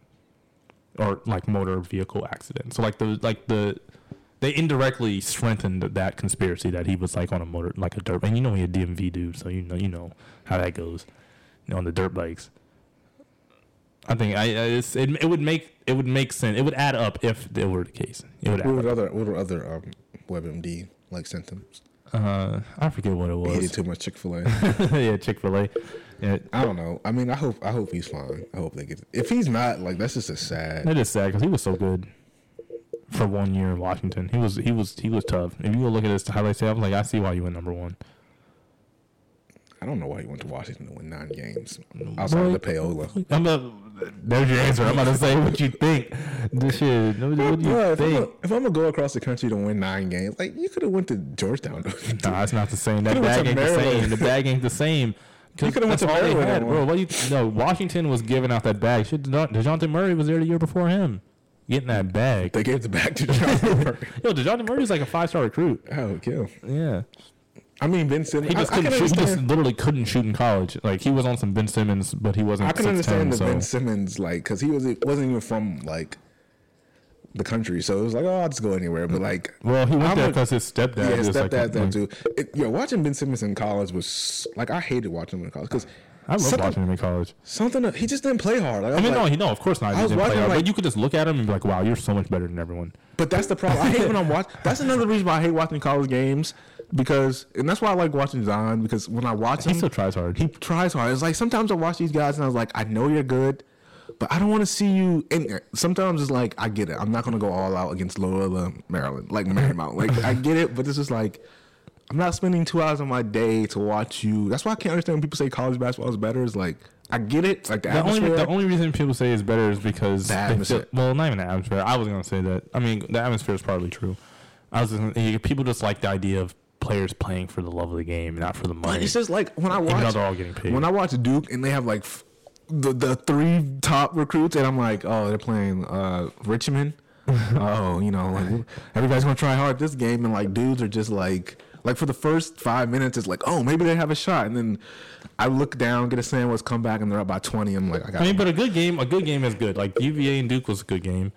[SPEAKER 3] or like motor vehicle accident. So like the like the they indirectly strengthened that conspiracy that he was like on a motor like a dirt and you know he a DMV dude, so you know you know how that goes you know, on the dirt bikes. I think I I- it's, it it would make it would make sense. It would add up if it were the case. It would
[SPEAKER 5] What
[SPEAKER 3] add
[SPEAKER 5] were
[SPEAKER 3] up.
[SPEAKER 5] other what were other um, WebMD like symptoms?
[SPEAKER 3] Uh, I forget what it
[SPEAKER 5] He
[SPEAKER 3] was.
[SPEAKER 5] ate too much Chick Fil A.
[SPEAKER 3] yeah, Chick Fil A. Yeah,
[SPEAKER 5] I don't know. I mean, I hope I hope he's fine. I hope they get. If he's not, like that's just a sad.
[SPEAKER 3] That is sad because he was so good for one year in Washington. He was he was he was tough. If you go look at his highlights, I'm like, I see why you went number one.
[SPEAKER 5] I don't know why he went to Washington to win nine games outside of the payola.
[SPEAKER 3] I'm not. There's your answer. I'm about to say what you think. This shit. What, what do
[SPEAKER 5] Bruh,
[SPEAKER 3] you
[SPEAKER 5] if, I'm gonna,
[SPEAKER 3] think?
[SPEAKER 5] if I'm gonna go across the country to win nine games, like you could have went to Georgetown.
[SPEAKER 3] Nah, it's not the same. That
[SPEAKER 5] Could've
[SPEAKER 3] bag
[SPEAKER 5] went to
[SPEAKER 3] ain't the
[SPEAKER 5] Maryland.
[SPEAKER 3] same. The bag ain't the same.
[SPEAKER 5] You could've went
[SPEAKER 3] That's
[SPEAKER 5] to
[SPEAKER 3] all they
[SPEAKER 5] Maryland
[SPEAKER 3] had,
[SPEAKER 5] and
[SPEAKER 3] bro.
[SPEAKER 5] won.
[SPEAKER 3] What you, no, Washington was giving out that bag. Shit, DeJoun- DeJounte Murray was there the year before him, getting that bag.
[SPEAKER 5] they gave the back to John Murray.
[SPEAKER 3] Yo, DeJounte Murray's like a five star recruit.
[SPEAKER 5] Oh, kill.
[SPEAKER 3] Yeah.
[SPEAKER 5] I mean, Ben Simmons.
[SPEAKER 3] He just
[SPEAKER 5] I, I
[SPEAKER 3] couldn't
[SPEAKER 5] can
[SPEAKER 3] shoot. He just
[SPEAKER 5] understand,
[SPEAKER 3] literally couldn't shoot in college. Like he was on some Ben Simmons, but he wasn't.
[SPEAKER 5] I can understand
[SPEAKER 3] 6'10",
[SPEAKER 5] the
[SPEAKER 3] so.
[SPEAKER 5] Ben Simmons like because he was it wasn't even from like the country, so it was like oh I'll just go anywhere. But like
[SPEAKER 3] Well, he went
[SPEAKER 5] I'm
[SPEAKER 3] there
[SPEAKER 5] a-
[SPEAKER 3] because his stepdad.
[SPEAKER 5] yeah, his
[SPEAKER 3] is like mm. a-
[SPEAKER 5] stepdad's there
[SPEAKER 3] like-
[SPEAKER 5] too. It, yo, watching Ben Simmons in college was s- like I hated watching him in college because
[SPEAKER 3] I love
[SPEAKER 5] something,
[SPEAKER 3] watching him in college.
[SPEAKER 5] something he just didn't play hard. Like,
[SPEAKER 3] I mean,
[SPEAKER 5] like,
[SPEAKER 3] no, he no, of course not. He
[SPEAKER 5] I was
[SPEAKER 3] didn't play
[SPEAKER 5] watching,
[SPEAKER 3] hard,
[SPEAKER 5] like-
[SPEAKER 3] but you could just look at him and be like, "Wow, you're so much better than everyone."
[SPEAKER 5] But that's the problem. I hate when I'm watching. That's another reason why I hate watching college games because, and that's why I like watching Zion because when I watch him,
[SPEAKER 3] He still tries hard.
[SPEAKER 5] he tries hard. It's like sometimes I watch these guys and I was like, I know you're good, but I don't want to see you. And sometimes it's like I get it. I'm not gonna go all out against Loyola Maryland, like Marymount. Like I get it, but this is like. I'm not spending two hours of my day to watch you. That's why I can't understand when people say college basketball is better. It's like I get it. Like the,
[SPEAKER 3] the only
[SPEAKER 5] atmosphere.
[SPEAKER 3] the only reason people say it's better is because
[SPEAKER 5] The
[SPEAKER 3] they
[SPEAKER 5] atmosphere.
[SPEAKER 3] feel- well, not even the atmosphere. I was gonna say that. I mean, the atmosphere is probably true. I was just, gonna- people just like the idea of players playing for the love of the game, not for the money.
[SPEAKER 5] But it's just like when I
[SPEAKER 3] Even though
[SPEAKER 5] watch
[SPEAKER 3] they're all getting paid.
[SPEAKER 5] When I watch Duke and they have like f- the the three top recruits, and I'm like, oh, they're playing uh, Richmond. oh, you know, like everybody's gonna try hard this game, and like dudes are just like. Like for the first five minutes, it's like, oh, maybe they have a shot, and then I look down, get a sandwich, come back, and they're up by twenty. I'm like, I got.
[SPEAKER 3] I mean, but a good game, a good game is good. Like UVA and Duke was a good game.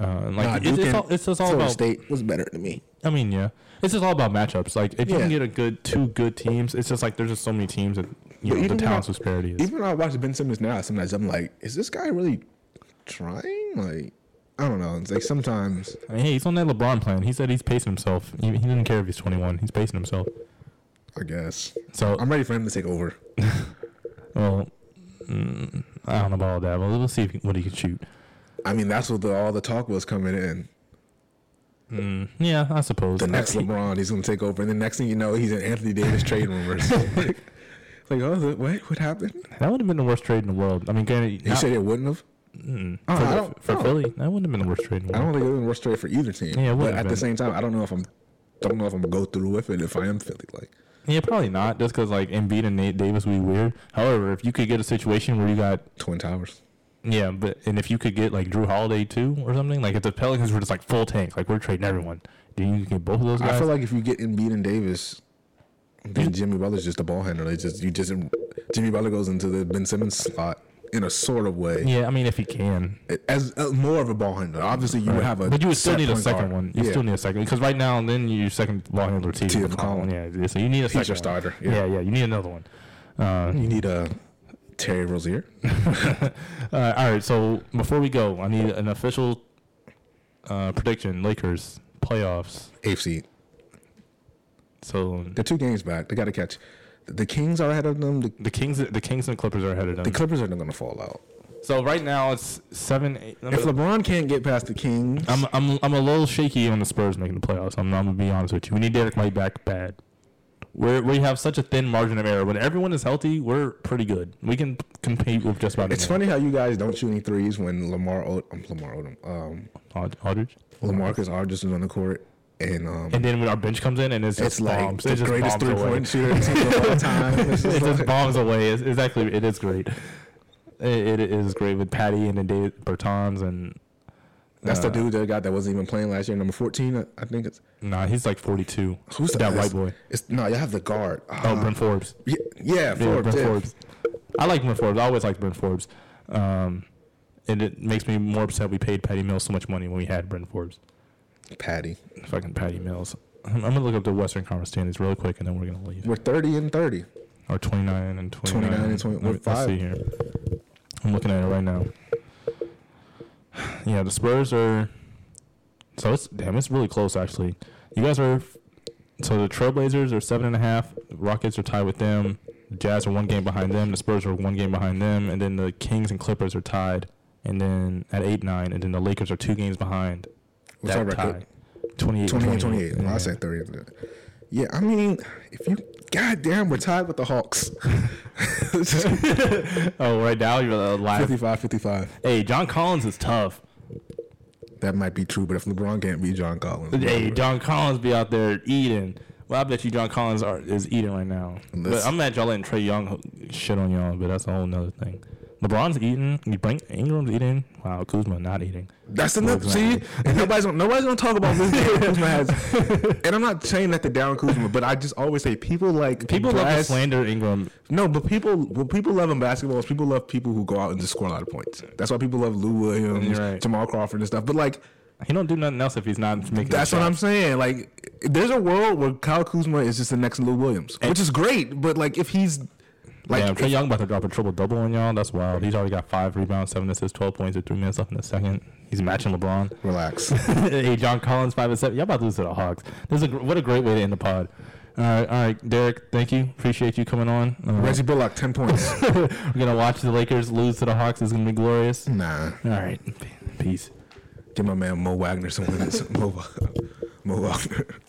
[SPEAKER 3] Uh, like
[SPEAKER 5] Nah,
[SPEAKER 3] it's,
[SPEAKER 5] Duke
[SPEAKER 3] it's
[SPEAKER 5] and
[SPEAKER 3] all, it's just all
[SPEAKER 5] Florida
[SPEAKER 3] about.
[SPEAKER 5] State was better to me.
[SPEAKER 3] I mean, yeah, it's just all about matchups. Like if you
[SPEAKER 5] Yeah.
[SPEAKER 3] can get a good two good teams, it's just like there's just so many teams that you
[SPEAKER 5] But
[SPEAKER 3] know the
[SPEAKER 5] even when
[SPEAKER 3] talent
[SPEAKER 5] I-
[SPEAKER 3] disparity is.
[SPEAKER 5] Even when I watch Ben Simmons now, sometimes I'm like, is this guy really trying? Like, I don't know. It's like sometimes
[SPEAKER 3] I mean, hey, he's on that LeBron plan. He said he's pacing himself. He, he doesn't care if he's 21. He's pacing himself.
[SPEAKER 5] I guess.
[SPEAKER 3] So
[SPEAKER 5] I'm ready for him to take over.
[SPEAKER 3] well, mm, I don't know about all that, but we'll see if, what he can shoot.
[SPEAKER 5] I mean, that's what the, all the talk was coming in.
[SPEAKER 3] Yeah, I suppose.
[SPEAKER 5] The next
[SPEAKER 3] He-
[SPEAKER 5] LeBron, he's going to take over. And the next thing you know, he's in Anthony Davis trade rumors. like, oh, the, what? What happened?
[SPEAKER 3] that would have been the worst trade in the world. I mean, granted,
[SPEAKER 5] He
[SPEAKER 3] not-
[SPEAKER 5] said it wouldn't have. Oh,
[SPEAKER 3] for,
[SPEAKER 5] I don't,
[SPEAKER 3] for
[SPEAKER 5] I don't-
[SPEAKER 3] Philly, that wouldn't have been the worst trade in the
[SPEAKER 5] I
[SPEAKER 3] world.
[SPEAKER 5] don't think it would have worked straight for either team.
[SPEAKER 3] Yeah, it
[SPEAKER 5] but
[SPEAKER 3] wouldn't
[SPEAKER 5] at
[SPEAKER 3] have
[SPEAKER 5] the
[SPEAKER 3] been.
[SPEAKER 5] same time, I don't know if I'm, don't know if I'm gonna go through with it if I am Philly. Like,
[SPEAKER 3] Yeah, probably not. Just because like Embiid and Nate Davis would be weird. However, if you could get a situation where you got
[SPEAKER 5] Twin Towers.
[SPEAKER 3] yeah, but and if you could get like Drew Holiday too or something, like if the Pelicans were just like full tank, like we're trading everyone, then you can get both of those guys.
[SPEAKER 5] I feel like if you get Embiid and Davis,
[SPEAKER 3] Mm.
[SPEAKER 5] then Jimmy Butler's just a ball handler. They just you just Jimmy Butler goes into the Ben Simmons slot in a sort of way.
[SPEAKER 3] yeah, I mean if he can,
[SPEAKER 5] as uh, more of a ball handler. Obviously, you would have a,
[SPEAKER 3] but you would still
[SPEAKER 5] set
[SPEAKER 3] need a
[SPEAKER 5] point
[SPEAKER 3] second
[SPEAKER 5] guard.
[SPEAKER 3] one. You
[SPEAKER 5] yeah.
[SPEAKER 3] still need a second because right now and then your second ball handler T.J.
[SPEAKER 5] T.J.
[SPEAKER 3] McCollum. Yeah, so you need a second
[SPEAKER 5] your
[SPEAKER 3] one.
[SPEAKER 5] starter, yeah.
[SPEAKER 3] yeah, you need another one.
[SPEAKER 5] you need a Terry Rozier.
[SPEAKER 3] Uh, all right, so before we go, I need an official uh, prediction: Lakers playoffs.
[SPEAKER 5] Eighth seed.
[SPEAKER 3] So
[SPEAKER 5] They're two games back. They got to catch. The Kings are ahead of them. The,
[SPEAKER 3] the Kings, the Kings and Clippers are ahead of them.
[SPEAKER 5] the Clippers are not going to fall out.
[SPEAKER 3] So right now it's seven. Eight, I'm,
[SPEAKER 5] If LeBron can't get past the Kings,
[SPEAKER 3] I'm I'm I'm a little shaky on the Spurs making the playoffs. I'm, I'm gonna be honest with you. We need Derek White back bad. We're, we have such a thin margin of error. When everyone is healthy, we're pretty good. We can compete with just about.
[SPEAKER 5] it's
[SPEAKER 3] anyone.
[SPEAKER 5] funny how you guys don't shoot any threes when Lamar Od- um, Lamar Odom, um,
[SPEAKER 3] Ald- Aldridge.
[SPEAKER 5] Lamarcus Aldridge is on the court, and um,
[SPEAKER 3] And then when our bench comes in and it's just
[SPEAKER 5] it's like
[SPEAKER 3] bombs,
[SPEAKER 5] the
[SPEAKER 3] it's just
[SPEAKER 5] greatest
[SPEAKER 3] bombs
[SPEAKER 5] three
[SPEAKER 3] away.
[SPEAKER 5] point shooter team of all time. It's just
[SPEAKER 3] It just
[SPEAKER 5] like-
[SPEAKER 3] bombs away. It's, it's actually it is great. It, it is great with Patty and then David Bertans and
[SPEAKER 5] that's the dude that got that wasn't even playing last year, number fourteen, I- I think it's.
[SPEAKER 3] nah, he's like 42.
[SPEAKER 5] Who's the-
[SPEAKER 3] that
[SPEAKER 5] it's-
[SPEAKER 3] white boy?
[SPEAKER 5] It's, no, you have the guard.
[SPEAKER 3] Oh,
[SPEAKER 5] Ah,
[SPEAKER 3] Brent Forbes.
[SPEAKER 5] Yeah, yeah,
[SPEAKER 3] Yeah,
[SPEAKER 5] Forbes.
[SPEAKER 3] Brent
[SPEAKER 5] yeah.
[SPEAKER 3] Forbes. I like Brent Forbes. I always liked Brent Forbes. Um, And it makes me more upset we paid Patty Mills so much money when we had Brent Forbes.
[SPEAKER 5] Patty.
[SPEAKER 3] Fucking Patty Mills. I'm, I'm going to look up the Western Conference standings real quick and then we're going to leave.
[SPEAKER 5] We're 30 and 30.
[SPEAKER 3] Or 29 and 29.
[SPEAKER 5] 29 and 20
[SPEAKER 3] Let me-
[SPEAKER 5] we're five.
[SPEAKER 3] Let's see here. I'm looking at it right now. Yeah, the Spurs are. So it's damn, it's really close actually. You guys are. So the Trailblazers are seven and a half. The Rockets are tied with them. The Jazz are one game behind them. The Spurs are one game behind them, and then the Kings and Clippers are tied. And then at eight nine, and then the Lakers are two games behind.
[SPEAKER 5] What's our record?
[SPEAKER 3] 28
[SPEAKER 5] 28 28. Well,
[SPEAKER 3] Yeah.
[SPEAKER 5] I said 30. Yeah, I mean, if you. Goddamn, we're tied with the Hawks.
[SPEAKER 3] Oh, right now you're the last.
[SPEAKER 5] 55 55.
[SPEAKER 3] Hey, John Collins is tough.
[SPEAKER 5] That might be true, but if LeBron can't beat John Collins,
[SPEAKER 3] Hey, John Collins be out there eating. Well, I bet you John Collins are, is eating right now. But
[SPEAKER 5] Listen.
[SPEAKER 3] I'm mad y'all letting Trey Young ho- shit on y'all, but that's a whole nother thing. LeBron's eating. You bring Ingram's eating. Wow, Kuzma not eating.
[SPEAKER 5] That's enough. See, and nobody's gonna, nobody's gonna talk about this. game Kuzma has, and I'm not saying that to down Kuzma, but I just always say people like
[SPEAKER 3] People love to
[SPEAKER 5] brass-
[SPEAKER 3] slander Ingram.
[SPEAKER 5] No, but people what people love in basketball is people love people who go out and just score a lot of points. That's why people love Lou Williams,
[SPEAKER 3] You're right.
[SPEAKER 5] Jamal Crawford, and stuff. But like,
[SPEAKER 3] He don't do nothing else if he's not making.
[SPEAKER 5] that's what I'm saying. Like, there's a world where Kyle Kuzma is just the next Lou Williams, which is great. But like, if he's like,
[SPEAKER 3] Like, Damn, Trey Young about to drop a triple double on y'all. That's wild. He's already got five rebounds, seven assists, twelve points with three minutes left in the second. He's matching LeBron.
[SPEAKER 5] relax.
[SPEAKER 3] hey, John Collins, five and seven. Y'all about to lose to the Hawks. This is a, gr- what a great way to end the pod. All right, all right, Derek. Thank you. Appreciate you coming on. Uh,
[SPEAKER 5] Reggie Bullock, ten points.
[SPEAKER 3] We're gonna watch the Lakers lose to the Hawks. It's gonna be glorious. All
[SPEAKER 5] nah,
[SPEAKER 3] right, peace.
[SPEAKER 5] give my man Mo Wagner some minutes. Mo, Mo Wagner.